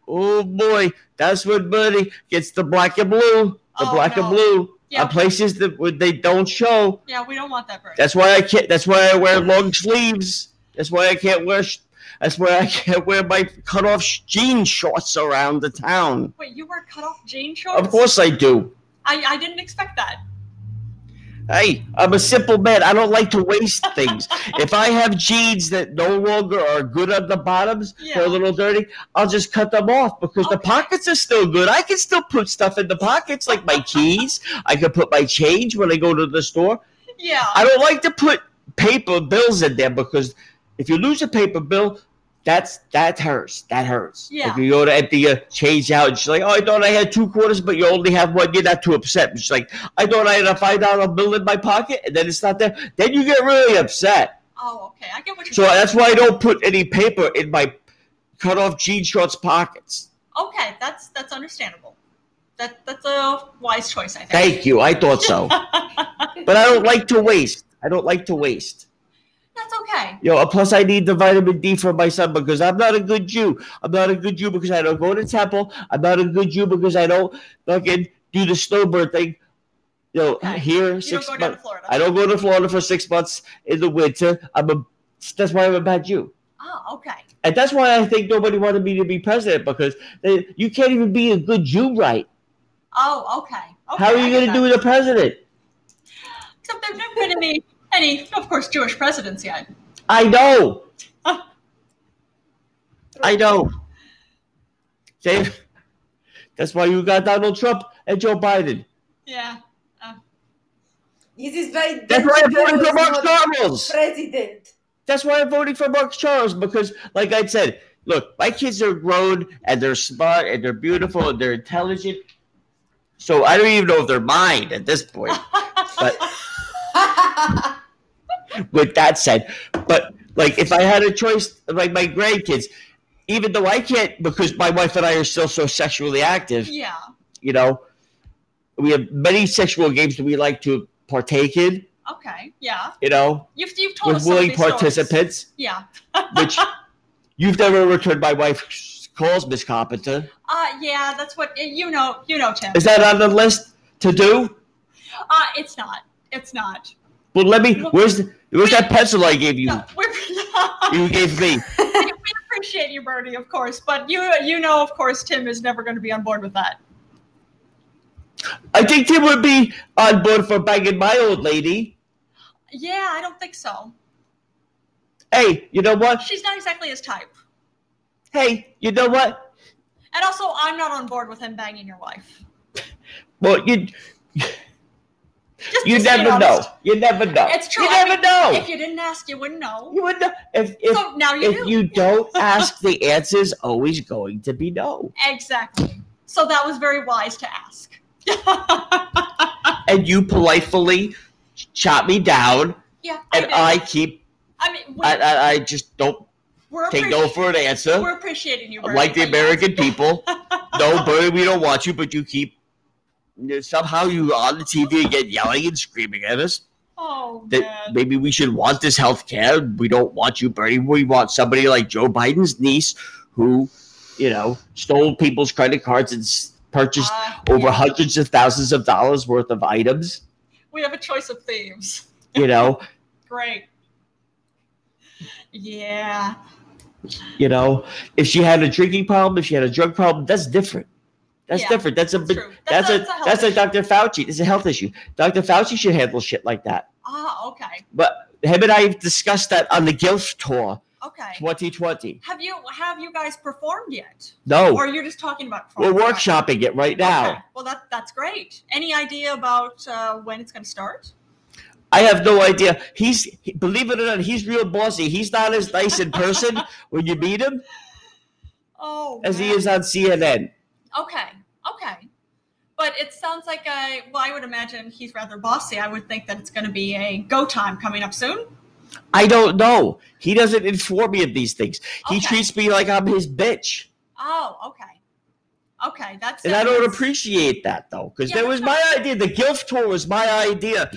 oh boy, that's when Buddy gets the black and blue, the Oh, black and no. blue, Yeah. and places that where they don't show. Yeah, we don't want that Bernie. That's why I can't. That's why I wear long sleeves. That's why I can't wear. Sh- that's why I can't wear my cut off jean shorts around the town. Wait, you wear cut off jean shorts? Of course I do. I, I didn't expect that. Hey, I'm a simple man. I don't like to waste things. if I have jeans that no longer are good on the bottoms, they're Yeah. a little dirty, I'll just cut them off because the Okay. pockets are still good. I can still put stuff in the pockets, like my keys. I can put my change when I go to the store. Yeah. I don't like to put paper bills in there because if you lose a paper bill, That's that hurts. That hurts. Yeah. Like you go to empty a change out. And she's like, "Oh, I thought I had two quarters, but you only have one. You're not too upset." And she's like, "I thought I had a five dollar bill in my pocket, and then it's not there." Then you get really upset. Oh, okay. I get what you're So that's why I don't put any paper in my cut off jean shorts pockets. Okay, that's that's understandable. That that's a wise choice, I think. Thank you. I thought so, but I don't like to waste. I don't like to waste. That's okay. Yo, uh, plus I need the vitamin D for my son because I'm not a good Jew. I'm not a good Jew because I don't go to temple. I'm not a good Jew because I don't fucking do the snowbird thing. Yo, Okay. here You don't six go down to months. Florida. I don't go to Florida for six months in the winter. I'm a that's why I'm a bad Jew. Oh, okay. And that's why I think nobody wanted me to be president because they, you can't even be a good Jew right. Oh, okay. okay How are you going to do it? the president? Except there've never been any, any, of course, Jewish presidents yet. I know. I know. Dave, that's why you got Donald Trump and Joe Biden. Yeah. This is why That's why I'm voting for Mark not Charles. president. That's why I'm voting for Mark Charles because, like I said, look, my kids are grown and they're smart and they're beautiful and they're intelligent. So I don't even know if they're mine at this point. But with that said, but like if I had a choice, like my grandkids, even though I can't because my wife and I are still so sexually active, Yeah. you know we have many sexual games that we like to partake in Okay. Yeah. you know You've, you've told with us some of willing these stories. participants Yeah. which you've never returned my wife's calls miss carpenter Uh, yeah, that's what, you know, you know, Tim. is that on the list to do Uh, it's not. It's not. well let me where's the, where's that pencil i gave you No, we're, you gave me we appreciate you, Bernie, of course, but you you know, of course, Tim is never going to be on board with that. i think tim would be on board for banging my old lady Yeah, I don't think so. hey you know what She's not exactly his type. hey you know what And also, I'm not on board with him banging your wife. well you Just you just being never know honest. you never know It's true. you I never mean, know If you didn't ask, you wouldn't know. you would know if if so now you if do. you don't ask, the answer is always going to be no. Exactly. So that was very wise to ask. And you politely chop me down, yeah. and did. I keep, I mean, we, I, I, I just don't we're, take appreci- no for an answer. we're appreciating you. Bernie, Like the but yes. American people, no, Bernie, we don't want you, but you keep somehow you on the TV again yelling and screaming at us Oh, that man. maybe we should want this health care. We don't want you, Bernie. We want somebody like Joe Biden's niece who, you know, stole people's credit cards and s- purchased Uh, over yeah. hundreds of thousands of dollars worth of items. We have a choice of themes. You know, Great. Yeah. you know, if she had a drinking problem, if she had a drug problem, that's different. That's Yeah, different. That's a It's big. true. That's, a, health that's a issue. Dr. Fauci. It's a health issue. Dr. Fauci should handle shit like that. Ah, okay. But him and I have discussed that on the Guilt Tour Okay. 2020. Have you have you guys performed yet? No, Or you're just talking about Oh. we're performing? workshopping it right now. Okay. Well, that that's great. Any idea about uh, when it's going to start? I have no idea. He's he- believe it or not, he's real bossy. He's not as nice in person when you meet him Oh, as he man. is on CNN. Okay, okay. But it sounds like I. Well, I would imagine he's rather bossy. I would think that it's going to be a go time coming up soon. I don't know. He doesn't inform me of these things. He Okay. treats me like I'm his bitch, Oh, okay, okay. That's and I don't that's- appreciate that though, because Yeah, that was that's my idea. The Gilf tour was my idea,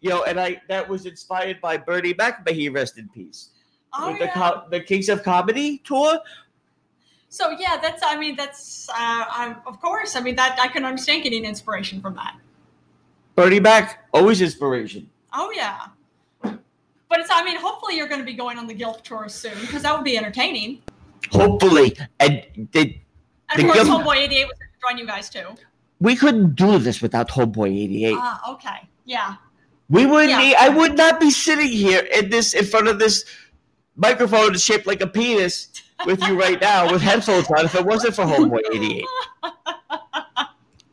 you know, and I that was inspired by Bernie Mac. May he rest in peace. Oh, With the yeah. co- the Kings of Comedy tour. so yeah, that's. I mean, that's. Uh, i of course. I mean, that I can understand getting inspiration from that. Bernie Mac always inspiration. Oh yeah. But it's. I mean, hopefully you're going to be going on the Guild tour soon because that would be entertaining. Hopefully, and they, And The of course, Guild- Homeboy '88 was going to join you guys too. we couldn't do this without Homeboy eighty eight. Ah, okay. Yeah. We would Yeah. not be. I would not be sitting here in this in front of this microphone shaped like a penis with you right now with headphones on if it wasn't for Homeboy 88.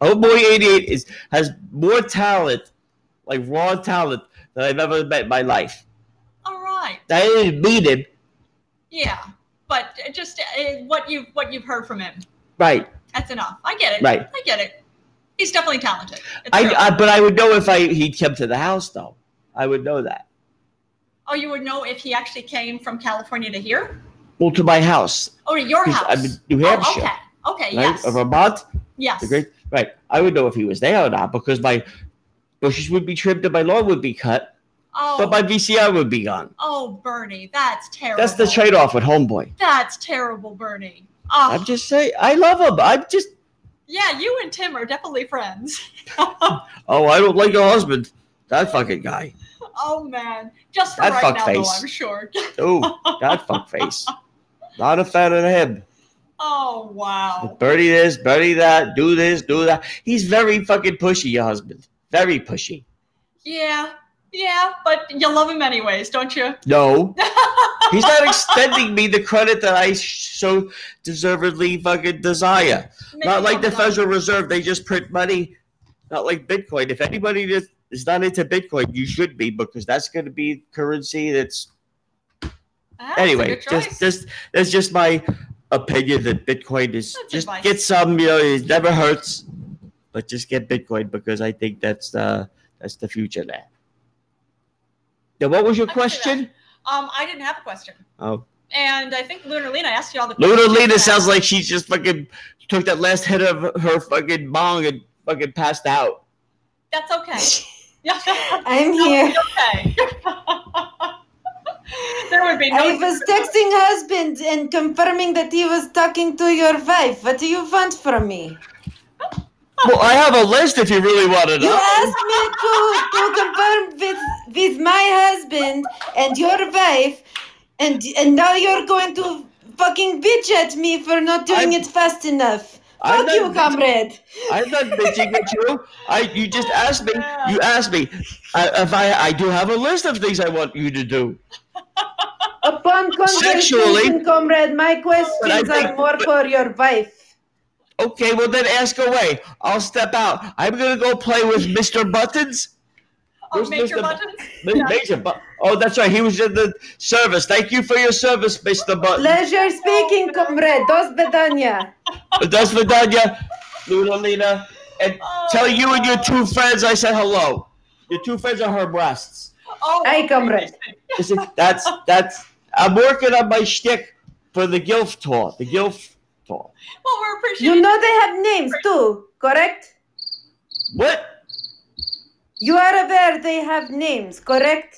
Homeboy 88 is has more talent, like raw talent, that I've ever met in my life. All right. I didn't mean him. Yeah. but it just uh, what you what you've heard from him, Right. that's enough. I get it. Right. I get it. He's definitely talented. It's I, true. I but I would know if I he came to the house though. I would know that. oh, you would know if he actually came from California to here Well, to my house. or to your house. I'm in New Oh, Hampshire. okay. Okay. right? Yes. Of Vermont, yes. the great right. I would know if he was there or not because my bushes would be trimmed and my lawn would be cut, Oh. but my VCR would be gone. oh, Bernie, that's terrible. That's the trade-off with homeboy. That's terrible, Bernie. Oh, I'm just saying, I love him. I'm just, yeah. You and Tim are definitely friends. oh, I don't like your husband. That fucking guy. Oh man, just for That right now, though, fuckface. I'm sure. Oh, that fuckface. Not a fan of him. Oh wow. Birdie this, birdie that, do this, do that. He's very fucking pushy, your husband. Very pushy. Yeah, yeah, but you love him anyways, don't you? No. He's not extending me the credit that I sh- so deservedly fucking desire. Maybe not like the not. Federal Reserve, they just print money. Not like Bitcoin. If anybody is, is not into Bitcoin, you should be because that's going to be currency. That's Ah, that's a anyway. good choice. Just, just that's just my opinion that Bitcoin is. That's just advice. get some. You know, it never hurts, but just get Bitcoin because I think that's the that's the future there. Now, what was your I can see that. question? um, I didn't have a question, Oh, and I think Lunar Lena asked you all the. Luna questions Lena you sounds had. like she just fucking took that last hit of her fucking bong and fucking passed out. That's okay. Yeah, I'm no, here. it's okay. there would be no. I was texting husband and confirming that he was talking to your wife. What do you want from me? Well, I have a list if you really want to You know. asked me to, to confirm with with my husband and your wife, and and now you're going to fucking bitch at me for not doing I'm- it fast enough. I'm Fuck not you, bitching- comrade. I'm not bitching at you. I you just Oh, asked me. You asked me I, if I I do have a list of things I want you to do. Upon Sexually. conversation, comrade, my But I questions think- are more for your wife. Okay, well then ask away. I'll step out. I'm gonna go play with Mr. Buttons. Oh, Where's major Mr. buttons. Ma- Major But Oh, that's right. He was in the service. Thank you for your service, Mr. Button. Pleasure speaking, comrade. Dos Bedania. That's Vidania, Luna Lena, and Oh, tell you and your no. two friends I said hello. Your two friends are her breasts. Oh, Hey, comrade. You see, that's that's. I'm working on my shtick for the Gilf tour. The Gilf tour. Well, we're appreciating. You know they have names too, correct? What? You are aware they have names, correct?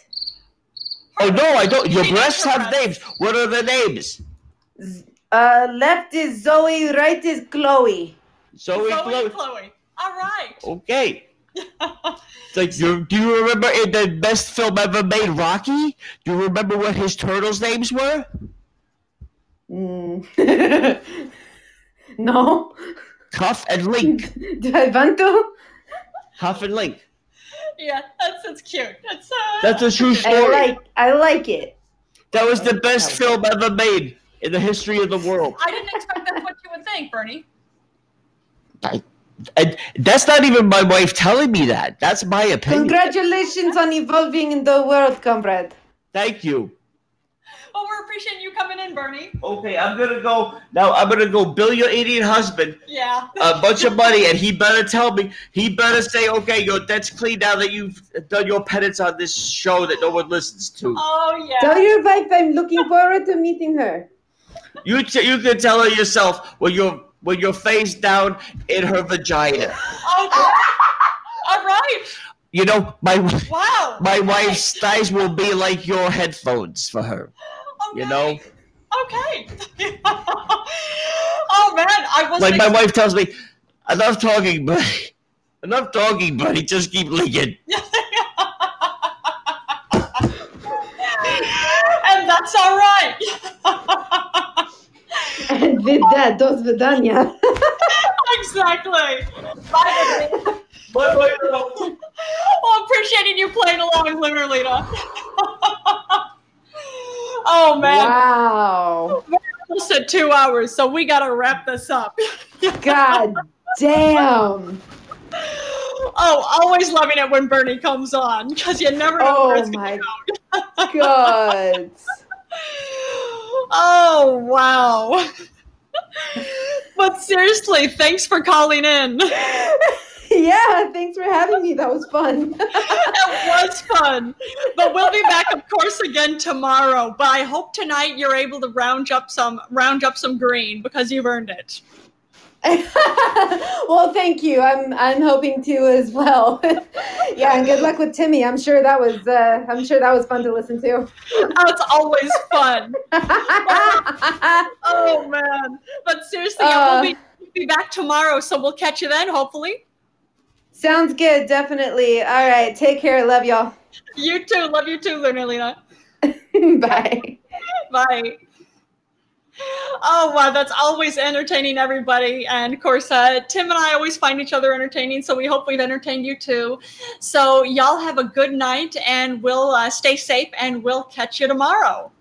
Oh no, I don't. Your She breasts needs her have names. breasts. What are the names? Uh, left is Zoe, right is Chloe. Zoe, Zoe Chloe. and Chloe. All right. Okay. It's like, you, do you remember in the best film ever made, Rocky? Do you remember what his turtles' names were? Mm. no, Cuff and Link. do I want to? Cuff and Link. Yeah, that's that's cute. That's uh, That's a true I story. like, I like it. that was the best film ever made in the history of the world. I didn't expect that's what you would think, Bernie. And that's not even my wife telling me that. That's my opinion. Congratulations on evolving in the world, comrade. Thank you. Well, we're appreciating you coming in, Bernie. Okay, I'm gonna go now. I'm gonna go bill your idiot husband Yeah. a bunch of money, and he better tell me. He better say, "Okay, your debt's clean now that you've done your penance on this show that no one listens to." Oh yeah. Tell your wife I'm looking forward to meeting her. You t- you can tell her yourself when you're when you're face down in her Okay. vagina. Oh, All right. You know, my w- Wow. my Okay. wife's thighs will be like your headphones for her. Okay. You know, Okay. oh man, I was like my wife tells me, "Enough talking, buddy. Enough talking, buddy. Just keep licking." and that's all right. And with that, dos Vedania. exactly. Bye, Bernie. But wait, no. well, appreciating you playing along, Lunar Lena. oh man, Wow. almost at two hours, so we gotta wrap this up. God damn. Oh, always loving it when Bernie comes on Oh because you never know where Oh it's going. my god. Oh wow. but seriously, thanks for calling in. yeah, thanks for having me. That was fun. That was fun. But we'll be back, of course, again tomorrow. But I hope tonight you're able to round up some round up some green because you've earned it. well, thank you. I'm I'm hoping to as well. yeah, and good luck with Timmy. I'm sure that was uh, I'm sure that was fun to listen to. oh, it's always fun. oh man! But seriously, yeah, we'll be, we'll be back tomorrow, so we'll catch you then, hopefully. Sounds good. Definitely. All right. Take care. Love y'all. You too. Love you too, Luna Lena. Bye. Bye. Oh wow, that's always entertaining everybody. And of course, uh, Tim and I always find each other entertaining, so we hope we've entertained you too. So y'all have a good night, and we'll uh, stay safe, and we'll catch you tomorrow.